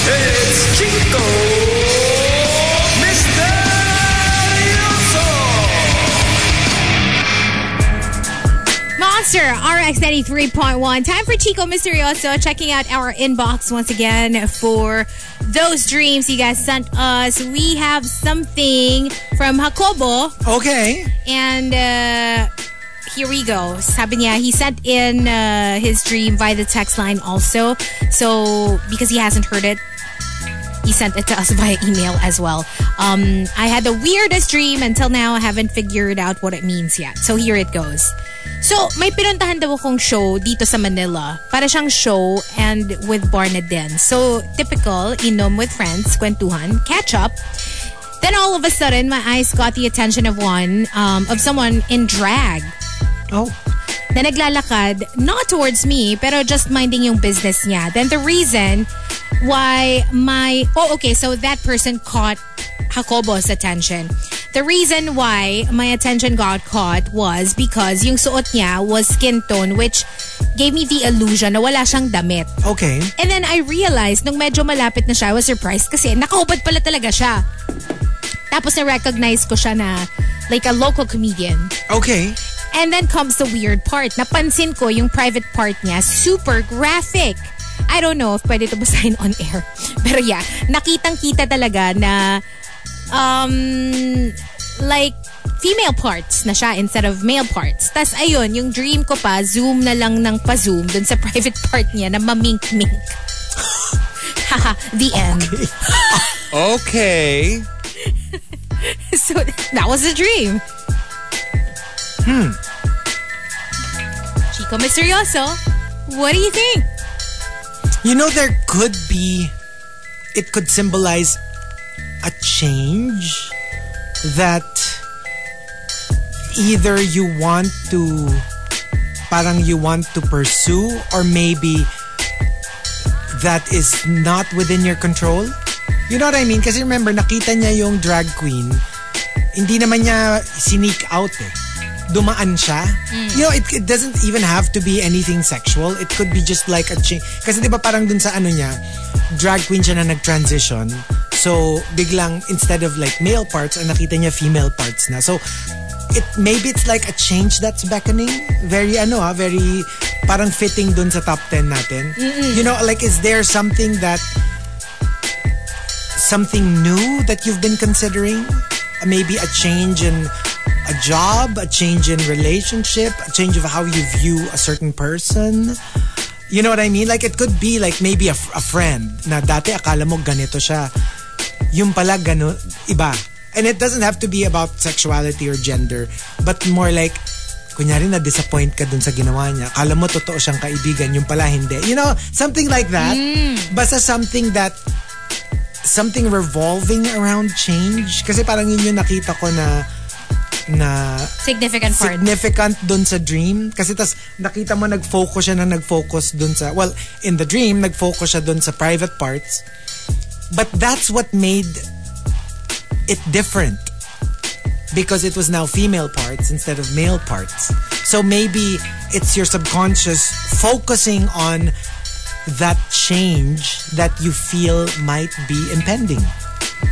It's Chico Misterioso.
Monster RX 93.1. Time for Chico Misterioso checking out our inbox once again for those dreams you guys sent us. We have something from Jacobo,
Okay.
and uh, here we go. Sabi niya, he sent in uh, his dream via the text line also. So, because he hasn't heard it, he sent it to us <laughs> via email as well. Um, I had the weirdest dream. Until now, I haven't figured out what it means yet. So, here it goes. So, may pinuntahan daw akong show dito sa Manila. Para siyang show and with Barna din. So, typical, inom with friends, kwentuhan, catch up. Then all of a sudden, my eyes got the attention of one, um, of someone in drag
Oh,
na naglalakad, not towards me, pero just minding yung business niya. Then the reason why my... Oh, okay, so that person caught Jacobo's attention. The reason why my attention got caught was because yung suot niya was skin tone which gave me the illusion na wala siyang damit.
okay.
And then I realized, nung medyo malapit na siya, I was surprised kasi nakahubad pala talaga siya. Tapos na-recognize ko siya na like a local comedian.
Okay.
And then comes the weird part. Napansin ko yung private part niya, super graphic. I don't know if pwede ito <laughs> basahin on air. Pero yeah, nakitang-kita talaga na um, like female parts na siya instead of male parts. Tapos ayun, yung dream ko pa, zoom na lang ng pa-zoom dun sa <laughs> private part niya na mamink-mink. <laughs> Haha, the end.
Okay.
So that was the dream.
Hmm.
Hmm. Chico Misterioso, what do you think?
You know, there could be, it could symbolize a change that either you want to, parang you want to pursue, or maybe that is not within your control. You know what I mean? Kasi remember, nakita niya yung drag queen, hindi naman niya sneak out eh. Dumaan siya. You know, it, it doesn't even have to be anything sexual. It could be just like a change. Kasi di ba parang dun sa ano niya, drag queen siya na nag-transition. So, biglang, instead of like male parts, ang nakita niya female parts na. So, it maybe it's like a change that's beckoning. Very ano ha, very parang fitting dun sa top 10 natin. You know, like is there something that something new that you've been considering? Uh, Maybe a change in a job, a change in relationship, a change of how you view a certain person. You know what I mean? Like it could be like maybe a, a friend na dati akala mo ganito siya. Yung pala gano, iba. And it doesn't have to be about sexuality or gender, but more like kunyari na disappoint ka dun sa ginawa niya. Akala mo totoo siyang kaibigan, yung pala hindi. You know, something like that. Basta something that something revolving around change kasi parang yun yung nakita ko na na
Significant part.
significant dun sa dream kasi tas nakita mo nag-focus siya na nag-focus dun sa well in the dream nag-focus siya dun sa private parts but that's what made it different because it was now female parts instead of male parts so maybe it's your subconscious focusing on that change that you feel might be impending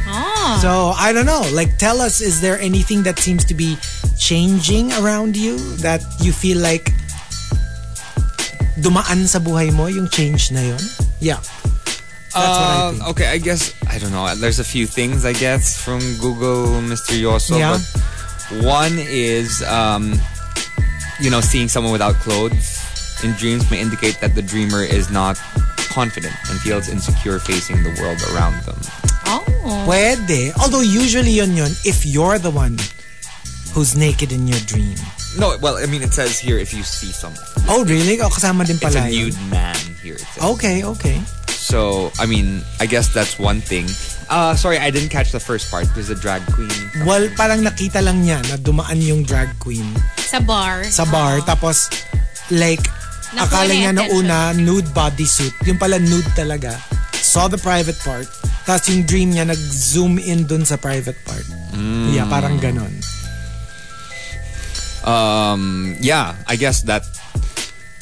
oh.
so I don't know. Like, tell us, is there anything that seems to be changing around you that you feel like dumaan sa buhay mo yung change na yun? Yeah. That's what I
Uh,
think.
Okay, I guess I don't know. There's a few things I guess from Google Misterioso.
Yeah.
But one is um, you know, seeing someone without clothes in dreams may indicate that the dreamer is not confident and feels insecure facing the world around them.
Oh.
Pwede. Although usually yun yun if you're the one who who's naked in your dream.
No, well, I mean, it says here if you see someone.
Oh, really? Oh, kasama din
It's
pala
a
yun.
nude man here. It says.
Okay, okay.
So, I mean, I guess that's one thing. Uh, sorry, I didn't catch the first part. There's a drag queen.
Well, parang nakita lang niya na dumaan yung drag queen
Sa bar.
sa bar. Tapos, like,
Nakuha
akala niya
niya
na
attention.
una, nude bodysuit. Yung pala nude talaga. Saw the private part. Tapos yung dream niya, nag-zoom in dun sa private part. Yeah, parang ganon.
Um, yeah, I guess that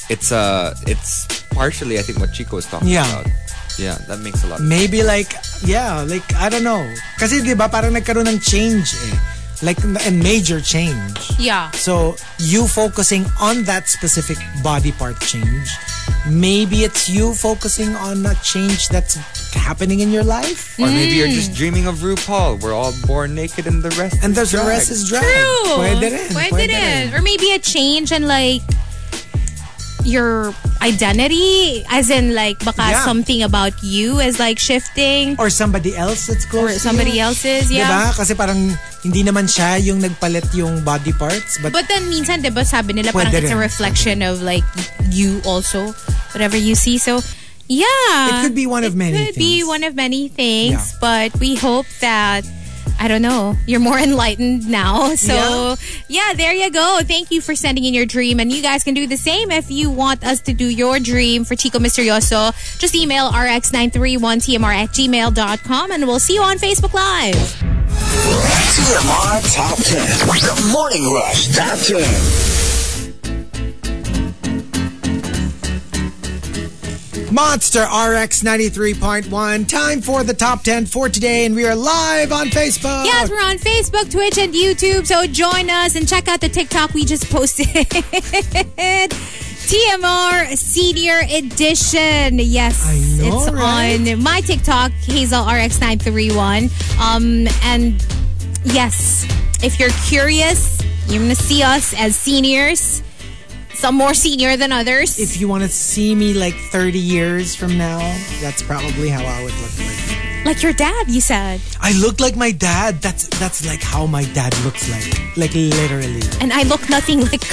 it's uh it's partially I think what Chico was talking
Yeah.
about. Yeah, that makes a lot. Of-
Maybe like, yeah, like, I don't know. Kasi di ba parang nagkaroon ng change eh. Like, a major change.
Yeah.
So, you focusing on that specific body part change, maybe it's you focusing on a change that's happening in your life.
or maybe you're just dreaming of RuPaul. We're all born naked, and the rest is
And there's the
drag.
rest is drag.
True.
Pwede rin.
Pwede
pwede
rin.
rin.
Or maybe a change in like your identity as in like baka
Yeah.
something about you is like shifting
Or somebody else that's
or
close to
somebody
you.
else's
Diba?
yeah
Kasi parang hindi naman siya yung nagpalit yung body parts. But,
but then minsan diba sabi nila
Pwede
parang it's a
rin.
reflection of like you also whatever you see so yeah
It could be one of many
it could be
things.
one of many things
Yeah.
but we hope that I don't know. You're more <laughs> enlightened now. So, yeah. there you go. Thank you for sending in your dream. And you guys can do the same if you want us to do your dream for Chico Misterioso. Just email rx931tmr at gmail.com and we'll see you on Facebook Live.
TMR Top 10. The Morning Rush Top 10.
Monster RX 93.1. Time for the top 10 for today. And we are live on Facebook.
Yes, we're on Facebook, Twitch, and YouTube. So join us and check out the TikTok we just posted. <laughs> TMR Senior Edition. Yes,
I know,
it's
right?
on my TikTok, Hazel RX 931 Um, and yes, if you're curious, you're going to see us as seniors. Some more senior than others.
if you want to see me like 30 years from now, that's probably how I would look like.
like your dad, you said.
I look like my dad. That's that's like how my dad looks like. Like literally.
And I look nothing <laughs> like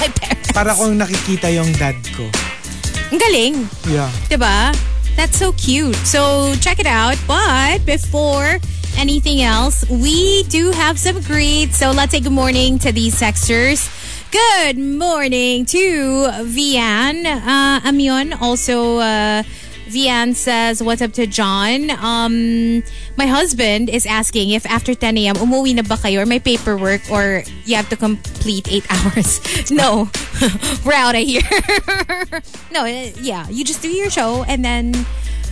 my parents.
Para kung nakikita yung dad ko.
Ang galing.
Yeah.
Diba? That's so cute. So check it out. But before anything else, we do have some greets. So let's say good morning to these texters. Good morning to Vian. Uh, Amion also. Uh, Vian says, what's up to John? Um, my husband is asking if after 10 a.m. umuwi na ba kayo or may paperwork or you have to complete 8 <laughs> hours. No. <laughs> We're out of here. <laughs> no, eh, yeah. You just do your show and then,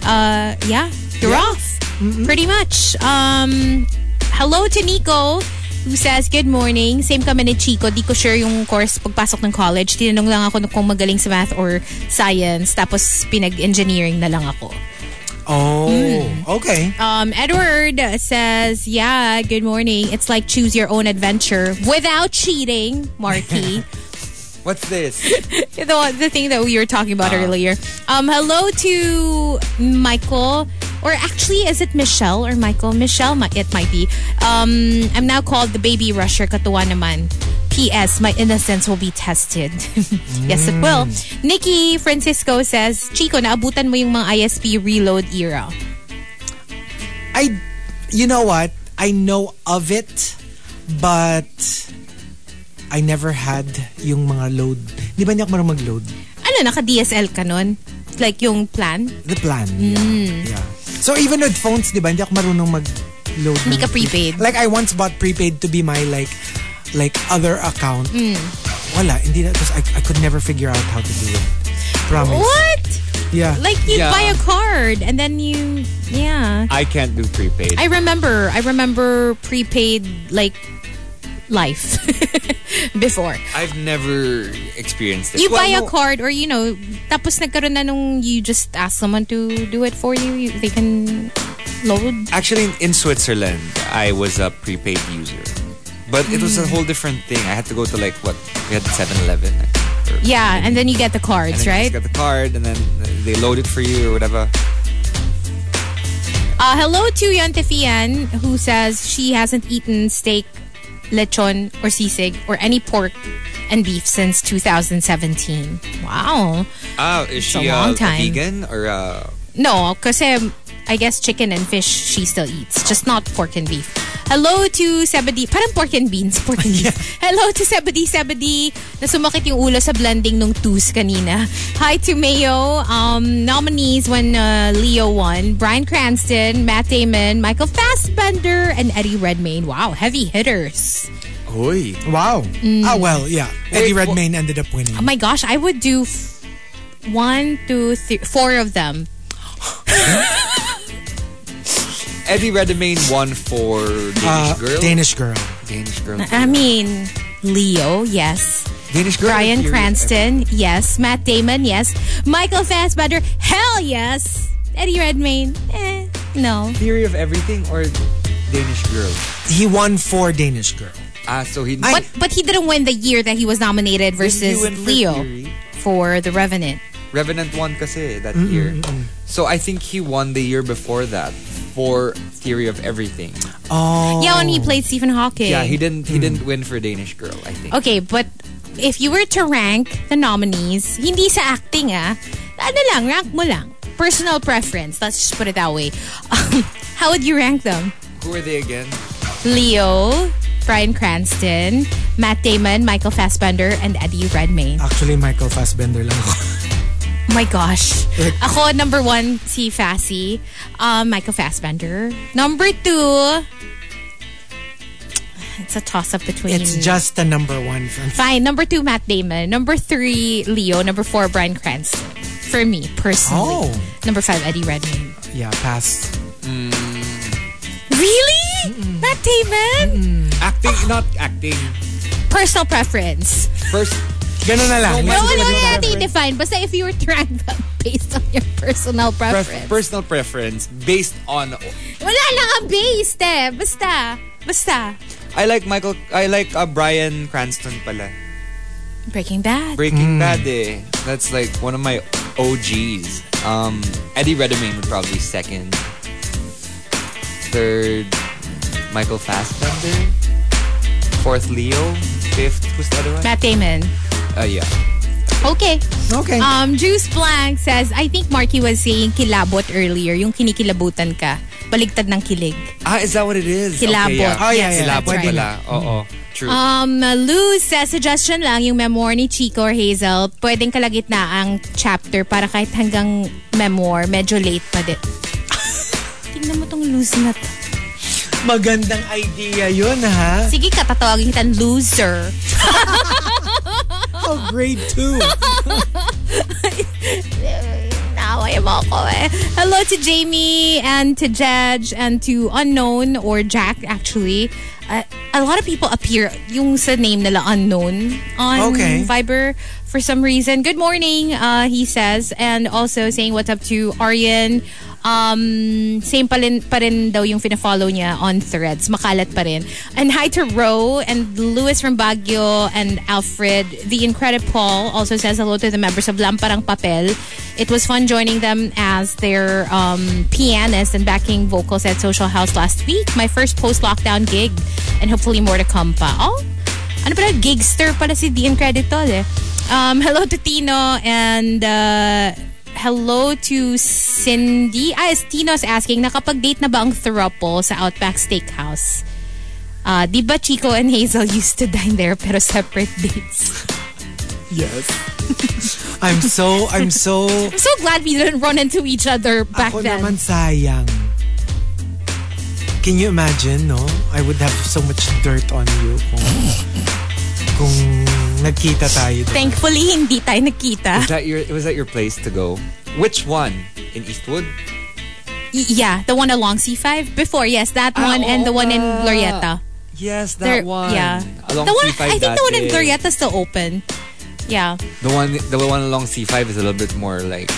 uh, yeah, you're off. Pretty much. Um, hello to Nico who says, Good morning. Same kami ni Chico. Di ko sure yung course pagpasok ng college. Tinanong lang ako kung magaling sa math or science. Tapos pinag-engineering na lang ako.
Oh. Okay.
Um, Edward says, Yeah, good morning. It's like choose your own adventure without cheating, <laughs> Marky.
What's this?
the, the thing that we were talking about earlier. Um, hello to Michael, or actually, is it Michelle or Michael? Michelle, mi- it might be. Um, I'm now called the baby rusher katuwa naman. P.S. My innocence will be tested. <laughs> yes, it will. Nikki Francisco says, Chico, naabutan mo yung mga ISP reload era.
I you know what? I know of it, but I never had yung mga load. Di ba niya ako marunong mag-load?
Ano, naka-DSL ka nun? Like yung plan?
The plan.
Mm.
Yeah. yeah. So even with phones, di ba, hindi ako marunong mag-load.
Hindi
ng
ka prepaid.
Like I once bought prepaid to be my like like other account.
Mm.
Wala, hindi na, because I, I could never figure out how to do it. Promise.
What?
Yeah.
Like you
Yeah.
buy a card and then you, yeah.
I can't do prepaid.
I remember. I remember prepaid like life <laughs> before.
I've never experienced it.
You
Well,
buy a
no,
card or you know, tapos nagkaroon na nung you just ask someone to do it for you. you they can load.
Actually, in Switzerland, I was a prepaid user. But it was
Mm.
a whole different thing. I had to go to like what? We had 7 Eleven.
Yeah, and then you get the
And
cards,
then
right?
You just got the card, and then they load it for you or whatever.
Uh, hello to Yantefian who says she hasn't eaten steak lechon, or sisig, or any pork and beef since 2017. Wow.
Ah, is
a
she
long
uh,
time.
vegan or uh,
No, kasi I guess chicken and fish she still eats, just not pork and beef. Hello to Sebadi. Parang pork and beans, <laughs> pork and beans. Hello to Sebadi Sebadi na sumakit yung ulo sa blending nung twos kanina. Hi to Mayo. Um, nominees when uh, Leo won. Brian Cranston, Matt Damon, Michael Fassbender, and Eddie Redmayne. Wow, heavy hitters.
Hoy.
Wow. Ah, well, yeah.
mm.
Eddie
Wait, wh-
Redmayne ended up winning.
Oh my gosh, I would do f- one, two, three, four of them.
Eddie Redmayne won for Ah, Danish
Uh,
Girl.
Danish Girl.
Danish Girl.
I mean, Leo, yes.
Danish Girl.
Brian
you're-
Cranston, yes. Matt Damon, yes. Michael Fassbender, hell yes. Eddie Redmayne, eh, no.
Theory of Everything or Danish Girl?
He won for Danish Girl.
Ah, so he.
Ay,
But but he didn't win the year that he was nominated versus
win for
Leo
Fury?
for The Revenant.
Revenant won kasi that year. So I think he won the year before that for Theory of Everything.
Oh.
Yeah, when he played Stephen Hawking.
Yeah, he didn't he didn't win for Danish Girl, I think.
Okay, but if you were to rank the nominees, hindi sa acting ah, ano lang, rank mo lang. Personal preference, let's just put it that way. <laughs> Um, how would you rank them?
Who are they again?
Leo, Brian Cranston, Matt Damon, Michael Fassbender, and Eddie Redmayne.
Actually, Michael Fassbender lang <laughs> ako.
Oh my gosh.
<laughs>
Ako, number one, si Fassi. Um, Michael Fassbender. Number two, it's a toss-up between...
It's just the number one for me.
Fine. Number two, Matt Damon. Number three, Leo. Number four, Brian Cranston. For me, personally.
Oh.
Number five, Eddie Redmayne.
Yeah, pass.
Really? Matt Damon?
Acting, not acting.
Personal preference.
First,
Ganun na lang.
No,
What's
wala
your
na natin i-define. Basta if you were to rank <laughs> them based on your personal
pref-
preference.
personal preference based on.
wala na nga based eh. Basta. Basta.
I like Michael. I like uh, Brian Cranston pala.
Breaking Bad.
Breaking Bad eh. That's like one of my OGs. Um, Eddie Redmayne would probably second. Third, Michael Fassbender. Fourth, Leo. Fifth, who's the other one?
Matt Damon.
Uh, yeah.
Okay.
Okay.
Um, Juice Blank says, I think Marky was saying kilabot earlier. Yung kinikilabutan ka. Baligtad ng kilig.
Ah, is that what it is?
Kilabot.
Okay, yeah.
Oh, yeah, yeah.
Kilabot
that's right.
pala. Oo, true.
Um, Lou says, suggestion lang yung memoir ni Chico or Hazel. Pwedeng kalagitna ang chapter para kahit hanggang memoir, medyo late pa din. <laughs> Tingnan mo tong Luz na to.
Magandang idea yun, ha?
Sige ka, tatawagin kitang loser.
Oh, grade two.
Naway mo ako eh. Hello to Jamie and to Judge and to Unknown or Jack actually. Uh, a lot of people appear yung sa name nila Unknown on
Okay.
Viber for some reason. Good morning, uh, he says. And also saying what's up to Aryan. Um, same pa rin, pa rin daw yung fina-follow niya on threads. Makalat pa rin. And hi to Ro and Lewis from Baguio and Alfred. The Incredible Paul also says hello to the members of Lamparang Papel. It was fun joining them as their um, pianist and backing vocals at Social House last week. My first post-lockdown gig. And hopefully more to come pa. Oh, ano pala, gigster pala si Dean Creditol eh. Um, <laughs> hello to Tino and uh, hello to Cindy. Ah, is Tino's asking, nakapag-date na ba ang throuple sa Outback Steakhouse? Uh, di ba Chico and Hazel <laughs> used to dine there pero separate dates?
yes. I'm so, I'm so... <laughs>
I'm so glad we didn't run into each other back
Ako
then.
naman sayang. Can you imagine, no? I would have so much dirt on you kung, kung nagkita tayo. doon.
Thankfully, hindi tayo
<laughs>
nakita.
Is that your, was that your place to go? Which one? In Eastwood?
Y- yeah, the one along C5. Before, yes, that
Ah,
one and the one in Glorieta.
Yes, that
There-
one.
Yeah.
Along
the one,
C5
I think the one in
dati.
Glorieta is still open. Yeah.
The one, the one along C5 is a little bit more like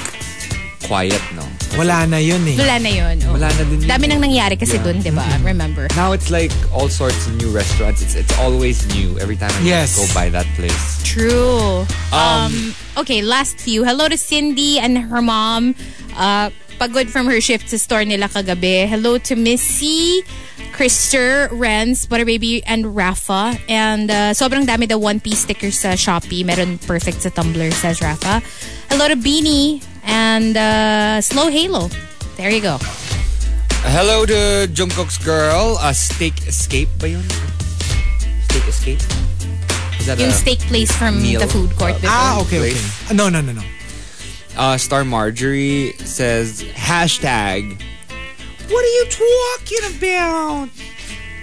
quiet, no?
Wala na yun eh.
Wala na yun. oo.
Wala na din yun. eh.
Dami nang nangyari kasi dun, di ba? Remember.
Now it's like all sorts of new restaurants. It's it's always new every time I
Yes.
go by that place. Um,
True. Um, okay, last few. Hello to Cindy and her mom. Uh, pagod from her shift sa store nila kagabi. Hello to Missy, Krister, Renz, Butterbaby, and Rafa. And uh, sobrang dami the One Piece stickers sa Shopee. Meron perfect sa Tumblr, says Rafa. Hello to Beanie and uh, Slow Halo. There you go.
Hello to Jungkook's girl. A steak escape ba yun? Steak escape? Is that a-
Yung steak place from
meal.
the food court.
Ah,
before.
okay, okay. Ah, No, no, no, no.
Uh, Star Marjorie says, hashtag
What are you talking about?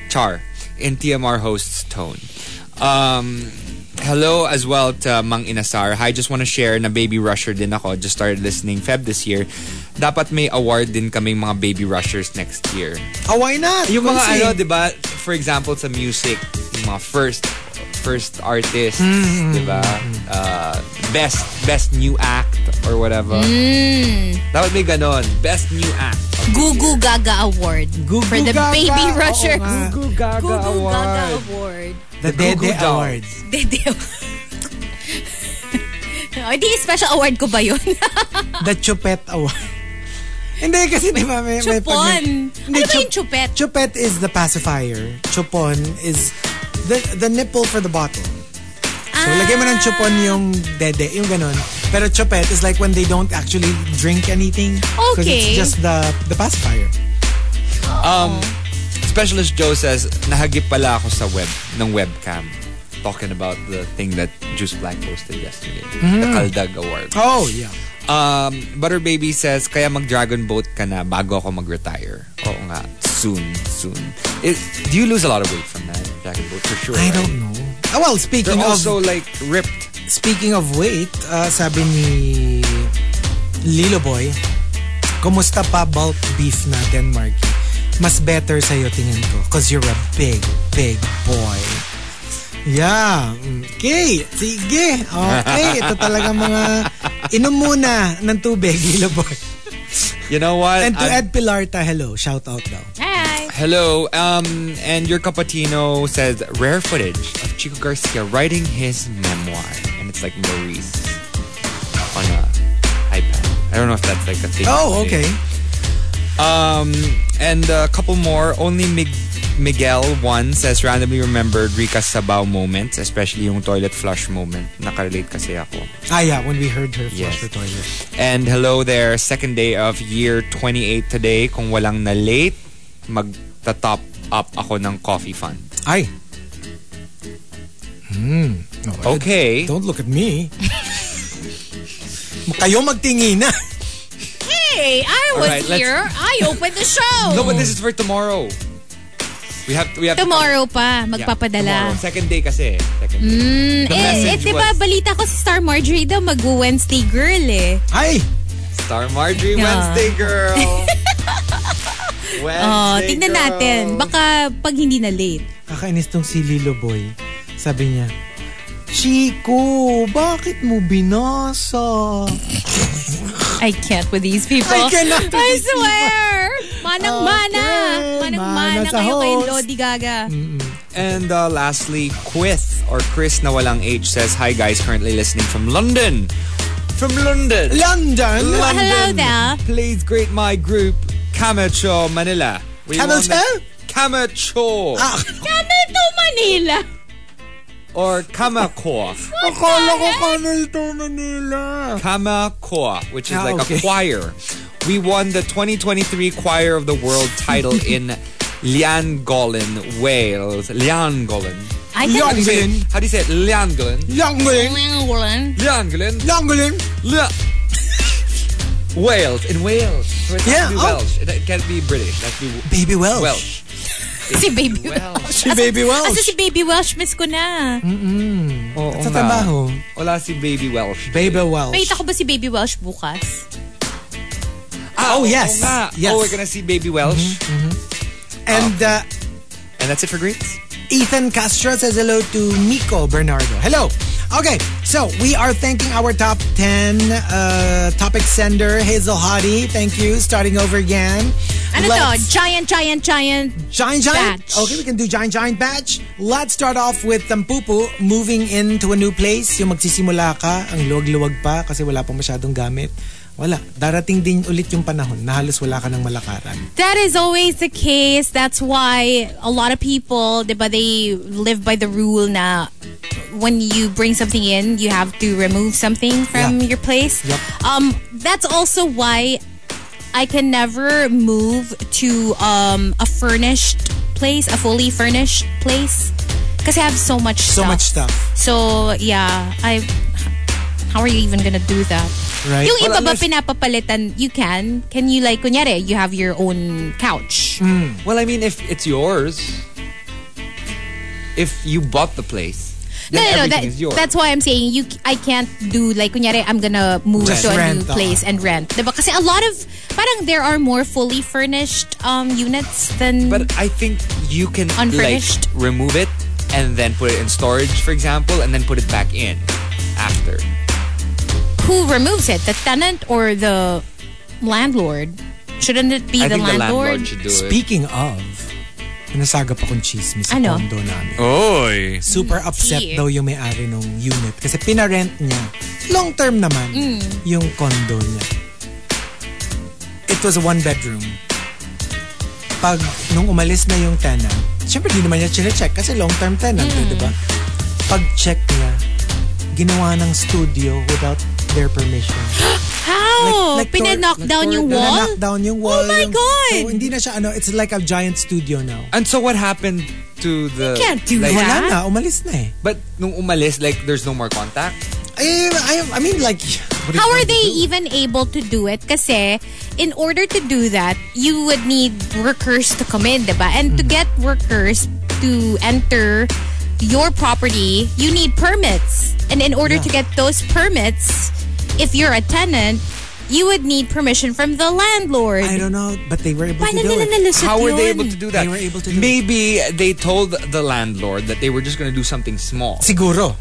Char in TMR host's tone. Um, hello as well to Mang Inasar. Hi, just want to share na baby rusher din ako. Just started listening Feb this year. Dapat may award din kaming mga baby rushers next year.
Oh, why not?
Yung mga
Consi.
ano, di ba? For example, sa music, yung mga first first artists, di ba? Uh, best best new act or whatever. Dapat may ganon. Best new act. of the year.
Gugu Gaga Award
Gugu
for the
Gaga,
Baby
oo
Rushers.
nga.
Gugu Gaga Award.
Award.
The
Google
Dede
daw.
Awards.
<laughs> Dede O, di Oh, special award ko ba yun?
The Chupet Award. <laughs> Hindi, kasi di ba may... may pag-
Chupon.
Hindi,
Ano ba yung
chup-
chupet?
Chupet is the pacifier. Chupon is the the nipple for the bottle. So,
Ah.
lagay mo ng chupon yung dede, yung ganun. Pero chupet is like when they don't actually drink anything. Because it's
Okay.
just the the pacifier.
Specialist Joe says, nahagip pala ako sa web, ng webcam. Talking about the thing that Juice Black posted yesterday. The Kaldag Award.
Oh, yeah.
Um, Butter Baby says, kaya mag-dragon boat ka na bago ako mag-retire. Oo nga. Soon, soon. Is- do you lose a lot of weight from that dragon boat? For sure,
I
right?
don't know. Ah, well, speaking
They're
of
also like ripped.
speaking of weight, uh, sabi ni Lilo Boy, kumusta pa bulk beef natin, Marky? Mas better sa'yo tingin ko because you're a big, big boy. Yeah. Okay. Sige. Okay. Ito talaga mga inom muna ng tubig, <laughs> Lilo Boy.
You know what? Um,
And to
I'm-
Ed Pilarta, hello. Shout out daw.
Hi.
Hello, um, and your cappuccino says rare footage of Chico Garcia writing his memoir, and it's like Maurice on a iPad. I don't know if that's like a thing.
Oh,
today.
okay.
Um, and a couple more. Only Mig- Miguel one says randomly remembered Rika Sabao moments, especially yung toilet flush moment. Nakarelate kasi ako.
Ah, yeah. When we heard her
Yes.
flush her toilet.
And hello there, second day of year 28 today. Kung walang na late, magta-top up ako ng coffee fund.
Ay. Hmm. No,
Okay.
Don't look at me. Kayo magtingin na.
Hey, I was
Alright, let's-
here. I opened the show.
No, but this is for tomorrow. We have to, we have
Tomorrow pa,
Yeah,
magpapadala.
tomorrow. Second day kasi. Second day.
Mm,
The
eh, eh,
message
diba,
was-
balita ko si Star Marjorie daw mag-Wednesday girl eh.
Ay,
Star Marjorie
Yeah.
Wednesday
<laughs>
girl. Wednesday
Oh, tingnan
girl.
natin. Baka pag hindi na late.
kakainis tong si Lilo Boy. Sabi niya, Chico, bakit mo binasa?
I can't with these people.
I cannot with
I
these people.
swear. Manang-mana.
Okay,
Manang-mana
mana sa
kayo kay
host. Mm.
Lodi Gaga.
And uh, lastly, Quith or Chris na walang H says, Hi guys, currently listening from London. From London.
London!
London.
hello there.
Please greet my group, Camacho, Manila. We want
Camacho?
the- Camacho.
Ah,
Kami to Manila.
Or Kamakor.
akala ko kanal to Manila.
Kama Choir, which is
Ah,
like a
okay.
choir. We won the 2023 Choir of the World
<laughs>
title in Liangolin, Wales. Liangolin.
I can
How do you say it? How do you say it? Liangolin.
Languling!
Liangolin.
Languling!
Lia- Wales. In Wales. So it
Yeah,
can't be
oh.
Welsh. It can't be British. It has to be
Baby Welsh.
Welsh.
Si Baby
Welsh.
Si Baby Welsh.
Asa si Baby Welsh? Miss ko na.
Mm.
Oo
Sa
nga.
trabaho.
Wala si Baby Welsh.
Baby Welsh.
Wait, ako ba si Baby Welsh bukas?
Ah,
Oh,
oo
yes. Mm-hmm.
nga.
Yes.
Oh, we're gonna Ah. see Baby Welsh.
And uh,
And that's it for greets.
Ethan Castro says hello to Nico Bernardo. Hello. Okay, so we are thanking our top 10 uh, topic sender, Hazel Hottie. Thank you. Starting over again.
Ano
Let's-
to? Giant, giant, giant.
Giant Giant?
Batch.
Okay, we can do Giant Giant Batch. Let's start off with Tampupu moving into a new place. Yung magsisimula ka, ang luwag-luwag pa kasi wala pa masyadong gamit. Wala. Darating din ulit yung panahon na halos wala ka ng malakaran.
That is always the case. That's why a lot of people, but they live by the rule na when you bring something in, you have to remove something from
Yeah.
your place.
Yep.
Um, that's also why I can never move to um, a furnished place, a fully furnished place, because I have so much
So
stuff.
much stuff.
So yeah, I. How are you even gonna do that?
Right.
Yung iba
Well,
ba
unless-
pinapapalitan? You can. Can you like kunyari you have your own couch?
Well, I mean, if it's yours, if you bought the place,
No,
then
no, no.
everything
That,
is yours.
that's why I'm saying you I can't do like kunyari I'm gonna move
Just
to a
rent,
new
uh-huh.
ah.
place and rent. Diba? Kasi a lot of parang there are more fully furnished um units than
But I think you can like
Unfurnished?
remove it and then put it in storage, for example, and then put it back in after.
who removes it? The tenant or the landlord? Shouldn't it be
I
the
think the
landlord?
landlord should do it.
Speaking of, nasagap akong chismis sa
Ano?
condo namin.
Oy.
Super
Mm-hmm.
upset
see.
daw yung may-ari nung unit kasi pinarent niya. Long term naman
Mm.
yung condo niya. It was a one bedroom. Pag nung umalis na yung tenant, syempre di naman niya chine-check kasi long term tenant, eh, di ba?
Mm.
Pag check niya, ginawa ng studio without their
<gasps>
permission.
How?
Like- like tor-
Pinanock
like
Oh, down
tor-
yung
na-knock
wall?
down yung wall.
Oh my
yung-
God!
So, hindi na siya ano, it's like a giant studio now.
And so what happened to the
You can't do
like,
Wala
that. Ah.
na, umalis na eh.
But nung umalis, like there's no more contact.
I, Eh, I, I mean like, what
How
you
are
gonna
they
do?
even able to do it? Kasi in order to do that, you would need workers to come in, diba? And
Mm-hmm.
to get workers to enter your property, you need permits. And in order to get those permits, if you're a tenant, you would need permission from the landlord.
I don't know, but they were able to
Paano
do it.
nila nalusot
How were they
yun?
able to do that?
They were able to do it.
Maybe they told the landlord that they were just going to do something small.
Siguro.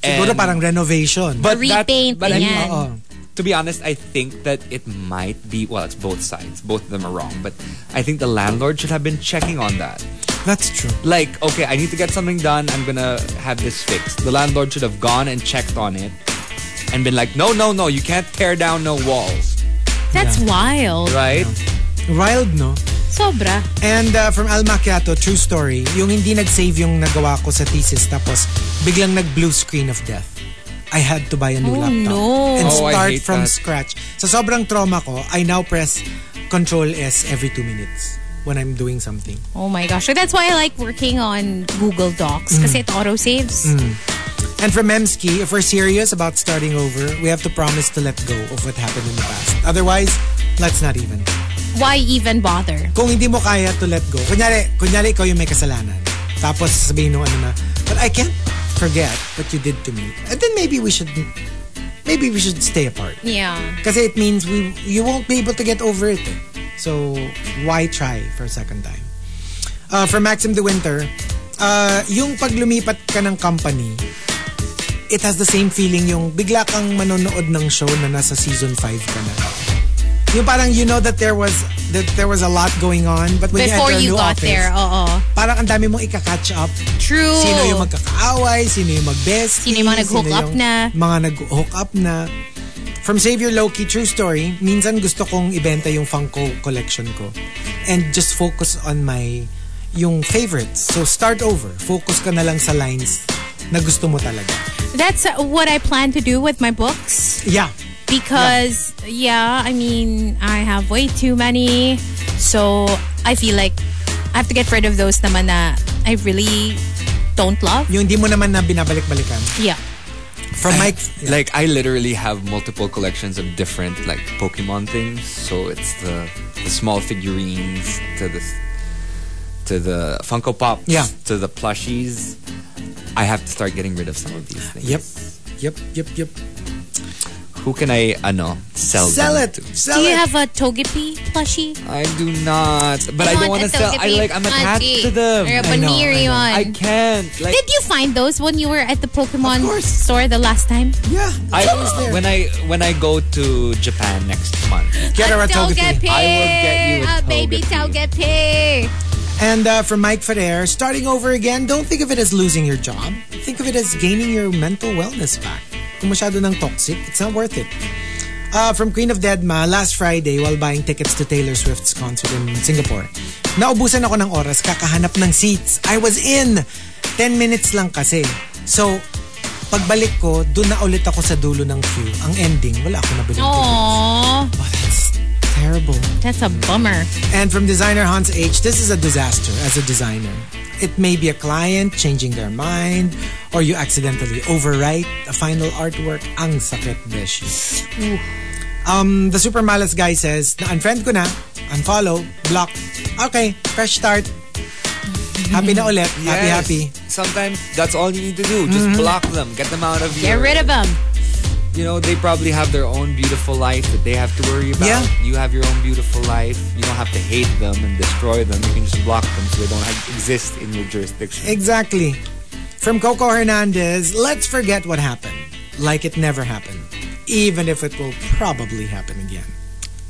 Siguro
And-
parang renovation.
But
Repaint,
that, but I mean, uh,
ganyan.
Oo.
to be honest, I think that it might be well, it's both sides. Both of them are wrong, but I think the landlord should have been checking on that.
That's true.
Like, okay, I need to get something done. I'm gonna have this fixed. The landlord should have gone and checked on it and been like, no, no, no, you can't tear down no walls,
That's wild.
right?
Wild, no?
Sobra.
And uh, from Al Macchiato, true story, yung hindi nag-save yung nagawa ko sa thesis tapos biglang nag-blue screen of death. I had to buy a new
Oh,
laptop
no.
and
Oh, I
start
hate
from
that.
scratch. Sa sobrang trauma ko, I now press Control S every two minutes when I'm doing something.
Oh my gosh. So that's why I like working on Google Docs
Mm.
kasi it auto saves.
And from Memski, if we're serious about starting over, we have to promise to let go of what happened in the past. Otherwise, let's not even.
Why even bother?
Kung hindi mo kaya to let go, kunyari, kunyari ikaw yung may kasalanan. Tapos sasabihin nung ano na, but I can't forget what you did to me. And then maybe we should, maybe we should stay apart.
Yeah.
Kasi it means we you won't be able to get over it. eh. So, why try for a second time? Uh, for Maxim De Winter, uh, yung pag lumipat ka ng company, it has the same feeling yung bigla kang manonood ng show na nasa season 5 ka na. Yung parang you know that there was that there was a lot going on but when
Before
you enter a
you
new
got
office,
there, oo.
parang ang dami mong ika-catch up.
True.
Sino yung magkakaaway, sino yung mag-bestie,
Sino yung mga nag-hook up na.
Mga nag-hook up na. From Xavier Loki, true story, minsan gusto kong ibenta yung Funko collection ko and just focus on my yung favorites. So start over. Focus ka na lang sa lines na gusto mo talaga.
That's uh, what I plan to do with my books
Yeah.
because, yeah. I mean, I have way too many. So I feel like I have to get rid of those naman na I really don't love.
Yung hindi mo naman na binabalik-balikan.
Yeah.
From Mike, <laughs> yeah.
Like I literally have multiple collections of different like Pokemon things. So it's the the small figurines to the to the Funko Pops
Yeah.
to the plushies. I have to start getting rid of some of these things.
Yep. Yep, yep, yep.
Who can I ano sell?
Sell
them
it!
to?
Sell
Do you
it!
have a Togepi plushie?
I do not. But I don't want to sell. I like I'm attached to them.
Or a
I know,
Baniri
I know.
one.
I can't. Like
Did you find those when you were at the Pokemon
Of course.
store the last time?
yeah,
I
it's always there.
when I when I go to Japan next month.
Get her a Togepi.
Togepi.
I will get you a
A baby Togepi.
And uh, from Mike Ferrer, starting over again, don't think of it as losing your job. Think of it as gaining your mental wellness back. Kung masyado ng toxic, it's not worth it. uh, from Queen of Deadma last Friday while buying tickets to Taylor Swift's concert in Singapore. Naubusan ako ng oras kakahanap ng seats. I was in! 10 minutes lang kasi. So, pagbalik ko, doon na ulit ako sa dulo ng queue. Ang ending, wala ako nabiling tickets.
Aww,
Oh, that's terrible.
that's a bummer.
And from designer Hans H, this is a disaster as a designer. It may be a client changing their mind, or you accidentally overwrite a final artwork. Ang sakit, beshi. Um, the super malas guy says, na-unfriend ko na, unfollow, block. Okay, fresh start. Happy na ulit. Happy,
Yes.
happy. Mm-hmm.
Sometimes that's all you need to do. Just block them, get them out of
Get
your.
rid of them.
You know, they probably have their own beautiful life that they have to worry about.
Yeah.
You have your own beautiful life. You don't have to hate them and destroy them. You can just block them so they don't have, exist in your jurisdiction.
Exactly. From Coco Hernandez, let's forget what happened. Like it never happened. Even if it will probably happen again.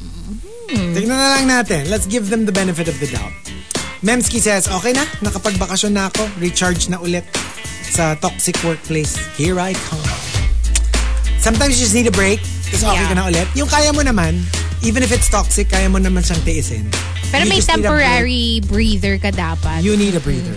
Mm-hmm.
Tignan na lang natin. Let's give them the benefit of the doubt. Memski says, okay na, nakapagbakasyon na ako. Recharge na ulit sa toxic workplace. Here I come. Sometimes you just need a break. Tapos okay
Yeah.
ka na ulit. Yung kaya mo naman, even if it's toxic, kaya mo naman siyang tiisin.
Pero
You
may
just need a break.
temporary breather ka dapat.
You need a breather.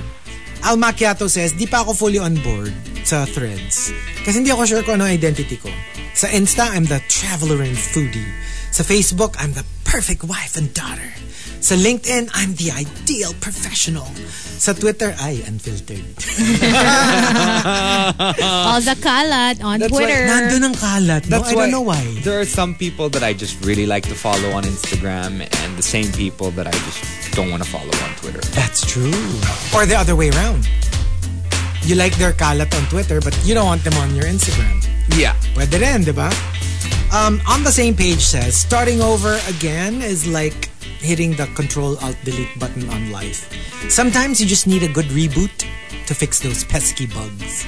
Al Macchiato says, di pa ako fully on board sa threads. Kasi hindi ako sure kung ano ang identity ko. Sa Insta, I'm the traveler and foodie. Sa Facebook, I'm the perfect wife and daughter. Sa LinkedIn, I'm the ideal professional. Sa Twitter, I unfiltered.
All the kalat on
That's
Twitter.
Nandun ang kalat. No? I don't know why.
There are some people that I just really like to follow on Instagram, and the same people that I just don't want to follow on Twitter.
That's true. Or the other way around. You like their kalat on Twitter, but you don't want them on your Instagram.
Yeah.
Pwede rin, di ba? diba? Um, on the same page says, starting over again is like hitting the control alt delete button on life. Sometimes you just need a good reboot to fix those pesky bugs.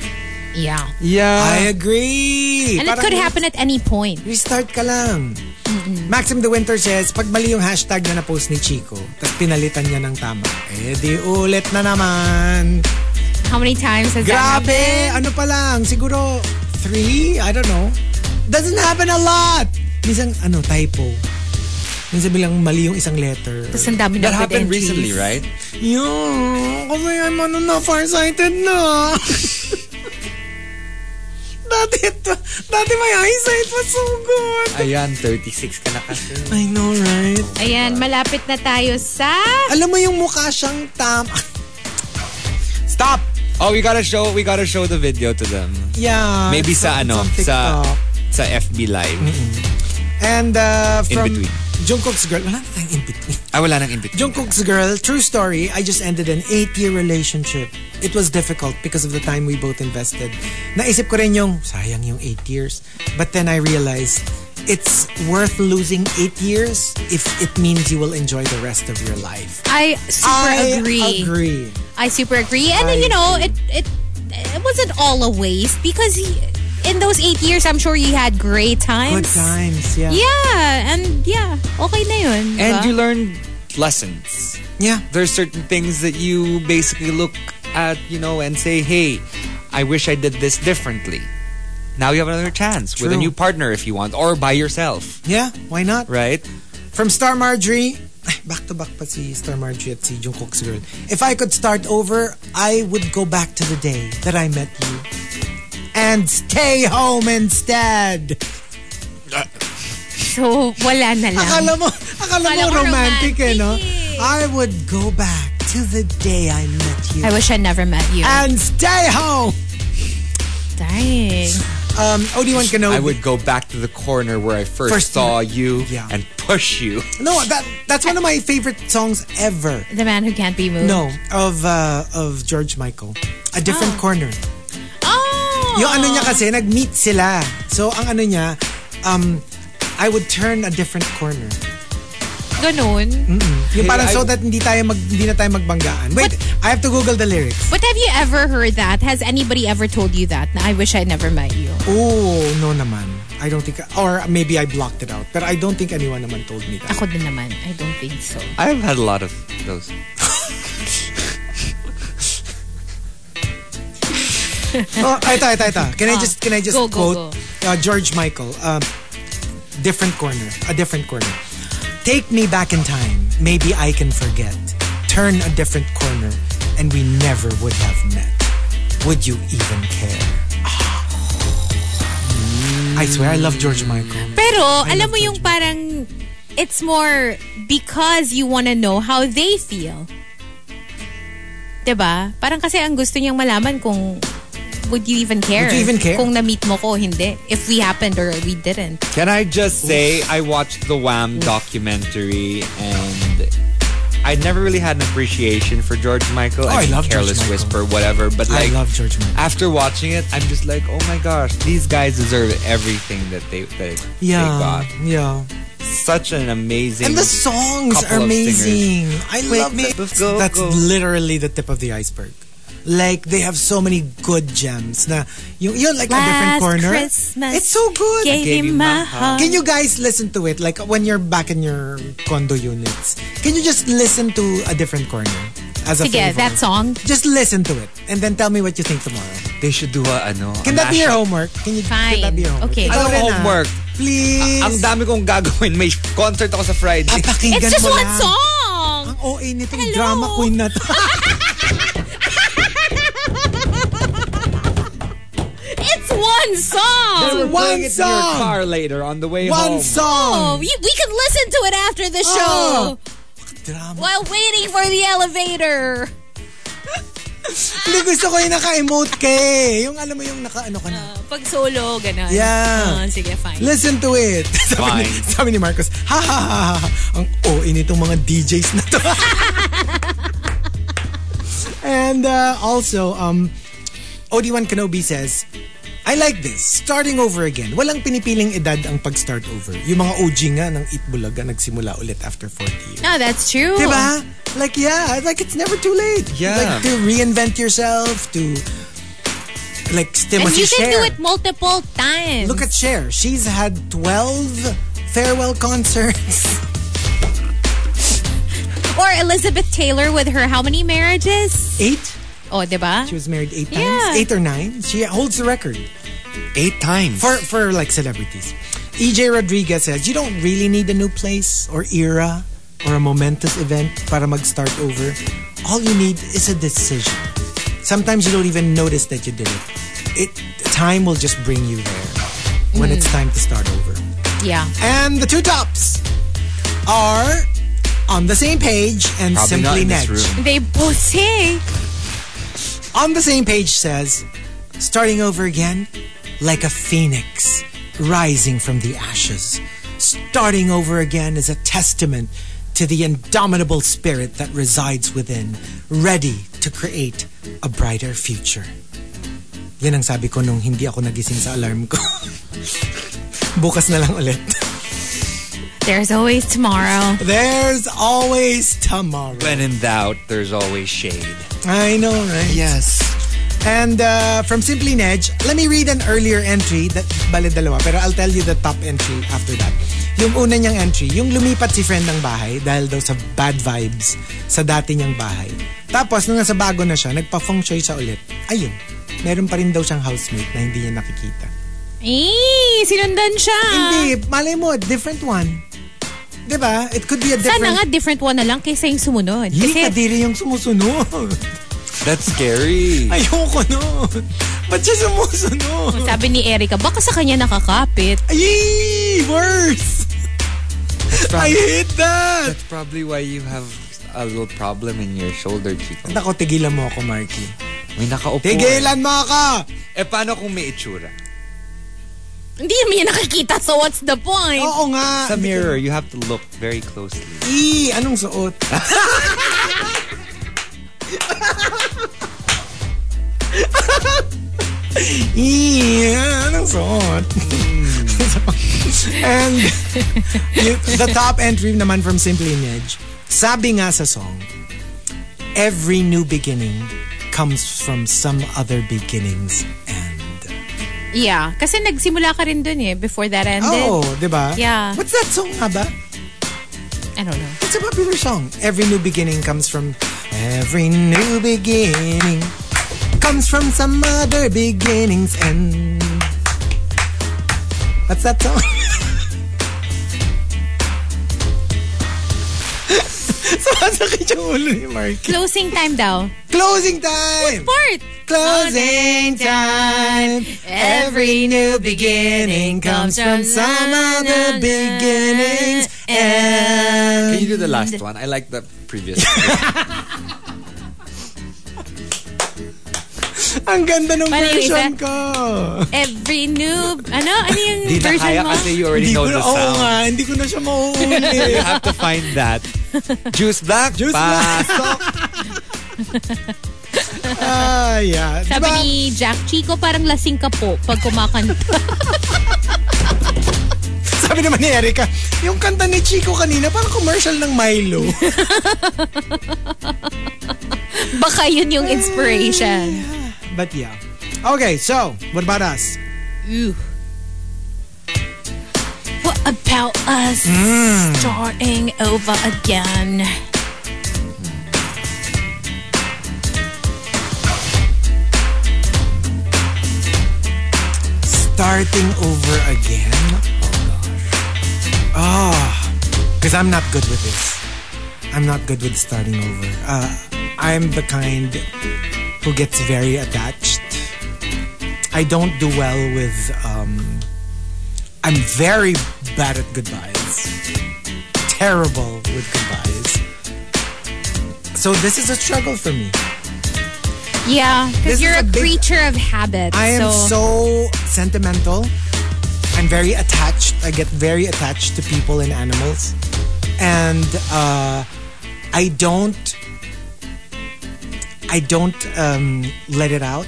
Yeah.
I agree.
And it
Parang
could happen at any point.
Restart ka lang. Maxim the Winter says, pag mali yung hashtag na na-post ni Chico, tapos pinalitan niya ng tama, eh di ulit na naman.
How many times has that happened?
Grabe! Ano pa lang? Siguro three? I don't know. Doesn't happen a lot! Minsan, ano, typo. Minsan bilang mali yung isang letter.
Tapos ang dami
That
na good
happened
entries.
recently, right?
Yung, kasi I'm ano na, farsighted na. <laughs> dati, dati my eyesight was so good.
Ayan, 36 ka na kasi.
I know, right?
Ayan, malapit na tayo sa...
Alam mo yung mukha siyang tam... <laughs> Stop!
Oh, we gotta show, we gotta show the video to them.
Yeah.
Maybe
it's
sa
on-
ano,
it's
sa
on TikTok.
sa FB Live.
And uh,
In
from
between.
Jungkook's girl. Wala na tayong in between.
Ah, wala nang in-between.
Jungkook's girl, true story, I just ended an 8-year relationship. It was difficult because of the time we both invested. Naisip ko rin yung, sayang yung 8 years. But then I realized, it's worth losing 8 years if it means you will enjoy the rest of your life.
I super
I
agree.
agree.
I super agree. And
I
you know, it it it wasn't all a waste because he, in those eight years, I'm sure you had great
Good
times.
times, yeah.
Yeah, and yeah, okay na yun. di
And
ba?
you learn lessons.
Yeah.
There's certain things that you basically look at, you know, and say, "Hey, I wish I did this differently." Now you have another chance with a
True.
new partner if you want, or by yourself,
Yeah, why not?
right?
From Star Marjorie, <laughs> ay, back to back pa si Star Marjorie at si Jungkook's girl. If I could start over, I would go back to the day that I met you and stay home instead.
so wala na lang.
Akala mo, akala
Akala
mo
ko
romantic, eh, no?
romantic.
I would go back to the day I met you
I wish I never met you.
and stay home.
Dang.
Um, OD1 Kenobi.
I would go back to the corner where I first,
First-
saw you
Yeah.
and push you. <laughs>
No, that that's one of my favorite songs ever.
The man who can't be moved.
No, of uh, of George Michael. A
Ah.
different corner.
Oh.
Yung ano niya kasi, nag-meet sila. So, ang ano niya, um, I would turn a different corner.
Ganun.
Yung
Hey,
parang
I-
so that hindi tayo mag, hindi na tayo magbanggaan. Wait, I have to Google the lyrics.
But have you ever heard that? Has anybody ever told you that? Na I wish I never met you.
Oh, no naman. I don't think, or maybe I blocked it out. But I don't think anyone naman told me that.
Ako din naman. I don't think so.
I've had a lot of those.
Oh, ito, ito, ito. Can I just, can I just
Go, go,
quote Uh,
Ah. go.
George Michael? Um, different corner, a different corner. Take me back in time. Maybe I can forget. Turn a different corner, and we never would have met. Would you even care? Ah. I swear, I love George Michael.
Pero, alam mo yung parang, it's more because you wanna know how they feel. 'Di ba? Parang kasi ang gusto niyang malaman kung would you even care?
Would you even care?
Kung na-meet mo ko, o hindi. If we happened or we didn't.
Can I just say I watched the Wham documentary and I never really had an appreciation for George Michael.
Oh, I
mean,
love George
Careless Whisper,
Michael.
whatever. But like
I love George Michael.
after watching it, I'm just like, oh my gosh, these guys deserve everything that they that
Yeah,
they got.
yeah.
Such an amazing
And the songs
couple
are
of
amazing. I love
me
that.
up, go,
That's
go.
literally the tip of the iceberg. Like they have so many good gems. Na you you like a different
Last
corner.
Christmas
it's so good.
Gave,
gave you
him my
my
heart.
Can you guys listen to it? Like when you're back in your condo units, can you just listen to a different corner as a
Sige,
favor?
that song.
Just listen to it and then tell me what you think tomorrow.
They should do a ano.
Can
a
that be your
mashup.
homework? Can you? Can
Fine.
that be your homework?
Okay.
Ikaw
Anong
rin, ah.
homework?
Please.
Ang dami kong gagawin. May concert ako sa Friday.
Papakinggan
It's just
mo
one
lang.
song! <laughs>
Ang OA nitong
Hello.
drama queen na to.
It's one
They
song!
were playing
One
it in your
song.
car later on the way
one
home.
Oh,
song.
you- we can listen to it after the show
Oh. Drama.
while waiting for the elevator.
Hindi gusto ko yung naka-emote ka eh. Yung alam mo yung naka-ano ka na.
Pag solo, ganun.
Yeah.
Ah, sige, fine.
Listen to it. <laughs> sabi, ni,
Fine.
sabi ni Marcos, ha ha ha ha, ha. Ang OA nitong mga DJs na to. And uh, also, um, OD1 Kenobi says, I like this. Starting over again. Walang pinipiling edad ang pag-start over. Yung mga OG nga ng Eat Bulaga nagsimula ulit after 40 years.
No, that's true.
Diba?
Oh.
Like, yeah, like it's never too late.
Yeah.
Like to reinvent yourself, to like stimulate.
And you can do it multiple times.
Look at Cher. She's had 12 farewell concerts. <laughs>
Or Elizabeth Taylor with her how many marriages?
Eight?
Oh, diba?
She was married eight times.
Yeah.
Eight or nine. She holds the record
Eight times.
for, for like celebrities. EJ Rodriguez says, you don't really need a new place or era or a momentous event para mag-start over. All you need is a decision. Sometimes you don't even notice that you did it. It Time will just bring you there when it's time to start over.
Yeah.
And the two tops are on the same page
Probably
and
not
simply
in this
next.
room.
They both say,
on the same page says, starting over again, like a phoenix rising from the ashes. Starting over again is a testament to the indomitable spirit that resides within, ready to create a brighter future. Yan ang sabi ko nung hindi ako nagising sa alarm ko. <laughs> Bukas na lang ulit. <laughs>
there's always tomorrow.
There's always tomorrow.
When in doubt, there's always shade.
I know, right? Yes. And uh, from Simply Nedge, let me read an earlier entry that bale dalawa, pero I'll tell you the top entry after that. Yung una niyang entry, yung lumipat si friend ng bahay dahil daw sa bad vibes sa dati niyang bahay. Tapos, nung nasa bago na siya, nagpa-feng shui siya ulit. Ayun, meron pa rin daw siyang housemate na hindi niya nakikita.
Eh, sinundan siya.
Hindi, malay mo, different one. 'Di ba? It could be a
Sana nga
different...
different one na lang kaysa yung sumunod.
Hindi
Kasi
kadiri yung sumusunod. <laughs>
That's scary.
Ayoko nun. Ba't siya sumusunod?
sabi ni Erica, baka sa kanya nakakapit.
Yee! Worse! I hate that!
That's probably why you have a little problem in your shoulder, Chico.
Nako, tigilan mo ako, Marky.
May nakaupo.
Tigilan mo ako!
Eh, paano kung may itsura?
Hindi naman niya nakakita, so what's the point?
Oo nga!
Sa mirror, you have to look very closely.
Ee, E, anong suot? <laughs> Ee, E, anong suot? And you- the top entry naman from Simply Nedge, sabi nga sa song, every new beginning comes from some other beginning's end.
Yeah, kasi nagsimula ka rin dun eh, before that ended.
Oh, di ba?
Yeah.
What's that song nga ba?
I don't know.
It's a popular song. Every new beginning comes from every new beginning comes from some other beginnings and what's that song? Masakit yung ulo ni Mark.
Closing time daw.
<laughs> Closing time!
Part!
Closing time. Every new beginning comes from some other beginnings.
Can you do
And
the last one? I like the previous.
<laughs> ang ganda ng
Paano yung
version
isa?
ko.
Every new... Ano? Ano yung version mo?
you already
Hindi ko na, oo nga, hindi ko na siya
<laughs>
mauulit.
have to find
<laughs>
that. Juice Black? Juice
ah, yeah.
Sabi
Diba?
ni Jack Chico, parang lasing ka po pag kumakanta. <laughs>
Sabi naman ni Erica, yung kanta ni Chico kanina, parang commercial ng
<laughs>
Milo.
Baka yun yung inspiration.
But yeah. Okay, so, what about us?
Ooh. What about us Hmm. starting over again?
Starting over again? Oh, because I'm not good with this. I'm not good with starting over. Uh, I'm the kind who gets very attached. I don't do well with. Um, I'm very bad at goodbyes. Terrible with goodbyes. So this is a struggle for me.
Yeah,
This
because you're
is
a,
a big-
creature of habit.
I am
so,
so sentimental. I'm very attached. I get very attached to people and animals. And uh, I don't I don't um, let it out.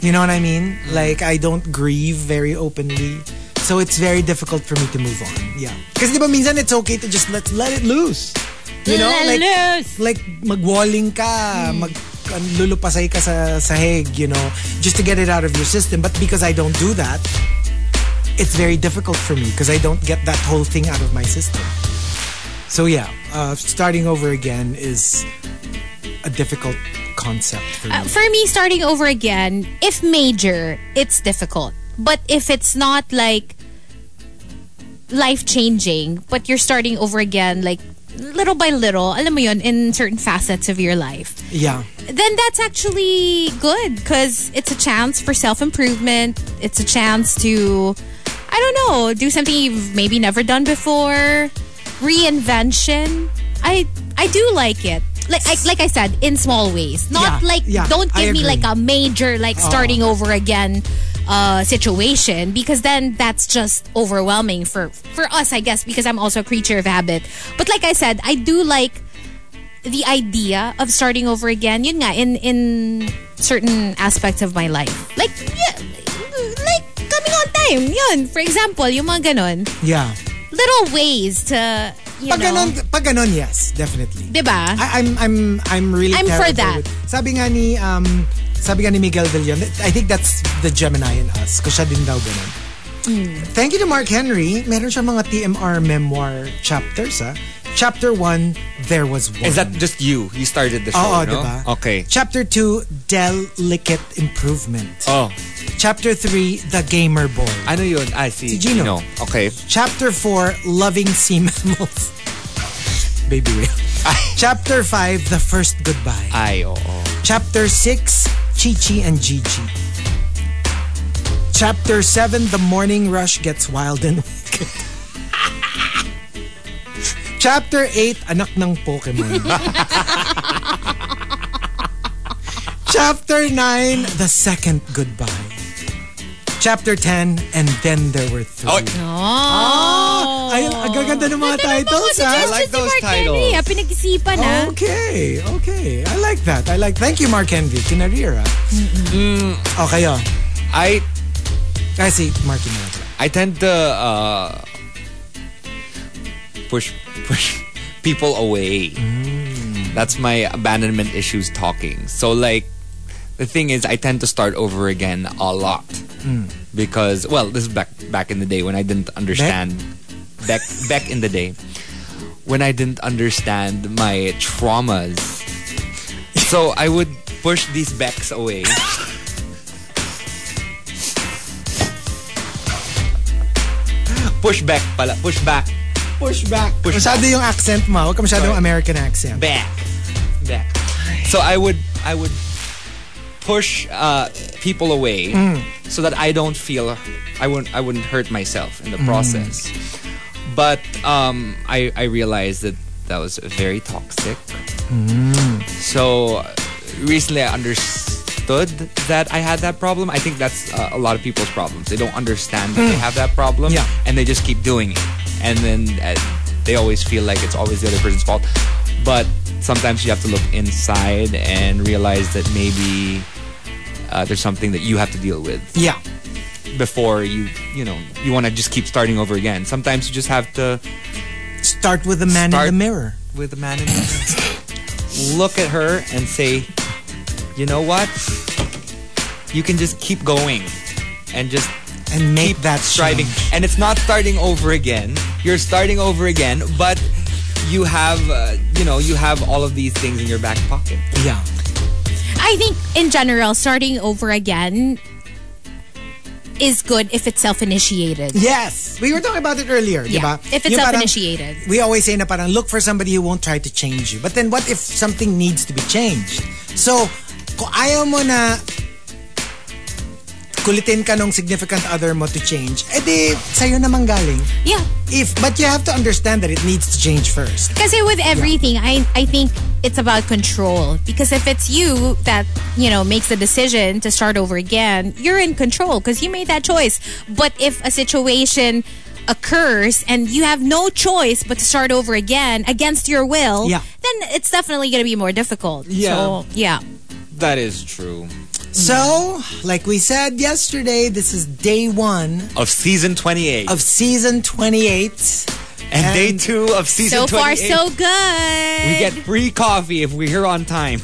You know what I mean?
Mm.
Like I don't grieve very openly. So it's very difficult for me to move on. Yeah. Kasi di ba minsan it's okay to just let let it loose. You know,
Let
like
loose. Mm.
like magwalling ka, mag an- lulupasay ka sa sahig, you know, just to get it out of your system. But because I don't do that, it's very difficult for me because I don't get that whole thing out of my system. So yeah, uh, starting over again is a difficult concept for me.
Uh, for me, starting over again, if major, it's difficult. But if it's not like life changing, but you're starting over again, like little by little, alam mo yun, in certain facets of your life,
yeah.
then that's actually good because it's a chance for self improvement. It's a chance to, I don't know, do something you've maybe never done before. Reinvention. I I do like it. Like I, like I said, in small ways. Not
Yeah,
like
yeah,
don't
I
give me
agree. Oh.
like a major like starting over again uh situation because then that's just overwhelming for for us I guess because I'm also a creature of habit. But like I said, I do like the idea of starting over again yun nga in in certain aspects of my life like yeah, like coming on time yun for example yung mga ganon
Yeah.
little ways to you
Pag
know
ganun, pag ganun, yes, definitely.
diba
I, I'm I'm I'm really
I'm for
terrible
that.
with- sabi nga ni um sabi nga ni Miguel Villon, I think that's the Gemini in us. Kasi siya din daw ganun.
Hmm.
Thank you to Mark Henry. Meron siya mga TMR memoir chapters ah. Chapter 1, There Was One.
<laughs> Is that just you? You started the show,
Oo,
no?
diba?
Okay.
Chapter 2, Delicate Improvement.
Oh,
Chapter 3, The Gamer Boy.
ano yun? I see.
Si Gino.
Okay.
Chapter 4, Loving Sea Mammals. <laughs> Baby whale. Chapter 5, The First Goodbye.
Ay, oo.
Chapter 6, Chichi and Gigi. Chapter 7, The Morning Rush Gets Wild and <laughs> Wicked. Chapter 8, Anak ng Pokemon. <laughs> Chapter 9, The Second Goodbye. Chapter 10, And Then There Were Three.
Oy.
Ah, ay, Oh. ang gaganda ng mga titles, ah. ha?
I like those titles.
ah, pinag-isipan ah
Oh. Okay, okay. I like that. I like. Thank you, Mark Henry. Kinarira. Oh, kayo.
I
I see Mark Henry.
I tend to uh, push push people away. That's my abandonment issues talking. So like the thing is I tend to start over again a lot. Because well, this is back back in the day when I didn't understand back back in the day when I didn't understand my traumas. So I would push these backs away. push back pala, push back
Push back.
Push
masyado yung accent mo. Huwag ka masyadong American accent.
back. Back. So I would I would push uh, people away so that I don't feel I wouldn't I wouldn't hurt myself in the process. But um, I I realized that that was very toxic. So uh, recently I understood that I had that problem. I think that's uh, a lot of people's problems. They don't understand that they have that problem
Yeah.
and they just keep doing it. And then uh, they always feel like it's always the other person's fault. But sometimes you have to look inside and realize that maybe uh, there's something that you have to deal with
Yeah.
before you, you know, you want to just keep starting over again. Sometimes you just have to
Start with the man
Start-
in the mirror.
with a man in the look at her and say, you know what? You can just keep going and just
And make
keep
that
striving.
change.
And it's not starting over again. You're starting over again, but you have, uh, you know, you have all of these things in your back pocket.
Yeah.
I think in general, starting over again is good if it's self-initiated.
Yes. We were talking about it earlier, di ba?
Yeah. If it's
Yung parang-
self-initiated.
we always say na parang look for somebody who won't try to change you. But then what if something needs to be changed? So, kung ayaw mo na kulitin ka nung significant other mo to change, edi sa'yo naman galing.
Yeah.
If, but you have to understand that it needs to change first.
Because with everything, I I think it's about control. Because if it's you that you know makes the decision to start over again, you're in control because you made that choice. But if a situation occurs and you have no choice but to start over again against your will,
Yeah.
then it's definitely going to be more difficult.
Yeah.
So, yeah.
That is true.
So, like we said yesterday, this is day one
Of season 28.
of season 28.
and, day
and-
two of season
so far,
28.
so good.
We get free coffee if we're here on time.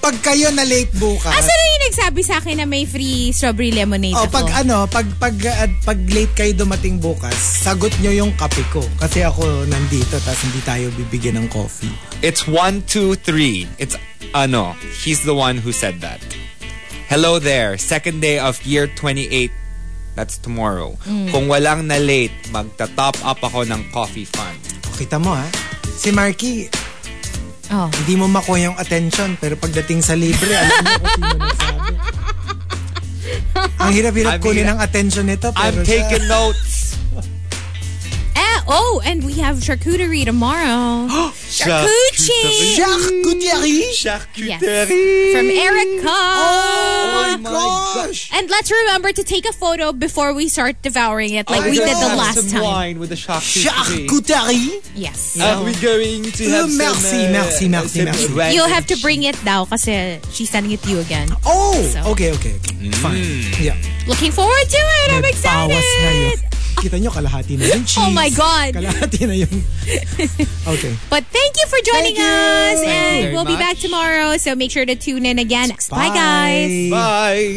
Pag kayo na late bukas,
Asa na yung nagsabi sa akin na may free strawberry lemonade
Oh,
ako?
pag ano, pag pag at pag late kayo dumating bukas, sagot nyo yung kape ko kasi ako nandito tapos hindi tayo bibigyan ng coffee.
It's one, two, three. It's ano. He's the one who said that. Hello there. Second day of year 28. That's tomorrow.
Hmm.
Kung walang na late, magta-top up ako ng coffee fund.
O, kita mo ha. Si Marky,
Oh.
hindi mo makuha yung attention pero pagdating sa libre, alam mo kung sino
<laughs>
nagsabi. Ang hirap-hirap
I'm
kunin
hira-
ang attention nito pero
I'm
siya-
taking notes.
Eh, oh, and we have charcuterie tomorrow. Charcuterie!
Charcuterie!
Yes.
Charcuterie!
From Erica.
Oh my gosh!
and let's remember to take a photo before we start devouring it like we did the last
some
time.
wine with the charcuterie.
Charcuterie!
Yes.
Are we going to
Oh,
have some,
merci,
uh,
merci, merci,
some
merci.
red-
You'll have to bring it now kasi she's sending it to you again.
Oh!
So-
Okay, okay, okay. Fine.
Mm.
Yeah.
Looking forward to it. I'm
May bawas na yun.
excited.
Kita nyo, kalahati na yung cheese.
Oh my God.
Kalahati na
<laughs>
yung... Okay.
But thank you for joining
Thank you.
us.
Thank you
and
very
we'll be back
much.
tomorrow. So make sure to tune in again. Bye guys.
Bye!